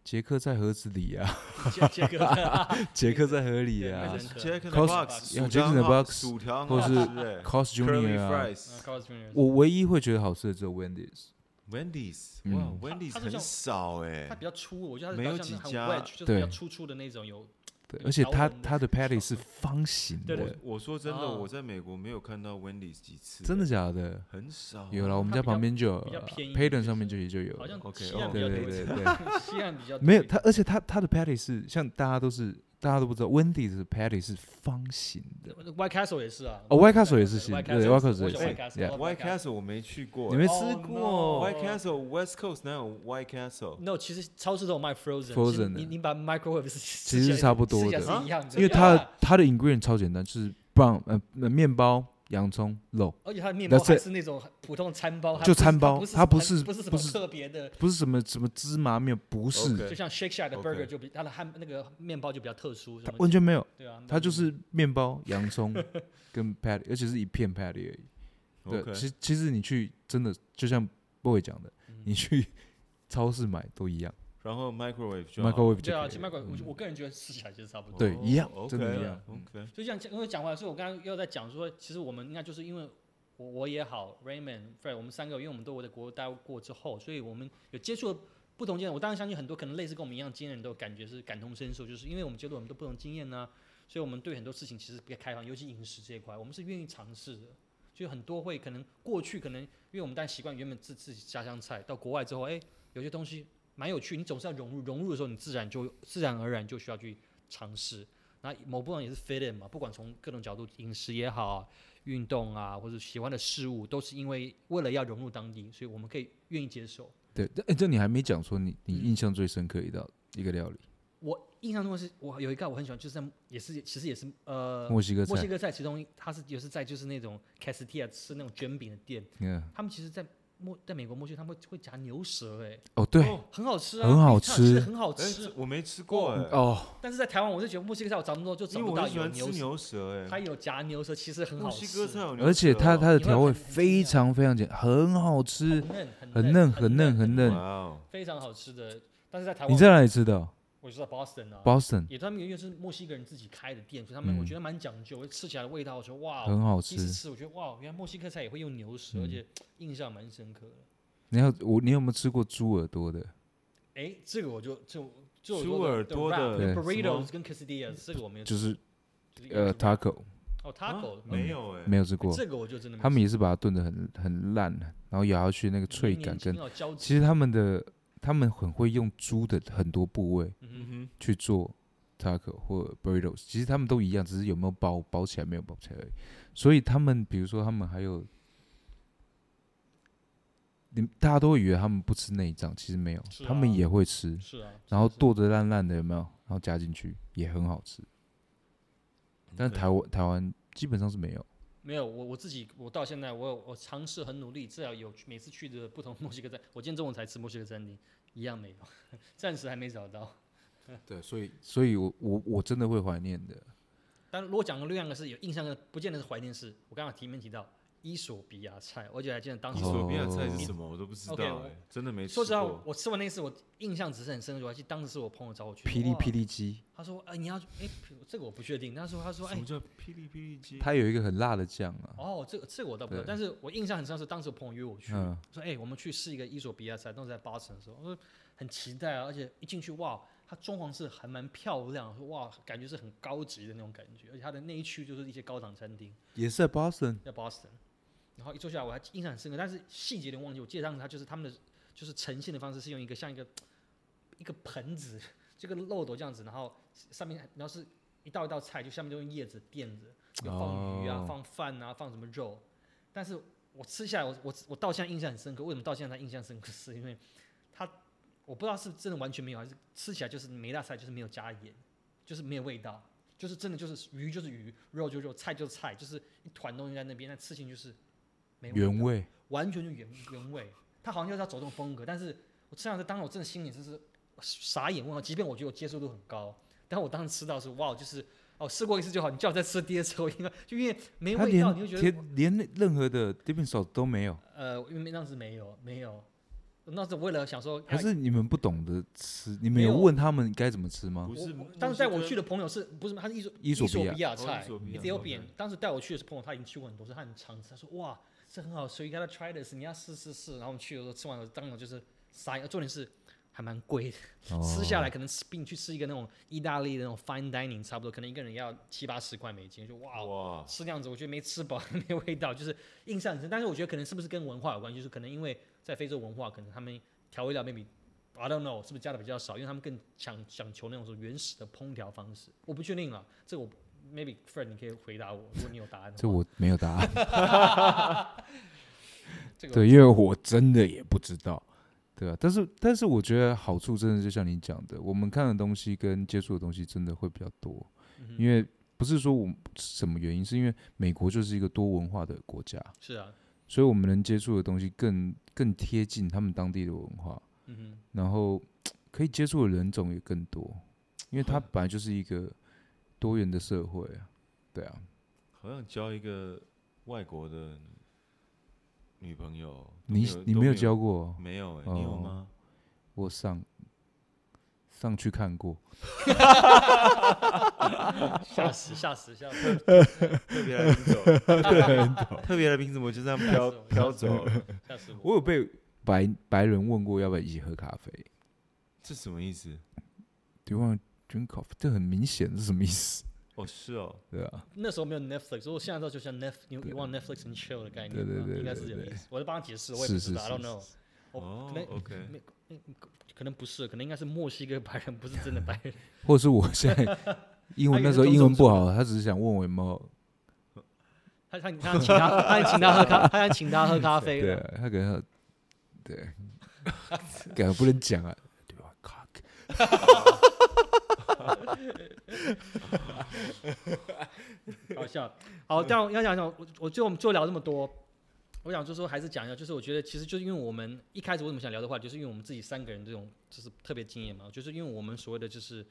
[SPEAKER 2] 杰克在盒子里啊，
[SPEAKER 1] 杰 杰哥嗯
[SPEAKER 2] 杰克在河里
[SPEAKER 1] 对
[SPEAKER 2] 啊
[SPEAKER 1] 那是
[SPEAKER 3] Jack in the
[SPEAKER 2] Cos-
[SPEAKER 3] Box，
[SPEAKER 2] Yeah，
[SPEAKER 3] 薯条
[SPEAKER 2] Jack in the
[SPEAKER 3] 很好
[SPEAKER 2] Box，
[SPEAKER 3] 薯条很
[SPEAKER 2] 或
[SPEAKER 3] 好
[SPEAKER 2] 是
[SPEAKER 3] 吃 哎
[SPEAKER 2] ，Cost
[SPEAKER 3] Curly
[SPEAKER 2] Junior 啊。
[SPEAKER 3] Fries。
[SPEAKER 1] ，Carl Jr.
[SPEAKER 2] 我唯一会觉得好吃的只有 Wendy's，
[SPEAKER 3] Wendy's，
[SPEAKER 2] 嗯
[SPEAKER 3] 哇
[SPEAKER 1] 它
[SPEAKER 3] ，Wendy's
[SPEAKER 1] 它是这
[SPEAKER 3] 很
[SPEAKER 1] 种
[SPEAKER 3] 少哎
[SPEAKER 1] 他，比较粗，我觉得他
[SPEAKER 3] 没有
[SPEAKER 1] 比较像
[SPEAKER 3] 几
[SPEAKER 1] 很
[SPEAKER 3] 家
[SPEAKER 1] wedge，就是比较
[SPEAKER 2] 对
[SPEAKER 1] 粗粗的那种有。
[SPEAKER 2] 对，
[SPEAKER 1] 有
[SPEAKER 2] 而且
[SPEAKER 1] 条
[SPEAKER 2] 它
[SPEAKER 1] 纹
[SPEAKER 2] 它的 patty
[SPEAKER 1] 小
[SPEAKER 2] 是方形
[SPEAKER 1] 对
[SPEAKER 2] 的，
[SPEAKER 3] 我我说真的，
[SPEAKER 1] 哦
[SPEAKER 3] 我在美国没有看到 Wendy's 几次，
[SPEAKER 2] 真的假的？
[SPEAKER 3] 很少。
[SPEAKER 2] 有了，我们
[SPEAKER 1] 哦它
[SPEAKER 2] 家
[SPEAKER 1] 比较
[SPEAKER 2] 旁边就有
[SPEAKER 1] 比较
[SPEAKER 2] 了
[SPEAKER 1] 便宜就
[SPEAKER 2] Payton
[SPEAKER 1] 是
[SPEAKER 2] 上面就就有了，
[SPEAKER 1] 好像
[SPEAKER 3] OK，
[SPEAKER 1] 西岸
[SPEAKER 3] 哦
[SPEAKER 1] 比较
[SPEAKER 2] 对
[SPEAKER 1] 多
[SPEAKER 2] 对
[SPEAKER 1] 一
[SPEAKER 2] 对
[SPEAKER 1] 点，
[SPEAKER 2] 对，
[SPEAKER 1] 西岸比较
[SPEAKER 2] 没有
[SPEAKER 1] 多一
[SPEAKER 2] 它，而且它它的 patty 是像大家都是大家都不知道，Wendy 的 patty 是方形的。
[SPEAKER 1] 点 White Castle 也是啊，
[SPEAKER 2] 哦，White Castle 也是西
[SPEAKER 1] White
[SPEAKER 2] 对
[SPEAKER 1] Castle
[SPEAKER 2] ，White Castle
[SPEAKER 1] 我
[SPEAKER 2] 也
[SPEAKER 1] 喜
[SPEAKER 2] 是
[SPEAKER 1] 欢 White Castle，
[SPEAKER 2] yeah
[SPEAKER 1] 我
[SPEAKER 3] White
[SPEAKER 1] White Castle
[SPEAKER 3] Castle 我没去过
[SPEAKER 2] 你
[SPEAKER 3] 欸
[SPEAKER 2] 没
[SPEAKER 1] 哦
[SPEAKER 2] 吃
[SPEAKER 1] no
[SPEAKER 2] 过
[SPEAKER 3] White Castle West Coast 哪有 White Castle？
[SPEAKER 1] No，其实超市都有卖 frozen，
[SPEAKER 2] Frozen
[SPEAKER 1] 其实
[SPEAKER 2] 的
[SPEAKER 1] 你你把 microwave 是
[SPEAKER 2] 其实是差不多的
[SPEAKER 1] 是一样的，
[SPEAKER 2] 因为它
[SPEAKER 1] 对啊
[SPEAKER 2] 它的 ingredient 超简单，就是棒呃呃面包、洋葱、肉，
[SPEAKER 1] 而且它的面包
[SPEAKER 2] That's
[SPEAKER 1] 还是那种普通餐包，它
[SPEAKER 2] 就
[SPEAKER 1] 不是
[SPEAKER 2] 餐包
[SPEAKER 1] 它
[SPEAKER 2] 它
[SPEAKER 1] 不
[SPEAKER 2] 不
[SPEAKER 1] 是
[SPEAKER 2] 是
[SPEAKER 1] 不是什
[SPEAKER 2] 不
[SPEAKER 1] 么
[SPEAKER 2] 是
[SPEAKER 1] 特别的，
[SPEAKER 2] 不是什么什么芝麻面，不是，
[SPEAKER 3] OK
[SPEAKER 1] 就像 Shake Shack 的
[SPEAKER 3] OK
[SPEAKER 1] burger 就比它的汉那个面包就比较特殊，什
[SPEAKER 2] 它
[SPEAKER 1] 么
[SPEAKER 2] 完全没有，
[SPEAKER 1] 对啊，
[SPEAKER 2] 它就是面包、洋 葱跟 patty，而且是一片 patty 而已。对，
[SPEAKER 3] OK
[SPEAKER 2] 其其实你去真的就像 boy 讲的，你去超市买都一样
[SPEAKER 3] 然后 microwave 就好
[SPEAKER 2] ，microwave
[SPEAKER 1] 对
[SPEAKER 2] 就
[SPEAKER 1] 啊，
[SPEAKER 2] 可
[SPEAKER 1] 其
[SPEAKER 2] 以
[SPEAKER 1] 实
[SPEAKER 2] 了
[SPEAKER 1] microwave 我我个人觉得吃起来就是差不多。
[SPEAKER 2] 对
[SPEAKER 3] 哦
[SPEAKER 2] 一样
[SPEAKER 3] OK
[SPEAKER 2] 真的一
[SPEAKER 3] 啊
[SPEAKER 2] 样嗯
[SPEAKER 3] OK，
[SPEAKER 1] 就像因为讲回来，所以我刚刚又在讲说，其实我们应该就是因为我我也好，Raymond、Fred，我们三个，因为我们都我在国外待过之后，所以我们有接触不同经验，我当然相信很多可能类似跟我们一样经验的人都有感觉是感同身受，就是因为我们接触了很多不同经验呢、啊所以我们对很多事情其实比较开放，尤其饮食这一块，我们是愿意尝试的。就很多会可能过去可能因为我们当然习惯原本自自己家乡菜，到国外之后，哎，有些东西蛮有趣，你总是要融入，融入的时候你自然就自然而然就需要去尝试。那某部分也是 fit in 嘛，不管从各种角度，饮食也好啊、运动啊，或者喜欢的事物，都是因为为了要融入当地，所以我们可以愿意接受。
[SPEAKER 2] 对，但、哎这你还没讲说你你
[SPEAKER 1] 嗯
[SPEAKER 2] 印象最深刻一道、一个料理，
[SPEAKER 1] 我印象中的是我有一个我很喜欢，就是在也是其实也是呃
[SPEAKER 2] 墨西哥
[SPEAKER 1] 墨西
[SPEAKER 2] 菜，
[SPEAKER 1] 哥菜，其中一它是也是在就是那种 c a s t i l 吃那种卷饼的店，
[SPEAKER 2] 嗯，
[SPEAKER 1] 他们其实在墨在美国墨西哥他们会会夹牛舌、欸，
[SPEAKER 2] 哦对，
[SPEAKER 1] 哎，很好吃啊，
[SPEAKER 2] 很好
[SPEAKER 1] 非常其实
[SPEAKER 2] 吃
[SPEAKER 1] 很好
[SPEAKER 3] 哎，
[SPEAKER 1] 吃
[SPEAKER 3] 这。我没吃过哎、
[SPEAKER 2] 哦，
[SPEAKER 1] 但是在台湾，我就觉得墨西哥菜我找不到，就找
[SPEAKER 3] 因为
[SPEAKER 1] 不
[SPEAKER 3] 我
[SPEAKER 1] 到
[SPEAKER 3] 很喜
[SPEAKER 1] 有
[SPEAKER 3] 欢吃
[SPEAKER 1] 牛舌，
[SPEAKER 3] 牛舌哎、
[SPEAKER 1] 它有夹牛舌，其实很好
[SPEAKER 3] 墨
[SPEAKER 1] 吃，
[SPEAKER 3] 西哥菜有牛舌哦，
[SPEAKER 2] 而且它它的
[SPEAKER 1] 你会
[SPEAKER 2] 调味
[SPEAKER 1] 很
[SPEAKER 2] 非常非常简，很好吃，
[SPEAKER 1] 很嫩很嫩
[SPEAKER 2] 很嫩很嫩很嫩
[SPEAKER 3] 哇哦，
[SPEAKER 1] 非常好吃的。但是在啊台湾，
[SPEAKER 2] 你在哪里吃的哦
[SPEAKER 1] 我知道 Boston 啊，
[SPEAKER 2] ？Boston
[SPEAKER 1] 也他们因为是墨西哥人自己开的店，所以他们我
[SPEAKER 2] 嗯
[SPEAKER 1] 觉得蛮讲究，吃起来的味道，我说哇，
[SPEAKER 2] 很好
[SPEAKER 1] 第
[SPEAKER 2] 吃
[SPEAKER 1] 一。次吃，我觉得哇，原来墨西哥菜也会用牛舌，而
[SPEAKER 2] 嗯
[SPEAKER 1] 且印象蛮深刻的。
[SPEAKER 2] 你要我你有没有吃过猪耳朵的？
[SPEAKER 1] 哎，这个我就就就
[SPEAKER 3] 猪耳朵的
[SPEAKER 2] 对
[SPEAKER 1] burritos 跟 quesadillas，这个我没有吃，
[SPEAKER 2] 就是
[SPEAKER 1] 就是
[SPEAKER 2] 呃 taco
[SPEAKER 1] 哦
[SPEAKER 3] 啊
[SPEAKER 1] taco 嗯
[SPEAKER 3] 没有哎、
[SPEAKER 2] 没有吃过，
[SPEAKER 1] 这个我就真的没
[SPEAKER 2] 他们
[SPEAKER 1] 吃
[SPEAKER 2] 也是把它炖得很很烂，然后咬下去那个
[SPEAKER 1] 过
[SPEAKER 2] 脆
[SPEAKER 1] 黏黏
[SPEAKER 2] 感跟
[SPEAKER 1] 挺好交织
[SPEAKER 2] 其实他们的他们很会用猪的很多部位
[SPEAKER 1] 嗯哼
[SPEAKER 3] 嗯
[SPEAKER 2] 去做 taco 或 burritos，其实他们都一样，只是有没有包包起来没有包起来而已。所以他们比如说他们还有，你们大家都会以为他们不吃内脏，其实没有，
[SPEAKER 1] 是
[SPEAKER 2] 他们
[SPEAKER 1] 啊
[SPEAKER 2] 也会吃，
[SPEAKER 1] 是啊，
[SPEAKER 2] 然后
[SPEAKER 1] 是啊
[SPEAKER 2] 剁得烂烂的有没有？然后加进去也很好吃，
[SPEAKER 1] 嗯
[SPEAKER 2] 但是台湾台湾基本上是没有。
[SPEAKER 1] 没有我我自己我到现在我有我尝试很努力，至少有去每次去的不同墨 西哥餐，我今天中午才吃墨西哥餐厅，一样没有，暂时还没找到。
[SPEAKER 2] 对，所以所以我我我真的会怀念的。
[SPEAKER 1] 但如果讲的另外一个是有印象的，不见得是怀念是，我刚刚提没提到伊索比亚菜，我而且还记得当
[SPEAKER 3] 伊
[SPEAKER 1] 时
[SPEAKER 2] 哦
[SPEAKER 3] 索比亚菜是什么我都不知道
[SPEAKER 1] OK，
[SPEAKER 3] 哎、
[SPEAKER 1] 我
[SPEAKER 3] 真的没吃
[SPEAKER 1] 说
[SPEAKER 3] 过。
[SPEAKER 1] 实话，我吃完那一次，我印象只是很深刻。我还记得当时是我朋友找我去，
[SPEAKER 2] 霹雳
[SPEAKER 1] 哇
[SPEAKER 2] 霹雳鸡，
[SPEAKER 1] 他说：“哎、你要哎、这个我不确定。”他说：“他说哎、
[SPEAKER 3] 什么叫霹雳霹雳鸡？
[SPEAKER 2] 它有一个很辣的酱啊。
[SPEAKER 1] 哦，这个这个我倒不知道，
[SPEAKER 2] 对
[SPEAKER 1] 但是我印象很深是当时我朋友约我去，
[SPEAKER 2] 嗯
[SPEAKER 1] 说：哎、我们去试一个伊索比亚菜，当时在巴城的时候，我说很期待啊，而且一进去哇，它装潢是还蛮漂亮，说哇，感觉是很高级的那种感觉，而且它的那一区就是一些高档餐厅。”
[SPEAKER 2] 也是在 Boston。
[SPEAKER 1] 在 Boston，然后一坐下来我还印象很深刻，但是细节有点忘记。我记得当时他就是他们的就是呈现的方式是用一个像一个一个盆子，这个漏斗这样子，然后上面然后是一道一道菜，就下面就用叶子垫着，有放鱼啊、
[SPEAKER 2] 哦
[SPEAKER 1] 放饭啊、放什么肉。但是我吃下来，我我我到现在印象很深刻。为什么到现在才印象深刻？ 是因为它我不知道是真的完全没有，还是吃起来就是每一道菜就是没有加盐，就是没有味道。就是真的就是鱼就是鱼，肉就肉，菜就是菜，就是一团东西在那边，但吃情就是没味道
[SPEAKER 2] 原味，
[SPEAKER 1] 完全就原原味。他好像就是要走这种风格，但是我吃上去，当时我真的心里就是傻眼问号。即便我觉得我接受度很高，但我当时吃到是哇，就是哦，试过一次就好，你叫我再吃第二次，我应该就因为没
[SPEAKER 2] 它
[SPEAKER 1] 味道，
[SPEAKER 2] 连
[SPEAKER 1] 你就觉得
[SPEAKER 2] 连连那任何的 dipping sauce 都没有，
[SPEAKER 1] 呃，因为那时没有没有，那是为了想说
[SPEAKER 2] 还
[SPEAKER 1] 哎
[SPEAKER 2] 是你们不懂得吃？你
[SPEAKER 1] 没
[SPEAKER 2] 们
[SPEAKER 1] 有
[SPEAKER 2] 有问他们该怎么吃吗？
[SPEAKER 3] 不
[SPEAKER 1] 我
[SPEAKER 3] 是
[SPEAKER 1] 我，当时带我去
[SPEAKER 3] 的
[SPEAKER 1] 的朋友是不是他是伊索
[SPEAKER 2] 伊索比亚
[SPEAKER 1] 比亚菜
[SPEAKER 3] 伊索比亚
[SPEAKER 1] Ethiopian，当时带我去的是朋友，他已经去过很多次，他很常吃，他说哇，这很好吃，you gotta try this，你要试试试。然后我们去的时候吃完了，当场就是傻眼，重点是还蛮贵的，
[SPEAKER 2] 哦
[SPEAKER 1] 吃下来可能比你去吃一个那种意大利的那种 fine dining 差不多，可能一个人要七八十块美金，就哇。哦
[SPEAKER 3] 哇，
[SPEAKER 1] 吃那样子，我觉得没吃饱， 没有味道，就是印象很深。但是我觉得可能是不是跟文化有关，就是可能因为在非洲文化，可能他们调味料 maybe I don't know 是不是加的比较少，因为他们更讲讲求那种说原始的烹调方式。我不确定了，啊这个我 maybe Fred 你可以回答我，如果你有答案的话。
[SPEAKER 2] 这我没有 答案。
[SPEAKER 1] 这个
[SPEAKER 2] 对，因为我真的也不知道，对啊。但是但是我觉得好处真的就像你讲的，我们看的东西跟接触的东西真的会比较多，
[SPEAKER 1] 嗯
[SPEAKER 2] 因为不是说我们什么原因，是因为美国就是一个多文化的国家，
[SPEAKER 1] 是啊，
[SPEAKER 2] 所以我们能接触的东西更更贴近他们当地的文化，
[SPEAKER 1] 嗯哼，
[SPEAKER 2] 然后可以接触的人种也更多，因为它本来就是一个多元的社会啊，对啊，
[SPEAKER 3] 好像交一个外国的女朋友，都
[SPEAKER 2] 你
[SPEAKER 3] 有
[SPEAKER 2] 你
[SPEAKER 3] 都
[SPEAKER 2] 没
[SPEAKER 3] 没
[SPEAKER 2] 有交过哦，
[SPEAKER 3] 没有哎、你有
[SPEAKER 2] 哦
[SPEAKER 3] 吗？
[SPEAKER 2] 我上上去看过，
[SPEAKER 1] 吓死吓死吓死！
[SPEAKER 3] 特别来宾走， 特别来宾怎么就这样飘
[SPEAKER 1] 吓死我
[SPEAKER 3] 飘走了？
[SPEAKER 1] 吓死我！
[SPEAKER 2] 我有被白白人问过要不要一起喝咖啡，
[SPEAKER 3] 这什么意思？
[SPEAKER 2] Do you want to drink coffee？这很明显是什么意思？
[SPEAKER 3] 哦，是哦，
[SPEAKER 2] 对啊，
[SPEAKER 1] 那时候没有 Netflix，如果现在之后就像 Netf you you want Netflix and chill 的概念，
[SPEAKER 2] 对对
[SPEAKER 1] 啊
[SPEAKER 2] 对
[SPEAKER 1] 应该是
[SPEAKER 2] 对
[SPEAKER 1] 有
[SPEAKER 2] 对
[SPEAKER 1] 意思。我在帮他解释，我也
[SPEAKER 2] 是
[SPEAKER 1] 不
[SPEAKER 2] 是
[SPEAKER 1] 知道，I
[SPEAKER 2] 是
[SPEAKER 1] don't know。哦，
[SPEAKER 3] 哦
[SPEAKER 1] 可能
[SPEAKER 3] ，OK，
[SPEAKER 1] 可能不是，可能应该是墨西哥白人，不是真的白人。
[SPEAKER 2] 或者是我现在英文那时候英文不好，他只是想问我有没有
[SPEAKER 1] 他他他请他他请他喝咖，他请他喝咖啡
[SPEAKER 2] 对
[SPEAKER 1] 了。
[SPEAKER 2] 啊，他可能要对， 感觉不能讲啊，对吧？cock，
[SPEAKER 1] 搞笑。好，但我要讲讲，我我就我们就聊这么多，我想就说还是讲一下，就是我觉得其实就是因为我们一开始为什么想聊的话，就是因为我们自己三个人这种就是特别经验嘛，就是因为我们所谓的就是。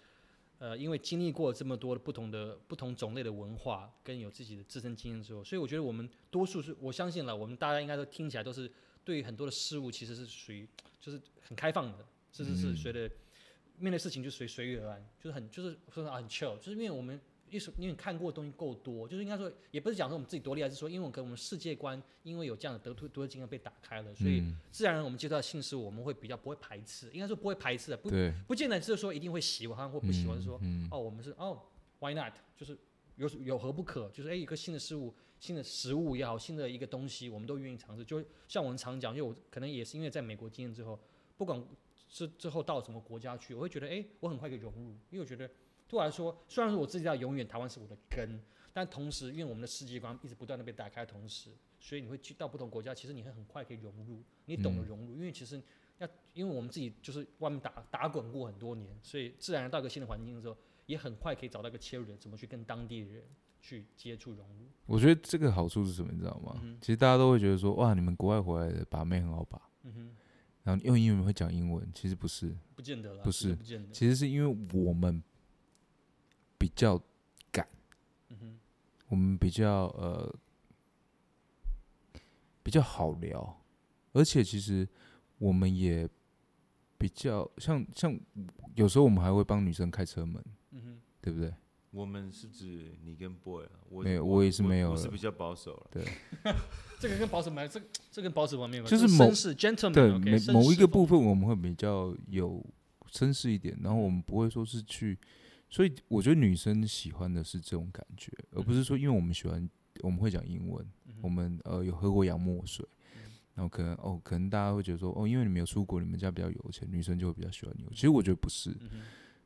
[SPEAKER 1] 呃，因为经历过这么多的不同的不同种类的文化，跟有自己的自身经验之后，所以我觉得我们多数是我相信了，我们大家应该都听起来都是对于很多的事物其实是属于就是很开放的，是是是，随着面对事情就随随遇而安，就是很就是说啊很 chill，就是因为我们一手因为看过的东西够多，就是应该说也不是讲说我们自己多厉害，是说因为我们可能我们世界观因为有这样的得突多的经验被打开了，所以
[SPEAKER 2] 嗯
[SPEAKER 1] 自然而然我们接触到新事物，我们会比较不会排斥，应该说不会排斥的，不
[SPEAKER 2] 对，
[SPEAKER 1] 不见得是说一定会喜欢或不喜欢，是说
[SPEAKER 2] 嗯，
[SPEAKER 1] 哦我们是哦 why not，就是有有何不可，就是哎一个新的事物、新的食物也好，新的一个东西，我们都愿意尝试。就像我们常讲，因为我可能也是因为在美国经验之后，不管之之后到什么国家去，我会觉得哎我很快可以融入，因为我觉得对我来说，虽然说我自己知道永远台湾是我的根，但同时因为我们的世界观一直不断的被打开，同时，所以你会去到不同国家，其实你会很快可以融入，你懂得
[SPEAKER 2] 嗯
[SPEAKER 1] 融入，因为其实要因为我们自己就是外面打打滚过很多年，所以自然而然到一个新的环境的时候，也很快可以找到一个切入点，怎么去跟当地人去接触融入。
[SPEAKER 2] 我觉得这个好处是什么，你知道吗？其实大家都会觉得说，哇，你们国外回来的把妹很好把，
[SPEAKER 1] 嗯哼，
[SPEAKER 2] 然后用英文会讲英文，其实不是，
[SPEAKER 1] 不见得啦，
[SPEAKER 2] 不
[SPEAKER 1] 其实
[SPEAKER 2] 是
[SPEAKER 1] 不见得。
[SPEAKER 2] 其实是因为我们比较敢，
[SPEAKER 1] 嗯哼，
[SPEAKER 2] 我们比较呃比较好聊，而且其实我们也比较像像有时候我们还会帮女生开车门，
[SPEAKER 1] 嗯哼，
[SPEAKER 2] 对不对？
[SPEAKER 3] 我们是指你跟 boy 啊，我
[SPEAKER 2] 没有我也是没有
[SPEAKER 3] 我是
[SPEAKER 2] 了
[SPEAKER 3] 比较保守了。
[SPEAKER 1] 这个跟保守没，这个这个跟保守方面有关，
[SPEAKER 2] 就是
[SPEAKER 1] 这
[SPEAKER 2] 某
[SPEAKER 1] 绅士 gentleman，
[SPEAKER 2] 对，
[SPEAKER 1] OK，
[SPEAKER 2] 每
[SPEAKER 1] 绅
[SPEAKER 2] 某一
[SPEAKER 1] 士
[SPEAKER 2] 个
[SPEAKER 1] 风
[SPEAKER 2] 部分我们会比较有绅士一点，然后我们不会说是去，所以我觉得女生喜欢的是这种感觉，而不是
[SPEAKER 1] 嗯
[SPEAKER 2] 说因为我们喜欢我们会讲英文，我们呃有喝过洋墨水，
[SPEAKER 1] 嗯
[SPEAKER 2] 然后可能哦可能大家会觉得说哦，因为你们有出国，你们家比较有钱，女生就会比较喜欢你。其实我觉得不是，
[SPEAKER 1] 嗯哼嗯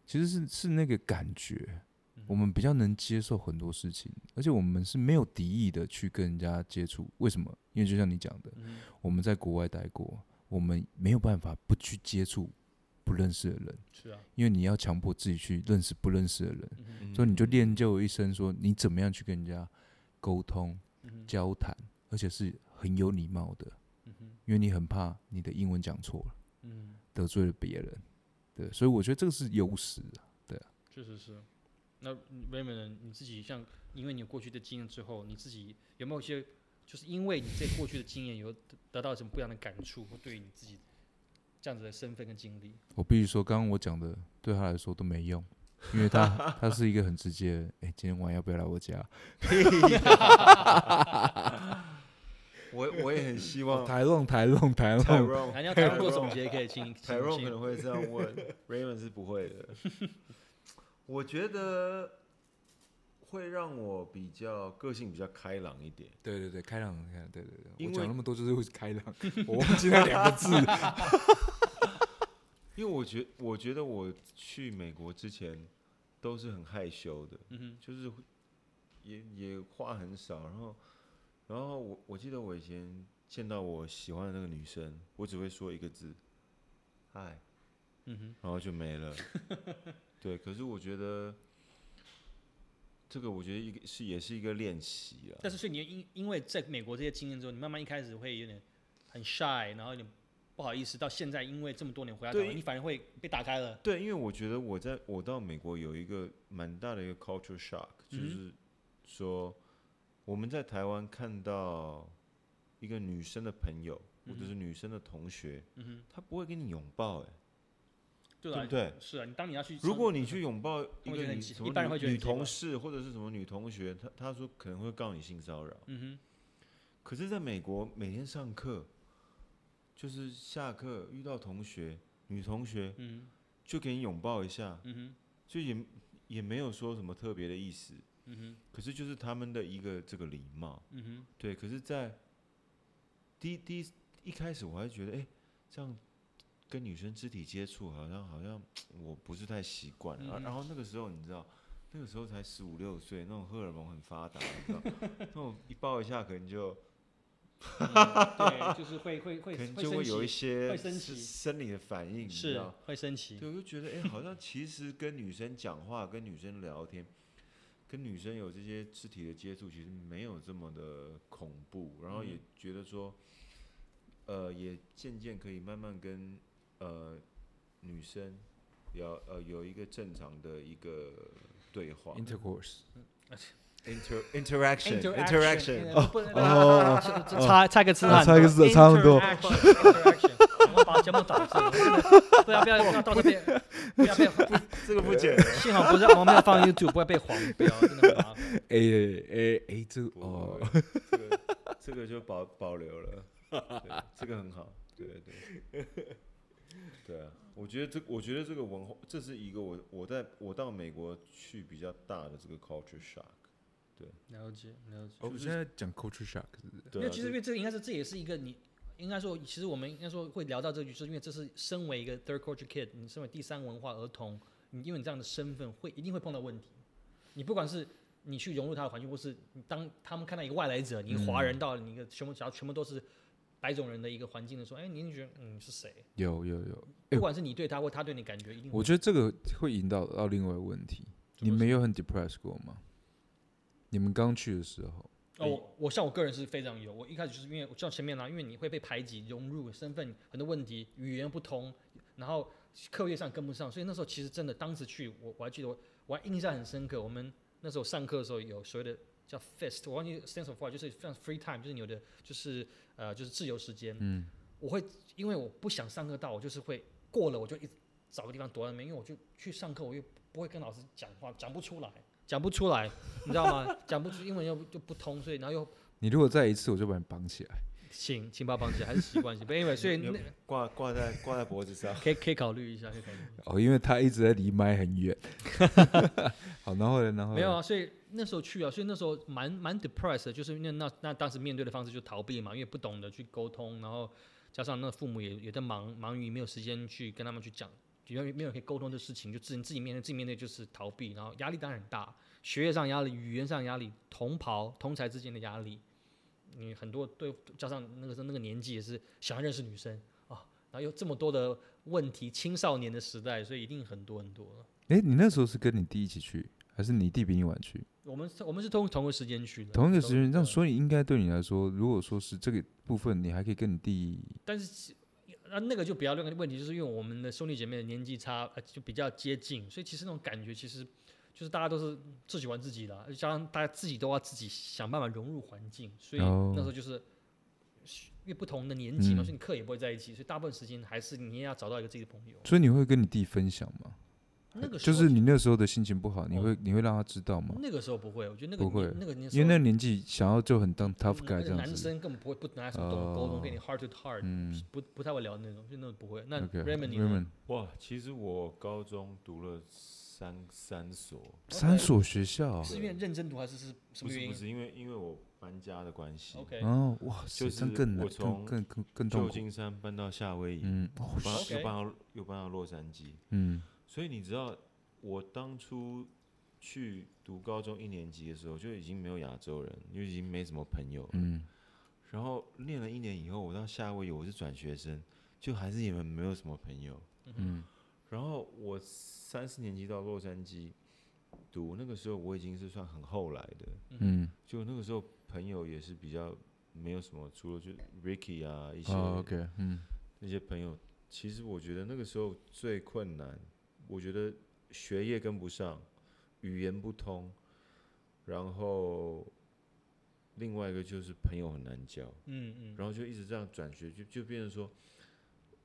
[SPEAKER 2] 其实是是那个感觉。我们比较能接受很多事情，而且我们是没有敌意的去跟人家接触。为什么？因为就像你讲的，
[SPEAKER 1] 嗯哼，
[SPEAKER 2] 我们在国外待过，我们没有办法不去接触不认识的人，
[SPEAKER 1] 是啊，
[SPEAKER 2] 因为你要强迫自己去认识不认识的人，
[SPEAKER 1] 嗯哼
[SPEAKER 3] 嗯
[SPEAKER 2] 所以你就练就一身，说你怎么样去跟人家沟通、
[SPEAKER 1] 嗯哼，
[SPEAKER 2] 交谈，而且是很有礼貌的，
[SPEAKER 1] 嗯哼，
[SPEAKER 2] 因为你很怕你的英文讲错了，
[SPEAKER 1] 嗯
[SPEAKER 2] 得罪了别人。对，所以我觉得这个是优势啊。
[SPEAKER 1] 哼，确实是。那 Raymond，呢你自己像因为你有过去的经验之后，你自己有没有一些就是因为你这过去的经验有得得到什么不一样的感触，或对于你自己这样子的身份跟经历？
[SPEAKER 2] 我必须说，刚刚我讲的对他来说都没用，因为他 他是一个很直接的，哎、今天晚上要不要来我家？
[SPEAKER 3] 我我也很希
[SPEAKER 1] 哦
[SPEAKER 3] 望
[SPEAKER 2] 台弄台弄台 弄，
[SPEAKER 3] 哦 Tyrone
[SPEAKER 1] 还要台湾做总结可以请请
[SPEAKER 3] Tyrone 可
[SPEAKER 1] 请
[SPEAKER 3] 能会这样问，Raymond 是不 会的。我觉得会让我比较个性比较开朗一点。
[SPEAKER 2] 对对对，开朗，开朗，对对对，
[SPEAKER 3] 因
[SPEAKER 2] 我
[SPEAKER 3] 为
[SPEAKER 2] 讲那么多就是会开朗，我忘记那两个字。
[SPEAKER 3] 因为我觉我觉得我去美国之前都是很害羞的，嗯、就是也也话很少，然后然后我我记得我以前见到我喜欢的那个女生，我只会说一个字，嗨，
[SPEAKER 1] 嗯哼，
[SPEAKER 3] 然后就 没了。对，可是我觉得这个我觉得一个是也是一个练习啊，
[SPEAKER 1] 但是所以你因因为在美国这些经验之后，你慢慢一开始会有点很 shy，然后有点不好意思，到现在因为这么多年回来台
[SPEAKER 3] 对
[SPEAKER 1] 湾，你反而会被打开了。
[SPEAKER 3] 对，因为我觉得我在我到美国有一个蛮大的一个 culture shock，就
[SPEAKER 1] 嗯哼
[SPEAKER 3] 是说我们在台湾看到一个女生的朋友或者是女生的同学，
[SPEAKER 1] 嗯哼，
[SPEAKER 3] 她不会跟你拥抱、哎，
[SPEAKER 1] 对
[SPEAKER 3] 对
[SPEAKER 1] 啊
[SPEAKER 3] 不，对？
[SPEAKER 1] 是啊，你当你要去，
[SPEAKER 3] 如果你去拥抱一
[SPEAKER 1] 会觉
[SPEAKER 3] 个
[SPEAKER 1] 得
[SPEAKER 3] 女
[SPEAKER 1] 很奇
[SPEAKER 3] 什
[SPEAKER 1] 一般人
[SPEAKER 3] 么
[SPEAKER 1] 会觉得
[SPEAKER 3] 女女
[SPEAKER 1] 很奇怪
[SPEAKER 3] 同事或者是什么女同学，她她说可能会告你性骚扰。
[SPEAKER 1] 嗯
[SPEAKER 3] 可是，在美国每天上课，就是下课遇到同学，女同学
[SPEAKER 1] 哼，嗯，
[SPEAKER 3] 就给你拥抱一下，
[SPEAKER 1] 嗯哼，
[SPEAKER 3] 就也也没有说什么特别的意思，
[SPEAKER 1] 嗯哼，
[SPEAKER 3] 可是就是他们的一个这个礼貌，
[SPEAKER 1] 嗯哼，
[SPEAKER 3] 对。可是，在第一第一一开始我还觉得，哎、这样跟女生肢体接触好像好像我不是太习惯、啊
[SPEAKER 1] 嗯
[SPEAKER 3] 然后那个时候你知道，那个时候才十五六岁，那种荷尔蒙很发达，你知道，那种一抱一下可能就
[SPEAKER 1] 嗯对，就是会会会
[SPEAKER 3] 可能
[SPEAKER 1] 会
[SPEAKER 3] 就
[SPEAKER 1] 升
[SPEAKER 3] 会有一
[SPEAKER 1] 旗，
[SPEAKER 3] 些
[SPEAKER 1] 会升
[SPEAKER 3] 生
[SPEAKER 1] 旗
[SPEAKER 3] 生理的反应，你知
[SPEAKER 1] 是
[SPEAKER 3] 道。
[SPEAKER 1] 会升旗，
[SPEAKER 3] 对，我就觉得哎、诶好像其实跟女生讲话、跟女生聊天、跟女生有这些肢体的接触，其实没有这么的恐怖。然后也觉得说，呃，也渐渐可以慢慢跟呃女生聊，呃，有一个正常的一个对话
[SPEAKER 2] intercourse，
[SPEAKER 3] inter interaction
[SPEAKER 1] interaction，呃不
[SPEAKER 3] 哦
[SPEAKER 1] 呃差差差一个字
[SPEAKER 2] 啊
[SPEAKER 1] 啊，
[SPEAKER 2] 差一个字差不多
[SPEAKER 1] Interaction，我把节目导致了， 不要不要不要到这边，不要不要，不
[SPEAKER 3] 这个不简
[SPEAKER 1] 幸好不是我们要放 YouTube，不会被黄标，真的很麻烦。
[SPEAKER 2] 哎哎哎，这
[SPEAKER 3] 不
[SPEAKER 2] 哦，
[SPEAKER 3] 会这个这个就保保留了，对这个很好，对对对，对啊，我觉得这我觉得这个文化，这是一个我我在我到美国去比较大的这个 culture shock，
[SPEAKER 1] 了解了解。
[SPEAKER 2] 哦，
[SPEAKER 3] 就是
[SPEAKER 2] 现在讲 culture shock，是不是
[SPEAKER 1] 没
[SPEAKER 3] 对、
[SPEAKER 1] 有，
[SPEAKER 3] 啊，
[SPEAKER 1] 其实因为这个应该是这也是一个你应该说，其实我们应该说会聊到这个，就是因为这是身为一个 third culture kid，你身为第三文化儿童，你因为你这样的身份会一定会碰到问题。你不管是你去融入他的环境，或是你当他们看到一个外来者，你一个
[SPEAKER 3] 嗯
[SPEAKER 1] 华人到了你一个全部只要全部都是白种人的一个环境的时候，哎，你一定觉得嗯是谁？
[SPEAKER 2] 有有有，
[SPEAKER 3] 哎
[SPEAKER 1] 不管是你对他或他对你，感觉一定会
[SPEAKER 2] 我觉得这个会引导到另外一个问题。
[SPEAKER 1] 怎
[SPEAKER 2] 你
[SPEAKER 1] 么
[SPEAKER 2] 们有很 depressed 过吗？你们刚去的时候，
[SPEAKER 1] 哦，我我像我个人是非常有，我一开始就是因为我知道前面啦、因为你会被排挤、融入身份很多问题，语言不通，然后课业上跟不上，所以那时候其实真的当时去，我我还记得我我还印象很深刻，我们那时候上课的时候有所谓的叫 fist，我忘记 stands for what，就是像 free time，就是你有的就是呃就是自由时间，
[SPEAKER 2] 嗯，
[SPEAKER 1] 我会因为我不想上课到，我就是会过了我就一直找个地方躲在那边，因为我就去上课，我又不会跟老师讲话，讲不出来，讲不出来，你知道吗？讲不出英文又又不通，所以然后又
[SPEAKER 2] 你如果再一次，我就把你绑起来。
[SPEAKER 1] 请请把绑起来，还是习惯性。Anyway，所以
[SPEAKER 3] 你有
[SPEAKER 1] 那，
[SPEAKER 3] 挂挂在挂在脖子上
[SPEAKER 1] 可以可以考虑一下，可以考虑一下。
[SPEAKER 2] 哦，因为他一直在离麦很远。 好，然后呢？然后
[SPEAKER 1] 没有
[SPEAKER 2] 嘞
[SPEAKER 1] 啊，所以那时候去啊，所以那时候蛮蛮 depressed，的就是那那那当时面对的方式就逃避嘛，因为不懂得去沟通，然后加上那父母也也在忙忙于没有时间去跟他们去讲，因为没有人可以沟通的事情，就自己自己面对自己面对就是逃避，然后压力当然很大，学业上压力、语言上压力、同袍同才之间的压力，你很多对加上那个时候那个年纪也是想要认识女生啊，然后有这么多的问题，青少年的时代，所以一定很多很多了。
[SPEAKER 2] 哎，你那时候是跟你弟一起去，还是你弟比你晚去？
[SPEAKER 1] 我们是我们是同同个时间去的，
[SPEAKER 2] 同一个时间，这样
[SPEAKER 1] 对
[SPEAKER 2] 所以应该对你来说，如果说是这个部分，你还可以跟你弟
[SPEAKER 1] 但是那那个就比较另外一个问题，就是因为我们的兄弟姐妹的年纪差、呃、就比较接近，所以其实那种感觉其实就是大家都是自己玩自己的啊，而且加上大家自己都要自己想办法融入环境，所以
[SPEAKER 2] 哦
[SPEAKER 1] 那时候就是。因为不同的年纪嘛，
[SPEAKER 2] 嗯
[SPEAKER 1] 所以你课也不会在一起，所以大部分时间还是你也要找到一个自己的朋友。
[SPEAKER 2] 所以你会跟你弟分享吗？
[SPEAKER 1] 那个时
[SPEAKER 2] 就
[SPEAKER 1] 候
[SPEAKER 2] 是你那时候的心情不好，你
[SPEAKER 1] 哦
[SPEAKER 2] 会你会让他知道吗？
[SPEAKER 1] 那个时候不会，我觉得那个
[SPEAKER 2] 不会
[SPEAKER 1] 嗯年那个年
[SPEAKER 2] 因为那个年纪想要就很当 tough
[SPEAKER 1] 嗯
[SPEAKER 2] guy
[SPEAKER 1] 而且
[SPEAKER 2] 这样
[SPEAKER 1] 男
[SPEAKER 2] 子。哦
[SPEAKER 1] 生根本不会不拿什么动沟通，跟你 heart to heart，、
[SPEAKER 2] 嗯
[SPEAKER 1] 不不太会聊那种，就那种不会。那
[SPEAKER 2] OK，
[SPEAKER 1] 啊 Raymond 你呢
[SPEAKER 2] Raymond
[SPEAKER 3] 哇，其实我高中读了三三所，
[SPEAKER 2] 三所学校啊，
[SPEAKER 1] 是因为认真读还是是什
[SPEAKER 3] 哦不
[SPEAKER 1] 么
[SPEAKER 3] 是
[SPEAKER 1] 原
[SPEAKER 3] 不
[SPEAKER 1] 因
[SPEAKER 3] 是嗯因为因为我搬家的关系
[SPEAKER 1] o k
[SPEAKER 2] 哦哇，
[SPEAKER 3] 就
[SPEAKER 2] 这样
[SPEAKER 3] 是
[SPEAKER 2] 更难，更
[SPEAKER 3] 我从
[SPEAKER 2] 更更更痛
[SPEAKER 3] 旧
[SPEAKER 2] 苦。
[SPEAKER 3] 金山搬到夏威夷，
[SPEAKER 2] 嗯哦
[SPEAKER 3] 搬
[SPEAKER 1] 是
[SPEAKER 3] 又搬到又搬到洛杉矶，
[SPEAKER 2] 嗯，
[SPEAKER 3] 所以你知道，我当初去读高中一年级的时候，就已经没有亚洲人，就已经没什么朋友了。
[SPEAKER 2] 嗯，
[SPEAKER 3] 然后练了一年以后，我到夏威夷，我是转学生，就还是也没有什么朋友。
[SPEAKER 2] 嗯，
[SPEAKER 3] 然后我三四年级到洛杉矶读，那个时候我已经是算很后来的，
[SPEAKER 2] 嗯，
[SPEAKER 3] 就那个时候朋友也是比较没有什么，除了就 Ricky 啊一些
[SPEAKER 2] 哦，OK，嗯，
[SPEAKER 3] 那些朋友，其实我觉得那个时候最困难，我觉得学业跟不上，语言不通，然后另外一个就是朋友很难交，
[SPEAKER 1] 嗯嗯，
[SPEAKER 3] 然后就一直这样转学，就就变成说，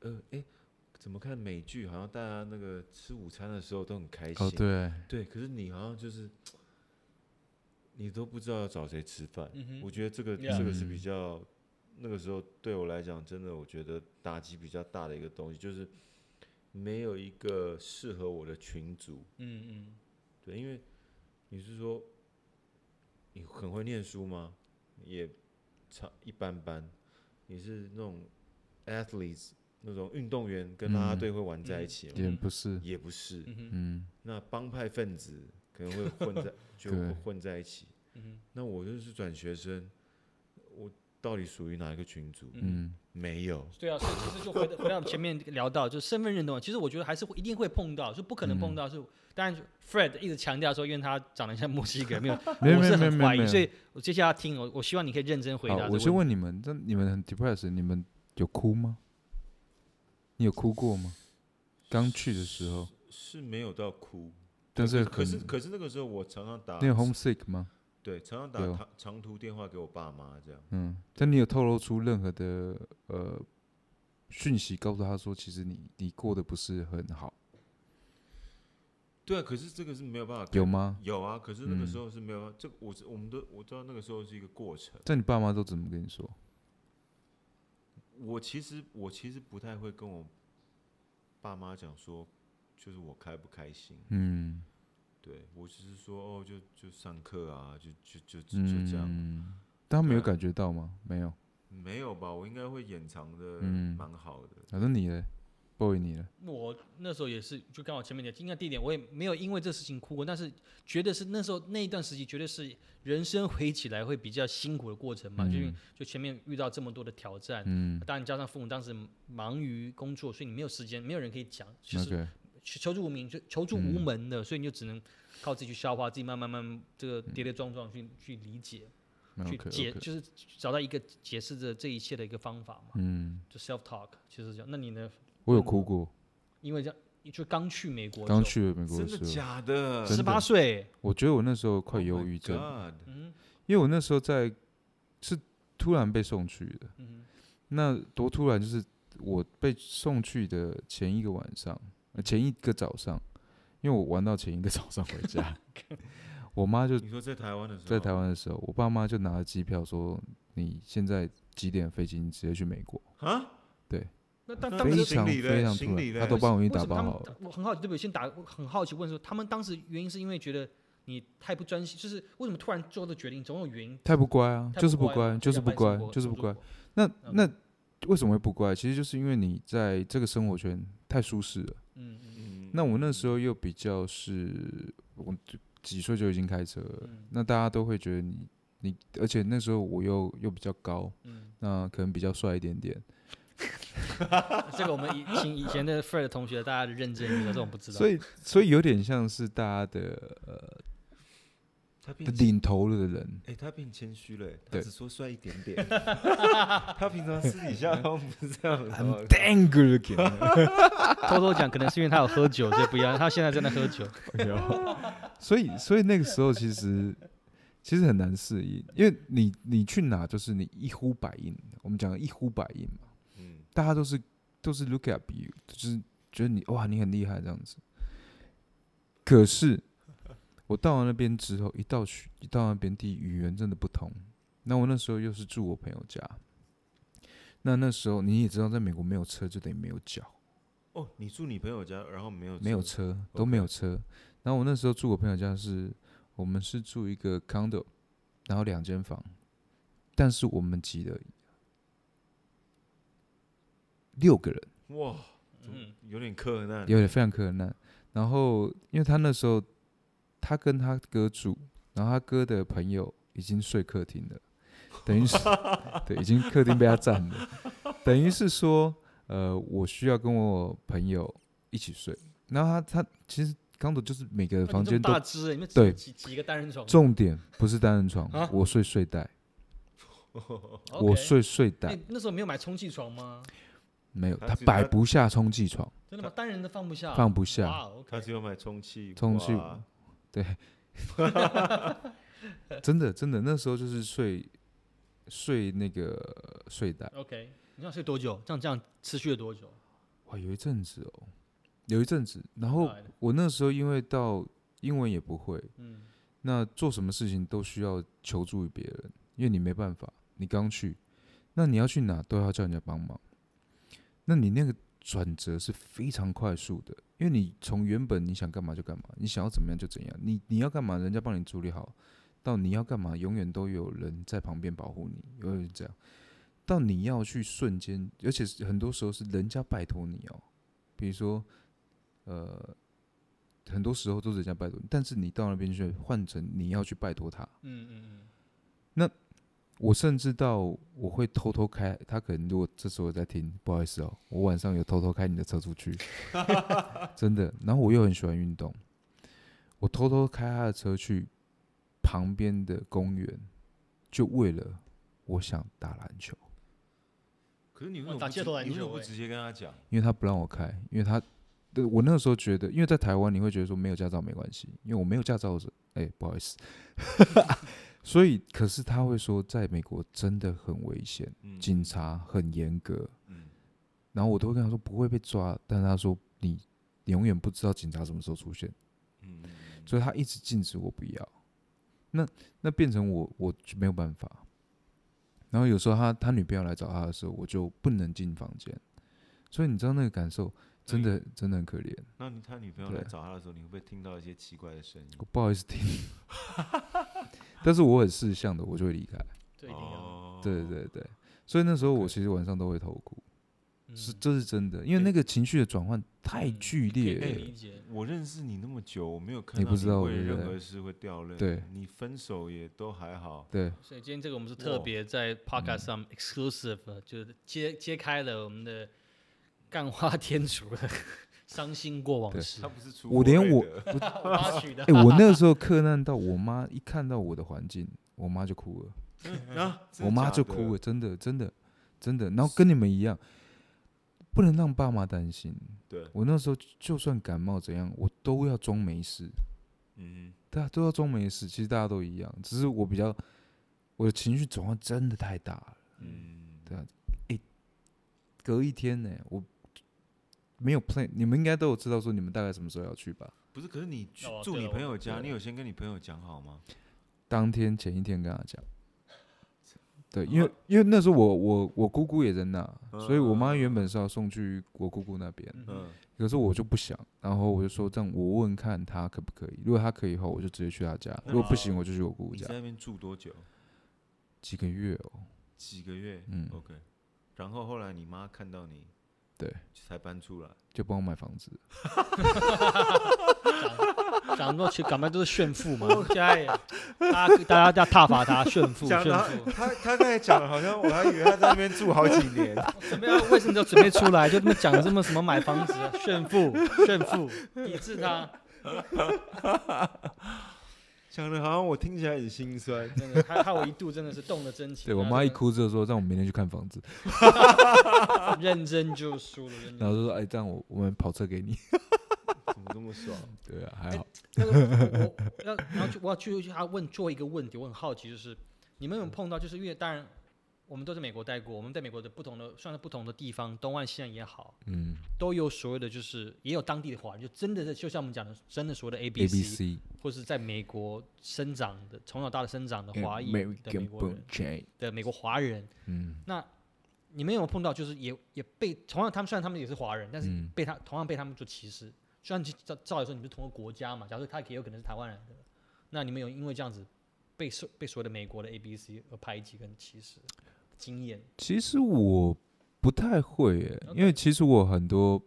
[SPEAKER 3] 呃，哎，怎么看美剧好像大家那个吃午餐的时候都很开心，
[SPEAKER 2] 哦对，
[SPEAKER 3] 对，可是你好像就是。你都不知道要找谁吃饭，
[SPEAKER 1] 嗯哼
[SPEAKER 3] 我觉得这个
[SPEAKER 1] Yeah
[SPEAKER 3] 这个是比
[SPEAKER 2] 嗯
[SPEAKER 3] 较那个时候对我来讲，真的我觉得打击比较大的一个东西，就是没有一个适合我的群组。
[SPEAKER 1] 嗯嗯，
[SPEAKER 3] 对，因为你是说你很会念书吗？也差一般般。你是那种 athletes 那种运动员，跟啦啦队会玩在一起吗？
[SPEAKER 2] 也不是，
[SPEAKER 3] 也不是。
[SPEAKER 2] 嗯，
[SPEAKER 3] 那帮派分子可能会混 在，就
[SPEAKER 2] 对
[SPEAKER 3] 会混在一起。
[SPEAKER 1] 嗯
[SPEAKER 3] 那我就是转学生，我到底属于哪一个群组？
[SPEAKER 2] 嗯，
[SPEAKER 3] 没有。
[SPEAKER 1] 对啊，所以其实就回到回到我们前面聊到，就是身份认同，其实我觉得还是会一定会碰到，就不可能碰到是，
[SPEAKER 3] 嗯
[SPEAKER 1] 当然 Fred 一直强调说，因为他长得像墨西哥，没有，
[SPEAKER 2] 没有
[SPEAKER 1] 我
[SPEAKER 2] 没
[SPEAKER 1] 是
[SPEAKER 2] 有没有
[SPEAKER 1] 很
[SPEAKER 2] 没有
[SPEAKER 1] 怀
[SPEAKER 2] 没
[SPEAKER 1] 疑，
[SPEAKER 2] 有
[SPEAKER 1] 所以我接下来听，我我希望你可以认真回答
[SPEAKER 2] 好
[SPEAKER 1] 这个。，
[SPEAKER 2] 我先问你们，这你们很 depressed，你们有哭吗？你有哭过吗？刚去的时候，
[SPEAKER 3] 是没有到哭，
[SPEAKER 2] 但是
[SPEAKER 3] 可是
[SPEAKER 2] 很
[SPEAKER 3] 可是那个时候我常常打
[SPEAKER 2] 你有 homesick 吗？
[SPEAKER 3] 对常常打
[SPEAKER 2] 有
[SPEAKER 3] 长长途电话给我爸妈这样，
[SPEAKER 2] 嗯，但你有透露出任何的呃讯息，告诉他说，其实你你过得不是很好，
[SPEAKER 3] 对啊，可是这个是没有办法改
[SPEAKER 2] 有吗？
[SPEAKER 3] 有啊，可是那个
[SPEAKER 2] 嗯
[SPEAKER 3] 时候是没有办法，这个我是我们都我知道那个时候是一个过程，
[SPEAKER 2] 但你爸妈都怎么跟你说？
[SPEAKER 3] 我其实我其实不太会跟我爸妈讲说，就是我开不开心，
[SPEAKER 2] 嗯，
[SPEAKER 3] 对我只是说哦就就上课啊，就就就就就这样，
[SPEAKER 2] 嗯，但他没有
[SPEAKER 3] 对
[SPEAKER 2] 感觉到吗？没有。
[SPEAKER 3] 没有吧？我应该会掩藏的
[SPEAKER 2] 嗯
[SPEAKER 3] 蛮好的，
[SPEAKER 2] 反正你嘞，boy 你嘞，
[SPEAKER 1] 我那时候也是，就刚好前面讲，应该第一点，我也没有因为这事情哭过，但是觉得是那时候那一段时期，绝对是人生回忆起来会比较辛苦的过程嘛，就因为就前面遇到这么多的挑战，
[SPEAKER 2] 嗯
[SPEAKER 1] 当然加上父母当时忙于工作，所以你没有时间，没有人可以讲，其实
[SPEAKER 2] ，OK，
[SPEAKER 1] 求助无名，就求助无门的，所以你就只能靠自己去消化，自己慢慢慢慢这个跌跌撞撞去、去理解，去
[SPEAKER 2] 嗯 OK，
[SPEAKER 1] 解
[SPEAKER 2] OK
[SPEAKER 1] 就是找到一个解释着这一切的一个方法嘛，
[SPEAKER 2] 嗯，
[SPEAKER 1] 就 self talk，其实是这样。那你呢？
[SPEAKER 2] 我有哭过，
[SPEAKER 1] 因为这样，就刚去美国的时候，
[SPEAKER 2] 刚去美国的
[SPEAKER 3] 真的
[SPEAKER 2] 时候，
[SPEAKER 3] 假的？Oh
[SPEAKER 2] 真
[SPEAKER 1] 十
[SPEAKER 2] 的
[SPEAKER 1] 八岁，
[SPEAKER 2] 我觉得我那时候快忧郁症，
[SPEAKER 3] God，
[SPEAKER 1] 嗯
[SPEAKER 2] 因为我那时候在是突然被送去的，
[SPEAKER 1] 嗯
[SPEAKER 2] 那多突然就是我被送去的前一个晚上，呃前一个早上，因为我玩到前一个 早上回 家，我妈就
[SPEAKER 3] 你说在台湾的时候，
[SPEAKER 2] 在台湾的时候，我爸妈就拿了机票说，你现在几点飞机，你直接去美国，
[SPEAKER 3] 啊？
[SPEAKER 1] 那但
[SPEAKER 3] 那
[SPEAKER 1] 当
[SPEAKER 3] 们
[SPEAKER 2] 非
[SPEAKER 1] 时
[SPEAKER 3] 是行
[SPEAKER 2] 常
[SPEAKER 3] 李嘞
[SPEAKER 2] 非常
[SPEAKER 3] 行
[SPEAKER 2] 突
[SPEAKER 3] 李
[SPEAKER 2] 然，
[SPEAKER 3] 嘞
[SPEAKER 2] 他都帮我
[SPEAKER 1] 为
[SPEAKER 2] 已经打
[SPEAKER 1] 什么
[SPEAKER 2] 包
[SPEAKER 1] 他们
[SPEAKER 2] 好了。？
[SPEAKER 1] 我很好奇，对不对？先打，我很好奇问说，他们当时原因是因为觉得你太不专心，就是为什么突然做的决定，总有原因。
[SPEAKER 2] 太不乖啊，
[SPEAKER 1] 太
[SPEAKER 2] 就是
[SPEAKER 1] 不乖
[SPEAKER 2] 不乖
[SPEAKER 1] 嘛，
[SPEAKER 2] 就是不乖，就是不乖。。那
[SPEAKER 1] 嗯
[SPEAKER 2] 那为什么会不乖？其实就是因为你在这个生活圈太舒适了。
[SPEAKER 1] 嗯嗯
[SPEAKER 3] 嗯
[SPEAKER 2] 那我那时候又比较是，我就几岁就已经开车了，
[SPEAKER 1] 嗯
[SPEAKER 2] 那大家都会觉得你你，而且那时候我又又比较高，
[SPEAKER 1] 嗯，
[SPEAKER 2] 那可能比较帅一点点，
[SPEAKER 1] 这个我们以请以前的 Fred 同学大家认真一下，这我不知道。
[SPEAKER 2] 所
[SPEAKER 1] 以
[SPEAKER 2] 以所以有点像是大家的呃
[SPEAKER 3] 他变谦
[SPEAKER 2] 领头了的人。
[SPEAKER 3] 哎、他变谦虚了欸，他
[SPEAKER 2] 对
[SPEAKER 3] 只说帅一点 点。他平常私底下都不是这样的哦。
[SPEAKER 2] Dang again，
[SPEAKER 1] 偷偷讲，可能是因为他有喝酒，所以不一样。他现在正在喝 酒。
[SPEAKER 2] 所以所以那个时候其实其实很难适应，因为你你去哪就是你一呼百应，我们讲一呼百应嘛，
[SPEAKER 3] 嗯，
[SPEAKER 2] 大家都是都是 look at you，就是觉得你哇你很厉害这样子。可是我到了那边之后，一到去一到那边地，语言真的不同。那我那时候又是住我朋友家，那那时候你也知道，在美国没有车就等于没有脚。
[SPEAKER 3] 哦，你住你朋友家，然后没有
[SPEAKER 2] 没有车，都
[SPEAKER 3] OK
[SPEAKER 2] 没有车。然后我那时候住我朋友家是，我们是住一个 condo，然后两间房，但是我们挤了六个人，
[SPEAKER 3] 哇，
[SPEAKER 1] 嗯，
[SPEAKER 3] 有点困难。啊
[SPEAKER 2] 有点非常困难。然后因为他那时候他跟他哥住，然后他哥的朋友已经睡客厅了，等于是对，已经客厅被他占了，等于是说，呃，我需要跟我朋友一起睡。然后他他其实刚走就是每个
[SPEAKER 1] 那你
[SPEAKER 2] 房
[SPEAKER 1] 这
[SPEAKER 2] 间
[SPEAKER 1] 么
[SPEAKER 2] 都
[SPEAKER 1] 大只，你们
[SPEAKER 2] 对
[SPEAKER 1] 几几个单人床？
[SPEAKER 2] 重点不是单人床
[SPEAKER 1] 啊，
[SPEAKER 2] 我睡睡袋，我
[SPEAKER 1] OK
[SPEAKER 2] 睡睡
[SPEAKER 1] 那
[SPEAKER 2] 袋
[SPEAKER 1] 你那时候没有买充气床吗？
[SPEAKER 2] 没有，
[SPEAKER 3] 他
[SPEAKER 2] 他
[SPEAKER 3] 只
[SPEAKER 2] 摆
[SPEAKER 3] 他
[SPEAKER 2] 不下充气床，
[SPEAKER 1] 真的吗？单人都放不下。
[SPEAKER 2] 放不下。
[SPEAKER 1] 啊哇，OK
[SPEAKER 3] 他只有买充气娃，
[SPEAKER 2] 充气真的真的，那时候就是睡睡那个睡袋，
[SPEAKER 1] OK，你想睡多久？这样这样持续了多久？
[SPEAKER 2] 哇，有一阵子哦，有一阵子。然后
[SPEAKER 1] 来了
[SPEAKER 2] 我那时候因为到英文也不会，
[SPEAKER 1] 嗯
[SPEAKER 2] 那做什么事情都需要求助于别人，因为你没办法，你刚去，那你要去哪都要叫人家帮忙。那你那个转折是非常快速的，因为你从原本你想干嘛就干嘛，你想要怎么样就怎样，你你要干嘛人家帮你处理好，到你要干嘛永远都有人在旁边保护你，永远这样，到你要去瞬间，而且是很多时候是人家拜托你哦，比如说，呃，很多时候都是人家拜托你，但是你到那边去换成你要去拜托他，
[SPEAKER 1] 嗯嗯
[SPEAKER 2] 我甚至到我会偷偷开，他可能如果这时候在听，不好意思哦，我晚上有偷偷开你的车出去，真的。然后我又很喜欢运动，我偷偷开他的车去旁边的公园，就为了我想打篮球，
[SPEAKER 3] 可是你为
[SPEAKER 1] 哇
[SPEAKER 3] 什么
[SPEAKER 1] 打
[SPEAKER 3] 不
[SPEAKER 1] 街
[SPEAKER 3] 直
[SPEAKER 1] 头篮
[SPEAKER 3] 你为什
[SPEAKER 1] 球
[SPEAKER 3] 么不
[SPEAKER 1] 欸
[SPEAKER 3] 直接跟他讲？
[SPEAKER 2] 因为他不让我开，因为他对我那时候觉得，因为在台湾你会觉得说没有驾照没关系，因为我没有驾照是，哎、不好意思， 所以可是他会说，在美国真的很危险。
[SPEAKER 3] 嗯，
[SPEAKER 2] 警察很严格，
[SPEAKER 3] 嗯
[SPEAKER 2] 然后我都会跟他说不会被抓，但他说你你永远不知道警察什么时候出现，
[SPEAKER 3] 嗯，嗯
[SPEAKER 2] 所以他一直禁止我不要。那那变成我我就没有办法。然后有时候他他女朋友来找他的时候，我就不能进房间，所以你知道那个感受真的真的很可怜。
[SPEAKER 3] 那你他女朋友来
[SPEAKER 2] 对
[SPEAKER 3] 找他的时候，你会不会听到一些奇怪的声音？
[SPEAKER 2] 我不好意思听， 但是我很识相的，我就会离开。
[SPEAKER 1] 嗯，对，一定要，
[SPEAKER 3] 哦
[SPEAKER 2] 对，对对，所以那时候我其实晚上都会偷哭，
[SPEAKER 1] 嗯
[SPEAKER 2] 是这是真的，因为
[SPEAKER 1] 对
[SPEAKER 2] 那个情绪的转换太
[SPEAKER 1] 嗯
[SPEAKER 2] 剧
[SPEAKER 1] 可以
[SPEAKER 2] 烈
[SPEAKER 1] 可以
[SPEAKER 2] 了。
[SPEAKER 1] 理解，
[SPEAKER 3] 我认识你那么久，我没有看
[SPEAKER 2] 你
[SPEAKER 3] 到
[SPEAKER 2] 不知道我
[SPEAKER 3] 为
[SPEAKER 2] 对不
[SPEAKER 3] 任
[SPEAKER 2] 对
[SPEAKER 3] 何事会掉泪。
[SPEAKER 2] 对，
[SPEAKER 3] 你分手也都还好。
[SPEAKER 2] 对，
[SPEAKER 1] 所以今天这个我们是特
[SPEAKER 3] 哇
[SPEAKER 1] 别在 podcast 上 exclusive，、就是揭揭开了我们的干花天主的伤心过往
[SPEAKER 2] 对
[SPEAKER 1] 事
[SPEAKER 3] 他，不是出
[SPEAKER 2] 我
[SPEAKER 3] 国
[SPEAKER 2] 连
[SPEAKER 3] 类
[SPEAKER 2] 我
[SPEAKER 3] 的
[SPEAKER 1] 挖取的
[SPEAKER 2] 哎、。我那个时候克难到我妈，一看到我的环境，我妈就哭了，
[SPEAKER 3] 啊， 真的
[SPEAKER 2] 我妈
[SPEAKER 3] 假
[SPEAKER 2] 就
[SPEAKER 3] 的
[SPEAKER 2] 哭了，真的，真的，真的。然后跟你们一样，不能让爸妈担心。
[SPEAKER 3] 对，
[SPEAKER 2] 我那时候就算感冒怎样，我都要装没事，
[SPEAKER 3] 嗯
[SPEAKER 2] 大家都要装没事。其实大家都一样，只是我比较我的情绪转换真的太大了。
[SPEAKER 3] 哼嗯，
[SPEAKER 2] 对隔一天呢、我没有 plan，你们应该都有知道说你们大概什么时候要去吧？
[SPEAKER 3] 不是，可是你去
[SPEAKER 1] 哦
[SPEAKER 3] 住
[SPEAKER 1] 对
[SPEAKER 3] 你
[SPEAKER 1] 我
[SPEAKER 3] 朋友家，
[SPEAKER 2] 对
[SPEAKER 3] 你有先跟你朋友讲好吗？
[SPEAKER 2] 当天前一天跟他讲。对，因为
[SPEAKER 3] 啊
[SPEAKER 2] 因为那时候我我我姑姑也在那，所以我妈原本是要送去我姑姑那边，
[SPEAKER 1] 嗯
[SPEAKER 3] 嗯，
[SPEAKER 2] 可是我就不想，然后我就说这样，我问看她可不可以，如果她可以的话，我就直接去她家；
[SPEAKER 3] 那
[SPEAKER 2] 如果
[SPEAKER 1] 嗯你
[SPEAKER 2] 不行，我就去我姑姑
[SPEAKER 3] 你
[SPEAKER 2] 家
[SPEAKER 3] 在。那边住多久？
[SPEAKER 2] 几个月哦，
[SPEAKER 3] 几个月？
[SPEAKER 2] 嗯，
[SPEAKER 3] OK，然后后来你妈看到你，
[SPEAKER 2] 对，
[SPEAKER 3] 才搬出来。
[SPEAKER 2] 就帮我买房子。
[SPEAKER 1] 讲到去港漫都是炫富嘛，家也，大家大家要挞伐他炫 富炫
[SPEAKER 3] 讲的
[SPEAKER 1] 富，
[SPEAKER 3] 他他刚才讲的好像我还以为他在那边住好几 年，
[SPEAKER 1] 怎么样？为什么就准备出来就这么讲这么什么买房子啊炫富炫富，抵制他，
[SPEAKER 3] 讲的好像我听起来很心酸。
[SPEAKER 1] 真的，害害我一度真的是动了真情。
[SPEAKER 2] 对我
[SPEAKER 1] 然后
[SPEAKER 2] 妈一
[SPEAKER 1] 真的
[SPEAKER 2] 哭之后说，让我明天去看房子，
[SPEAKER 1] 认真就输了， 认真
[SPEAKER 2] 然后就说哎，这样我我们跑车 给你。
[SPEAKER 3] 怎么这么爽？
[SPEAKER 2] 对啊，
[SPEAKER 1] 哎
[SPEAKER 2] 还好。
[SPEAKER 1] 那个我我要然后就我要去他问做一个问题，我很好奇，就是你们有没有碰到，就是因为当然我们都在美国待过，我们在美国的不同的算是不同的地方，东岸西岸也好，
[SPEAKER 2] 嗯
[SPEAKER 1] 都有所谓的就是也有当地的华人，就真的是就像我们讲的，真的所谓的A
[SPEAKER 2] ，A B
[SPEAKER 1] B C，
[SPEAKER 2] C，
[SPEAKER 1] 或是在美国生长的从小到大生
[SPEAKER 2] 嗯
[SPEAKER 1] 长的华裔的美国人
[SPEAKER 2] J，
[SPEAKER 1] 的美国华人，
[SPEAKER 2] 嗯
[SPEAKER 1] 你们有没有碰到就是也也被同样他们虽然他们也是华人，但是
[SPEAKER 2] 嗯，
[SPEAKER 1] 被他同样被他们做歧视。虽然其照照理说你们是同个国家嘛，假如他也有可能是台湾人的，那你们有因为这样子被所被所谓的美国的 A B C 而排挤跟歧视经验？
[SPEAKER 2] 其实我不太会耶因为其实我很多，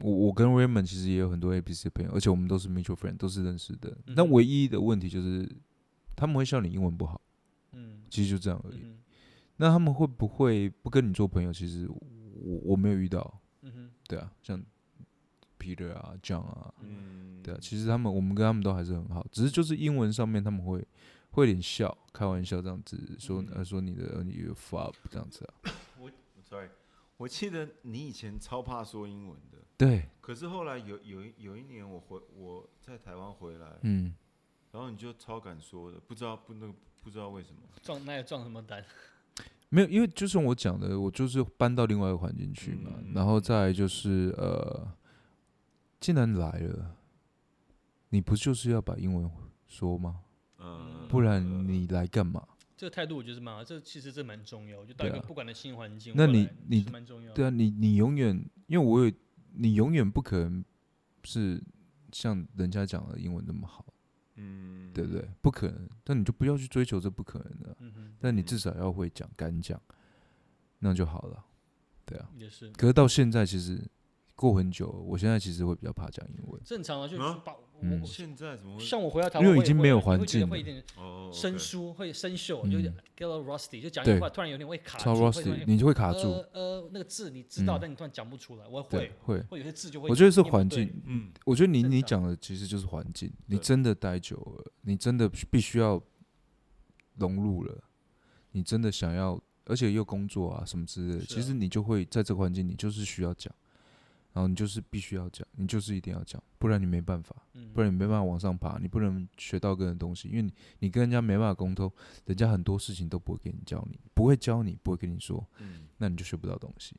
[SPEAKER 2] 我我跟 Raymond 其实也有很多 A B C 朋友，而且我们都是 mutual friend，都是认识的。
[SPEAKER 1] 嗯
[SPEAKER 2] 那
[SPEAKER 1] 哼
[SPEAKER 2] 唯一的问题就是他们会笑你英文不好，
[SPEAKER 1] 嗯
[SPEAKER 2] 其实就这样而已。
[SPEAKER 1] 嗯
[SPEAKER 2] 那他们会不会不跟你做朋友？其实我我没有遇到，
[SPEAKER 1] 哼嗯哼
[SPEAKER 2] 对啊，像 Peter 啊、John 啊，
[SPEAKER 3] 嗯，
[SPEAKER 2] 对啊，其实他们我们跟他们都还是很好，只是就是英文上面他们会会有点笑，开玩笑这样子说，
[SPEAKER 3] 嗯
[SPEAKER 2] 呃，说你的你的 fab 这样子啊，
[SPEAKER 3] sorry，我记得你以前超怕说英文的，
[SPEAKER 2] 对，
[SPEAKER 3] 可是后来有有一有一年我回我在台湾回来，
[SPEAKER 2] 嗯。
[SPEAKER 3] 然后你就超敢说的，不知道不那个不知道为什么。
[SPEAKER 1] 撞那也撞什么单？
[SPEAKER 2] 没有，因为就像我讲的，我就是搬到另外一个环境去嘛，
[SPEAKER 3] 嗯
[SPEAKER 2] 然后再来就是呃，既然来了，你不就是要把英文说吗？
[SPEAKER 3] 嗯，
[SPEAKER 2] 不然你来干嘛？
[SPEAKER 1] 这个态度我觉得是蛮好，这其实这蛮重要。就到一个
[SPEAKER 2] 对啊
[SPEAKER 1] 不管的新环境，
[SPEAKER 2] 那
[SPEAKER 1] 未
[SPEAKER 2] 你
[SPEAKER 1] 来
[SPEAKER 2] 你
[SPEAKER 1] 是蛮重要的。
[SPEAKER 2] 对啊，你你永远，因为我有，你永远不可能是像人家讲的英文那么好，
[SPEAKER 3] 嗯，
[SPEAKER 2] 对不对？不可能，但你就不要去追求这不可能的啊，
[SPEAKER 1] 嗯哼，
[SPEAKER 2] 但你
[SPEAKER 3] 嗯
[SPEAKER 2] 至少要会讲，敢讲，那就好了。对啊，
[SPEAKER 1] 也是
[SPEAKER 2] 可是到现在其实过很久了，我现在其实会比较怕讲英文，
[SPEAKER 1] 正常啊，就
[SPEAKER 3] 啊
[SPEAKER 1] 把我
[SPEAKER 2] 嗯
[SPEAKER 1] 我
[SPEAKER 3] 现在怎么会？
[SPEAKER 1] 像我回到台湾，
[SPEAKER 2] 因
[SPEAKER 1] 我
[SPEAKER 2] 为已
[SPEAKER 1] 也
[SPEAKER 2] 经
[SPEAKER 1] 会
[SPEAKER 2] 没
[SPEAKER 1] 啊
[SPEAKER 2] 有
[SPEAKER 1] 你会
[SPEAKER 2] 环
[SPEAKER 1] 觉得
[SPEAKER 2] 境
[SPEAKER 1] 会有
[SPEAKER 2] 了
[SPEAKER 1] 点
[SPEAKER 3] 哦，
[SPEAKER 1] 生
[SPEAKER 3] 疏，
[SPEAKER 1] 疏，会生锈，有点
[SPEAKER 2] 嗯
[SPEAKER 1] get a rusty，就讲一句
[SPEAKER 2] 对
[SPEAKER 1] 话突然有点会卡
[SPEAKER 2] 超
[SPEAKER 1] 住，会突
[SPEAKER 2] rusty，
[SPEAKER 1] 然
[SPEAKER 2] 你就会卡
[SPEAKER 1] 呃
[SPEAKER 2] 住，
[SPEAKER 1] 呃那个字你知道，
[SPEAKER 2] 嗯
[SPEAKER 1] 但你突然讲不出来，我
[SPEAKER 2] 对
[SPEAKER 1] 会，，
[SPEAKER 2] 会。
[SPEAKER 1] 会有些字就会
[SPEAKER 2] 我觉得是
[SPEAKER 1] 念不
[SPEAKER 2] 环
[SPEAKER 1] 对
[SPEAKER 2] 境，
[SPEAKER 3] 嗯，
[SPEAKER 2] 我觉得你
[SPEAKER 1] 正
[SPEAKER 2] 你
[SPEAKER 1] 常
[SPEAKER 2] 讲的其实就是环境，你
[SPEAKER 3] 对
[SPEAKER 2] 真的待久了，你真的必须要融入了，你真的想要，而且又工作啊什么之类的，
[SPEAKER 1] 是
[SPEAKER 2] 其
[SPEAKER 1] 啊
[SPEAKER 2] 实你就会在这个环境，你就是需要讲，然后你就是必须要讲，你就是一定要讲，不然你没办法，
[SPEAKER 1] 嗯
[SPEAKER 2] 不然你没办法往上爬，你不能学到个人东西，因为你你跟人家没办法沟通，人家很多事情都不会给你教你，不会教你，不会跟你说，
[SPEAKER 3] 嗯，
[SPEAKER 2] 那你就学不到东西，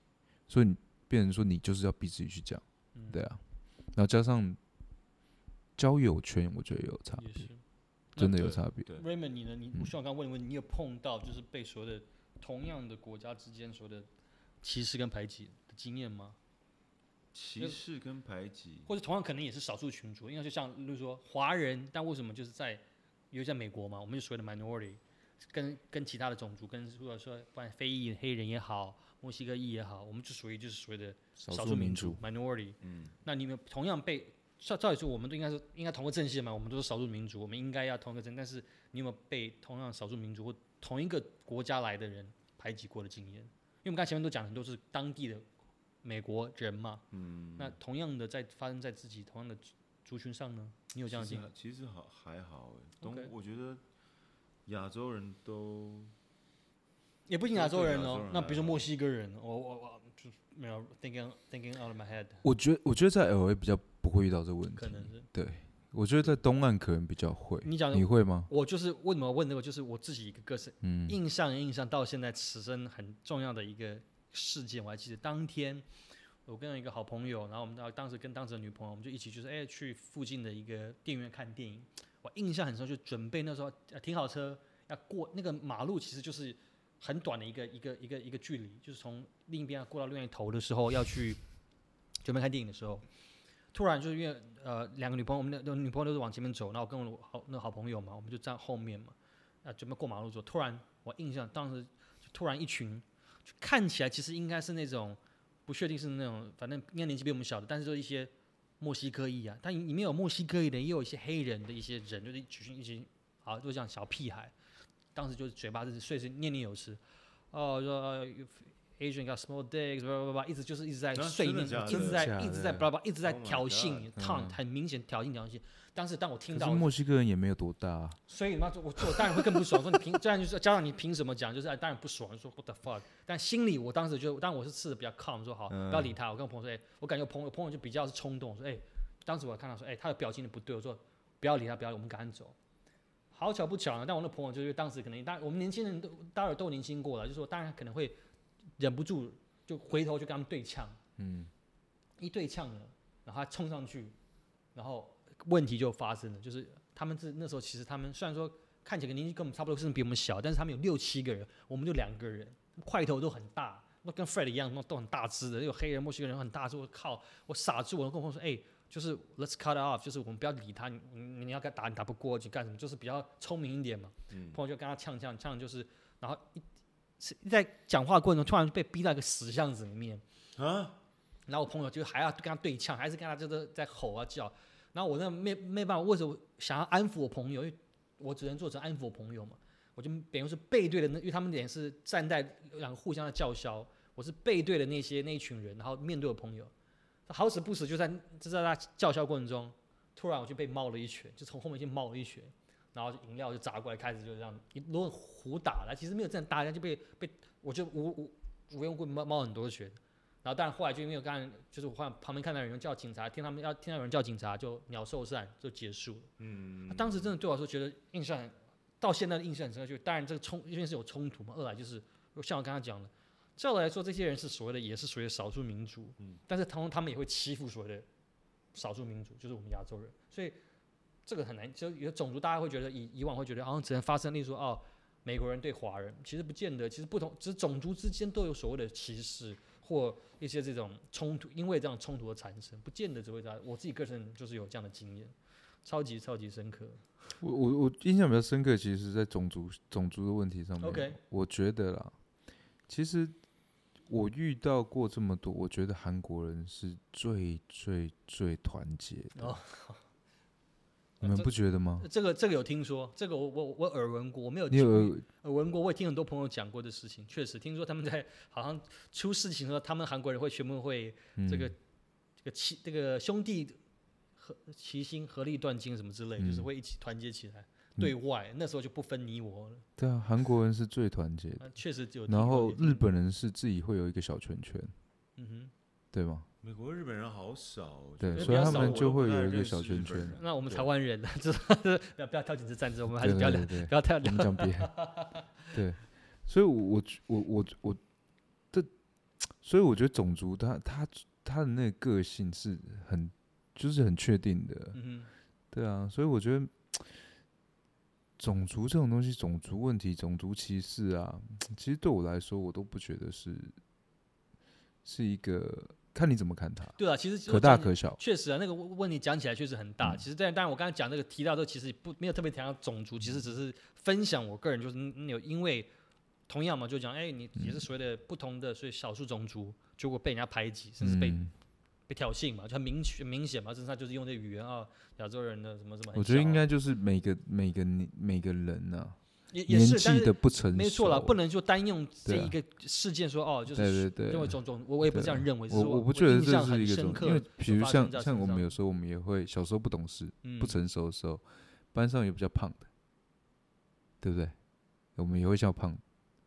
[SPEAKER 2] 所以你变成说你就是要逼自己去讲，
[SPEAKER 1] 嗯
[SPEAKER 2] 对啊，然后加上交友圈，我觉得有差
[SPEAKER 1] 也
[SPEAKER 2] 别
[SPEAKER 1] 是，。
[SPEAKER 2] 真的有
[SPEAKER 3] 对
[SPEAKER 2] 差别。
[SPEAKER 3] 对
[SPEAKER 1] Raymond，你呢？你
[SPEAKER 2] 嗯
[SPEAKER 1] 像我刚刚问的问题，你有碰到就是被所谓的同样的国家之间所谓的歧视跟排挤的经验吗？
[SPEAKER 3] 歧视跟排挤，
[SPEAKER 1] 或者同样可能也是少数群族，因为就像例如说华人，但为什么就是在因为在美国嘛，我们就所谓的 minority，跟跟其他的种族，跟如果说不管非裔、黑人也好，墨西哥裔也好，我们就属于就是所谓的少数民族 minority。
[SPEAKER 3] 嗯，
[SPEAKER 1] 那你们同样被照照理说，我们都应该是应该同个阵线嘛，我们都是少数民族，我们应该要同一个阵。但是你有没有被同样少数民族或同一个国家来的人排挤过的经验？因为我们刚才前面都讲很多是当地的美国人嘛，嗯，那同样的在发生在自己同样的族族群上呢，你有这样的
[SPEAKER 3] 其
[SPEAKER 1] 经
[SPEAKER 3] 实
[SPEAKER 1] 历？
[SPEAKER 3] 还其实好还好哎，
[SPEAKER 1] OK
[SPEAKER 3] 东我觉得亚洲人都
[SPEAKER 1] 也不一定亚洲人
[SPEAKER 3] 亚洲
[SPEAKER 1] 哦
[SPEAKER 3] 人，
[SPEAKER 1] 那比如说
[SPEAKER 3] 还好
[SPEAKER 1] 墨西哥人，我我我就没有 thinking thinking out of my head，
[SPEAKER 2] 我觉得我觉得在 L A 比较不会遇到这个问
[SPEAKER 1] 可
[SPEAKER 2] 题，
[SPEAKER 1] 能嗯是
[SPEAKER 2] 我觉得在东岸可能比较会。
[SPEAKER 1] 你讲的
[SPEAKER 2] 你会吗？
[SPEAKER 1] 我就是为什么问这个，就是我自己一个个身
[SPEAKER 2] 嗯
[SPEAKER 1] 印象印象到现在此生很重要的一个事件，我还记得当天我跟一个好朋友，然后我们到当时跟当时的女朋友，我们就一起就是哎去附近的一个电影院看电影，我印象很深，就准备那时候呃停好车要过那个马路，其实就是很短的一个一个一个一个距离，就是从另一边要过到另外一头的时候要去准备看电影的时候。突然就是因为呃两个女朋友，我们的女朋友都是往前面走，然后我跟我好那好朋友嘛，我们就站后面嘛，啊准备过马路的时候，突然我印象当时就突然一群，就看起来其实应该是那种不确定是那种，反正应该年纪比我们小的，但是就是一些墨西哥裔啊，但里面有墨西哥裔的，也有一些黑人的一些人，就是一群一群啊，就像小屁孩，当时就是嘴巴就是碎碎念念有词，哦说。呃 Asian got small dicks，叭叭叭，一直就是一直在
[SPEAKER 3] 啊
[SPEAKER 1] 碎
[SPEAKER 3] 真的
[SPEAKER 1] 念，
[SPEAKER 3] 假
[SPEAKER 1] 一
[SPEAKER 3] 的
[SPEAKER 1] 直在
[SPEAKER 2] 假
[SPEAKER 1] 一直在
[SPEAKER 2] 的
[SPEAKER 1] 叭叭，一直在
[SPEAKER 3] Oh my
[SPEAKER 1] 挑衅
[SPEAKER 3] God
[SPEAKER 1] 你，taunt，
[SPEAKER 2] 嗯
[SPEAKER 1] 很明显挑衅挑衅。当时当我听
[SPEAKER 2] 可
[SPEAKER 1] 到
[SPEAKER 2] 是
[SPEAKER 1] 的时候，
[SPEAKER 2] 墨西哥人也没有多大啊，
[SPEAKER 1] 所以嘛，我我当然会更不爽，说你凭，当然就是加上你凭什么讲，就是哎，当然不爽，说 what the fuck。但心里我当时就，当然我是试着比较 calm，说好，不要理他。我跟我朋友说，哎，我感觉我朋友朋友就比较是冲动，说哎，当时我看到说，哎，他的表情不对，我说哎不要理他，不要理，我们赶紧走。好巧不巧呢，但我那朋友就是当时可能大我们年轻人都大家都年轻过了，就是说当然可能会忍不住就回头就跟他们对呛，
[SPEAKER 2] 嗯，
[SPEAKER 1] 一对呛了，然后他冲上去，然后问题就发生了，就是他们是那时候其实他们虽然说看起来年纪跟我们差不多，甚至比我们小，但是他们有六七个人，我们就两个人，块头都很大，那跟 Fred 一样，那都很大只的，有黑人、墨西哥人很大只，我靠，我傻住，我跟我朋友说，哎、就是 let's cut it off，就是我们不要理他，你你你要跟他打，你打不过你干什么？就是比较聪明一点嘛。
[SPEAKER 3] 嗯
[SPEAKER 1] 朋友就跟他呛呛呛，就是然后一是在讲话过程中突然被逼到一个死巷子里面。
[SPEAKER 3] 啊，
[SPEAKER 1] 然后我朋友就还要跟他对呛，还是跟他就是在吼啊叫。然后我那没没办法，为什么想要安抚我朋友？因为我只能做成安抚我朋友嘛。我就等于是背对的那，因为他们脸是站在两个互相的叫嚣，我是背对的那些那一群人，然后面对我朋友。好死不死就在就在他叫嚣过程中，突然我就被冒了一拳，就从后面去冒了一拳，然后饮料就砸过来，开始就这样一抡胡打了。其实没有真的打，人家就被被我就无无无缘无故冒冒很多拳。然后但后来就因为我刚才就是我看旁边看到有人叫警察，听他们要听到有人叫警察，就鸟兽散就结束了。啊
[SPEAKER 3] 嗯，
[SPEAKER 1] 当时真的对我来说觉得印象很，到现在的印象很深刻。就当然这个冲一定是有冲突嘛，二来就是像我刚刚讲的，照理来说这些人是所谓的也是属于少数民族，
[SPEAKER 3] 嗯
[SPEAKER 1] 但是同时他们也会欺负所谓的少数民族，就是我们亚洲人，所以这个很难。就有种族大家会觉得以以往会觉得好像只能发生，例如说哦。美国人对华人，其实不见得，其实不同，只是种族之间都有所谓的歧视或一些这种冲突，因为这样冲突的产生，不见得只会在我自己个人就是有这样的经验，超级超级深刻。
[SPEAKER 2] 我我我印象比较深刻，其实是在种族种族的问题上面。
[SPEAKER 1] OK
[SPEAKER 2] 我觉得啦，其实我遇到过这么多，我觉得韩国人是最最最团结的。
[SPEAKER 1] 哦啊
[SPEAKER 2] 你们
[SPEAKER 1] 这
[SPEAKER 2] 不觉得吗？
[SPEAKER 1] 这个这个有听说，这个我我我耳闻过，我没有
[SPEAKER 2] 你
[SPEAKER 1] 经历
[SPEAKER 2] 有
[SPEAKER 1] 耳闻过，我也听很多朋友讲过的事情，确实听说他们在好像出事情的时候，他们韩国人会全部会
[SPEAKER 2] 嗯
[SPEAKER 1] 这个、这个齐这个兄弟合齐心合力断金什么之类，
[SPEAKER 2] 嗯
[SPEAKER 1] 就是会一起团结起来对外，那时候就不分你我了。
[SPEAKER 2] 对啊，韩国人是最团结的。
[SPEAKER 1] 啊确实有听过。
[SPEAKER 2] 然后
[SPEAKER 1] 也听
[SPEAKER 2] 日
[SPEAKER 1] 过，
[SPEAKER 2] 本人是自己会有一个小圈圈，
[SPEAKER 1] 嗯
[SPEAKER 2] 对吗？
[SPEAKER 3] 美国日本人好少，我
[SPEAKER 2] 对
[SPEAKER 3] 觉得
[SPEAKER 1] 所以他
[SPEAKER 3] 比较少
[SPEAKER 1] 们
[SPEAKER 3] 我都
[SPEAKER 2] 就
[SPEAKER 3] 不
[SPEAKER 2] 会
[SPEAKER 3] 太
[SPEAKER 2] 有一个
[SPEAKER 3] 认
[SPEAKER 2] 小
[SPEAKER 3] 识
[SPEAKER 2] 圈
[SPEAKER 3] 日
[SPEAKER 2] 圈
[SPEAKER 3] 本人
[SPEAKER 1] 哼，那我们
[SPEAKER 3] 对
[SPEAKER 1] 台湾人， 这不要不要挑起这战争，我们还是不要聊
[SPEAKER 2] 对，对对
[SPEAKER 1] 不要太
[SPEAKER 2] 我
[SPEAKER 1] 聊
[SPEAKER 2] 们讲 别的，对，所以我，我我我我这，所以我觉得种族他他他的那个个性是很就是很确定的，
[SPEAKER 1] 嗯
[SPEAKER 2] 对啊，所以我觉得种族这种东西，种族问题、种族歧视啊，其实对我来说，我都不觉得是是一个看你怎么看它
[SPEAKER 1] 哼，，对啊，其实
[SPEAKER 2] 可
[SPEAKER 1] 我
[SPEAKER 2] 大
[SPEAKER 1] 讲
[SPEAKER 2] 可小。嗯
[SPEAKER 1] 确实啊，那个问问题讲起来确实很大。其实，但当然我刚才讲那个提到的，其实不没有特别谈到种族，其实只是分享我个人就是嗯有因为同样嘛，就讲哎，你
[SPEAKER 2] 嗯
[SPEAKER 1] 也是所谓的不同的，所以少数种族结果被人家排挤，甚至被、
[SPEAKER 2] 嗯，
[SPEAKER 1] 被挑衅嘛，就很明确明显嘛，甚至他就是用这语言啊，亚洲人的什么什么很小啊。
[SPEAKER 2] 我觉得应该就是每个每个年每个人呐、
[SPEAKER 1] 也也
[SPEAKER 2] 年
[SPEAKER 1] 是，但
[SPEAKER 2] 纪
[SPEAKER 1] 是
[SPEAKER 2] 的不成熟，啊
[SPEAKER 1] 没错了，不能就单用这
[SPEAKER 2] 对啊
[SPEAKER 1] 一个事件说哦，就是
[SPEAKER 2] 对对对，
[SPEAKER 1] 认为种种，我我也不
[SPEAKER 2] 对啊
[SPEAKER 1] 是这样认为，只
[SPEAKER 2] 我
[SPEAKER 1] 是我
[SPEAKER 2] 不觉得
[SPEAKER 1] 印
[SPEAKER 2] 这
[SPEAKER 1] 象
[SPEAKER 2] 是
[SPEAKER 1] 很
[SPEAKER 2] 一个
[SPEAKER 1] 深
[SPEAKER 2] 种，
[SPEAKER 1] 刻，
[SPEAKER 2] 因为比如
[SPEAKER 1] 发生
[SPEAKER 2] 像
[SPEAKER 1] 在我
[SPEAKER 2] 像
[SPEAKER 1] 身
[SPEAKER 2] 我们
[SPEAKER 1] 上
[SPEAKER 2] 有时候我们也会小时候不懂事、
[SPEAKER 1] 嗯
[SPEAKER 2] 不成熟的时候，班上也比较胖的，对不对？我们也会笑胖，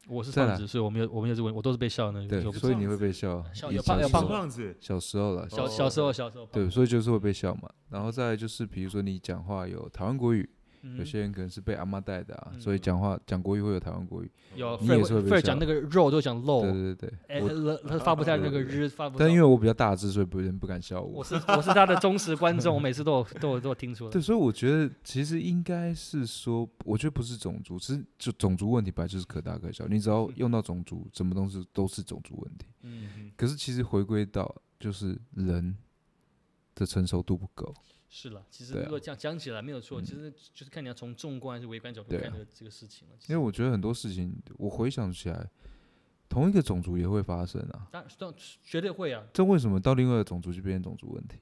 [SPEAKER 1] 我是
[SPEAKER 2] 再
[SPEAKER 1] 胖
[SPEAKER 2] 来
[SPEAKER 1] 子，所以我没有我没有这个问题，我都是被笑的那
[SPEAKER 2] 对
[SPEAKER 1] 个，就，
[SPEAKER 2] 所以你会被笑。
[SPEAKER 1] 笑
[SPEAKER 2] 以
[SPEAKER 1] 有胖
[SPEAKER 2] 前
[SPEAKER 1] 有
[SPEAKER 2] 小
[SPEAKER 1] 胖
[SPEAKER 2] 时候
[SPEAKER 1] 过
[SPEAKER 3] 胖子，
[SPEAKER 2] 小时候了，
[SPEAKER 1] 小
[SPEAKER 3] 哦
[SPEAKER 1] 小时候小时候胖
[SPEAKER 2] 对，所以就是会被笑嘛。然后再来就是，比如说你讲话有台湾国语，
[SPEAKER 1] 嗯
[SPEAKER 2] 有些人可能是被阿妈带的啊，所以
[SPEAKER 1] 嗯
[SPEAKER 2] 讲话讲国语会有台湾国语。
[SPEAKER 1] 有
[SPEAKER 3] 嗯
[SPEAKER 2] 你
[SPEAKER 1] 费
[SPEAKER 2] 也
[SPEAKER 1] 尔
[SPEAKER 2] 是会被
[SPEAKER 1] 费尔
[SPEAKER 2] 笑
[SPEAKER 1] 讲那个肉都讲
[SPEAKER 2] 对
[SPEAKER 1] low，
[SPEAKER 2] 对对
[SPEAKER 1] 哎，
[SPEAKER 2] 我
[SPEAKER 1] 呃他发不下那个日，发不到。
[SPEAKER 2] 但因为我比较大只，所以别人不敢笑
[SPEAKER 1] 我是我是他的忠实观众，我每次都有都有都有听出来
[SPEAKER 2] 对，。所以我觉得其实应该是说，我觉得不是种族，其实就种族问题本来就是可大可小，你只要用到种族，什么东西都是种族问题。
[SPEAKER 1] 嗯，
[SPEAKER 2] 可是其实回归到就是人的成熟度不够，
[SPEAKER 1] 是了，其实
[SPEAKER 2] 对啊嗯
[SPEAKER 1] 如果讲讲起来没有错，其实就是看你要从纵观还是微观角度
[SPEAKER 2] 对啊
[SPEAKER 1] 看这个这个事情了。其
[SPEAKER 2] 因为
[SPEAKER 1] 实
[SPEAKER 2] 我觉得很多事情，我回想起来，同一个种族也会发生啊。
[SPEAKER 1] 当然当然绝对会啊，
[SPEAKER 2] 这为什么到另外一个种族就变成种族问题？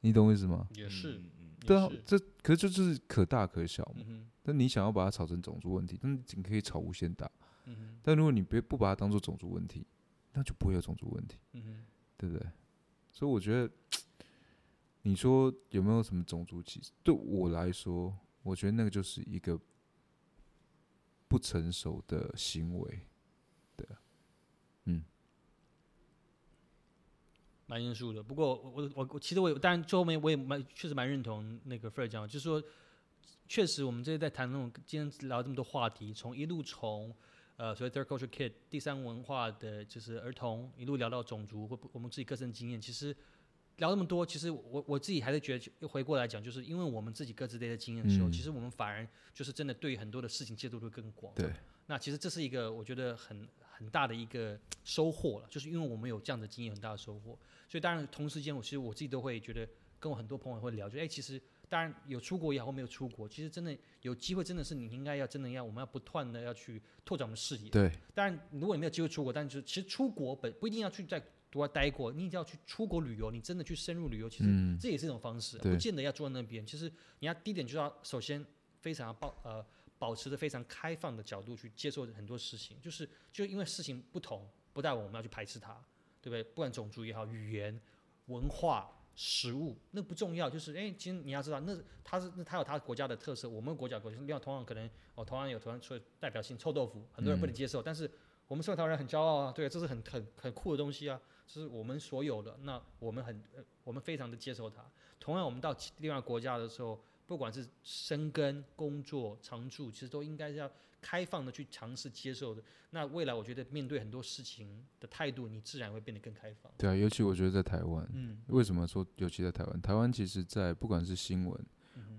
[SPEAKER 2] 你懂我意思吗？
[SPEAKER 1] 也是，
[SPEAKER 3] 嗯嗯
[SPEAKER 1] 也
[SPEAKER 2] 对啊
[SPEAKER 1] 是，
[SPEAKER 2] 这可是就是可大可小嘛
[SPEAKER 1] 嗯。哼，
[SPEAKER 2] 但你想要把它炒成种族问题，那你可以炒无限大。
[SPEAKER 1] 嗯哼，
[SPEAKER 2] 但如果你别不把它当做种族问题，那就不会有种族问题，
[SPEAKER 1] 嗯哼。
[SPEAKER 2] 对不对？所以我觉得，你说有没有什么种族歧视？对我来说，我觉得那个就是一个不成熟的行为。
[SPEAKER 1] 蛮严肃的。不过我我我我其实我有，当然最后面我也蛮确实蛮认同那个菲尔讲的，就是说，确实我们这一在谈那种今天聊这么多话题，从一路从呃所谓 third culture kid 第三文化的就是儿童，一路聊到种族或我们自己个人经验，其实。聊那么多，其实我我自己还是觉得，又回过来讲，就是因为我们自己各自的经验的时候，
[SPEAKER 2] 嗯
[SPEAKER 1] 其实我们反而就是真的对于很多的事情介入会更广。
[SPEAKER 2] 对，
[SPEAKER 1] 那其实这是一个我觉得很很大的一个收获了，就是因为我们有这样的经验，很大的收获。所以当然，同时间我其实我自己都会觉得，跟我很多朋友会聊，就哎、其实当然有出国也好，或没有出国，其实真的有机会，真的是你应该要真的要，我们要不断的要去拓展我们视野。
[SPEAKER 2] 对，
[SPEAKER 1] 当然，如果你没有机会出国，但是其实出国本不一定要去在国外待过，你只要去出国旅游，你真的去深入旅游，其实
[SPEAKER 2] 嗯，
[SPEAKER 1] 这也是一种方式，
[SPEAKER 2] 对
[SPEAKER 1] 不见得要坐在那边。其实你要第一点就要首先非常保呃保持着非常开放的角度去接受很多事情，就是就因为事情不同，不代表我们要去排斥它，对不对？不管种族也好，语言、文化、食物，那不重要。就是哎，其实你要知道，那它是那它有它国家的特色，我们国家有国家，另外同样可能哦，同样有同样所以代表性臭豆腐，很多人不能接受，但是我们身为台湾人很骄傲啊，对啊，这是很很很酷的东西啊，这是我们所有的，那我们很呃我们非常的接受它。同样，我们到其另外国家的时候，不管是生根、工作、常住，其实都应该是要开放的去尝试接受的。那未来，我觉得面对很多事情的态度，你自然会变得更开放。
[SPEAKER 2] 对啊，尤其我觉得在台湾，
[SPEAKER 1] 嗯
[SPEAKER 2] 为什么说尤其在台湾？台湾其实，在不管是新闻，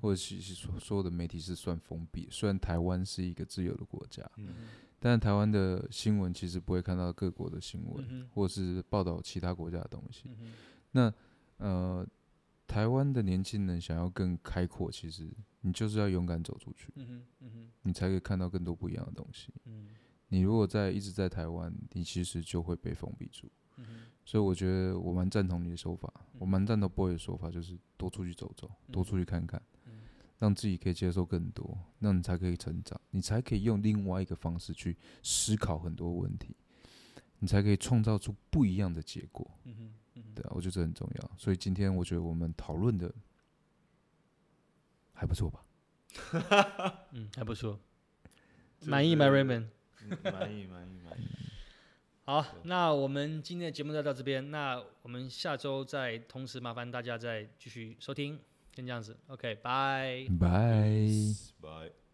[SPEAKER 2] 或者是是所所有的媒体是算封闭的。虽然台湾是一个自由的国家，
[SPEAKER 3] 嗯
[SPEAKER 2] 但是台湾的新闻其实不会看到各国的新闻，
[SPEAKER 1] 嗯
[SPEAKER 2] 或是报道其他国家的东西。
[SPEAKER 1] 哼，
[SPEAKER 2] 那呃，台湾的年轻人想要更开阔，其实你就是要勇敢走出去，
[SPEAKER 1] 嗯哼，嗯哼，
[SPEAKER 2] 你才可以看到更多不一样的东西。
[SPEAKER 1] 嗯
[SPEAKER 2] 你如果在一直在台湾，你其实就会被封闭住。
[SPEAKER 1] 嗯哼，
[SPEAKER 2] 所以我觉得我蛮赞同你的说法，我
[SPEAKER 1] 嗯
[SPEAKER 2] 蛮赞同 boy 的说法，就是多出去走走，多出去看看，
[SPEAKER 1] 嗯
[SPEAKER 2] 让自己可以接受更多，那你才可以成长，你才可以用另外一个方式去思考很多问题，你才可以创造出不一样的结果。
[SPEAKER 1] 嗯哼，嗯哼，
[SPEAKER 2] 对啊，我觉得这很重要。所以今天我觉得我们讨论的还不错吧？
[SPEAKER 1] 嗯，还不错，
[SPEAKER 3] 这
[SPEAKER 1] 满意
[SPEAKER 3] 是
[SPEAKER 1] 吗，Raymond？
[SPEAKER 3] 嗯满意满意 满意。
[SPEAKER 1] 好，那我们今天的节目就到这边。那我们下周再同时麻烦大家再继续收听，先这样子。OK，拜。
[SPEAKER 2] 拜。
[SPEAKER 3] Bye.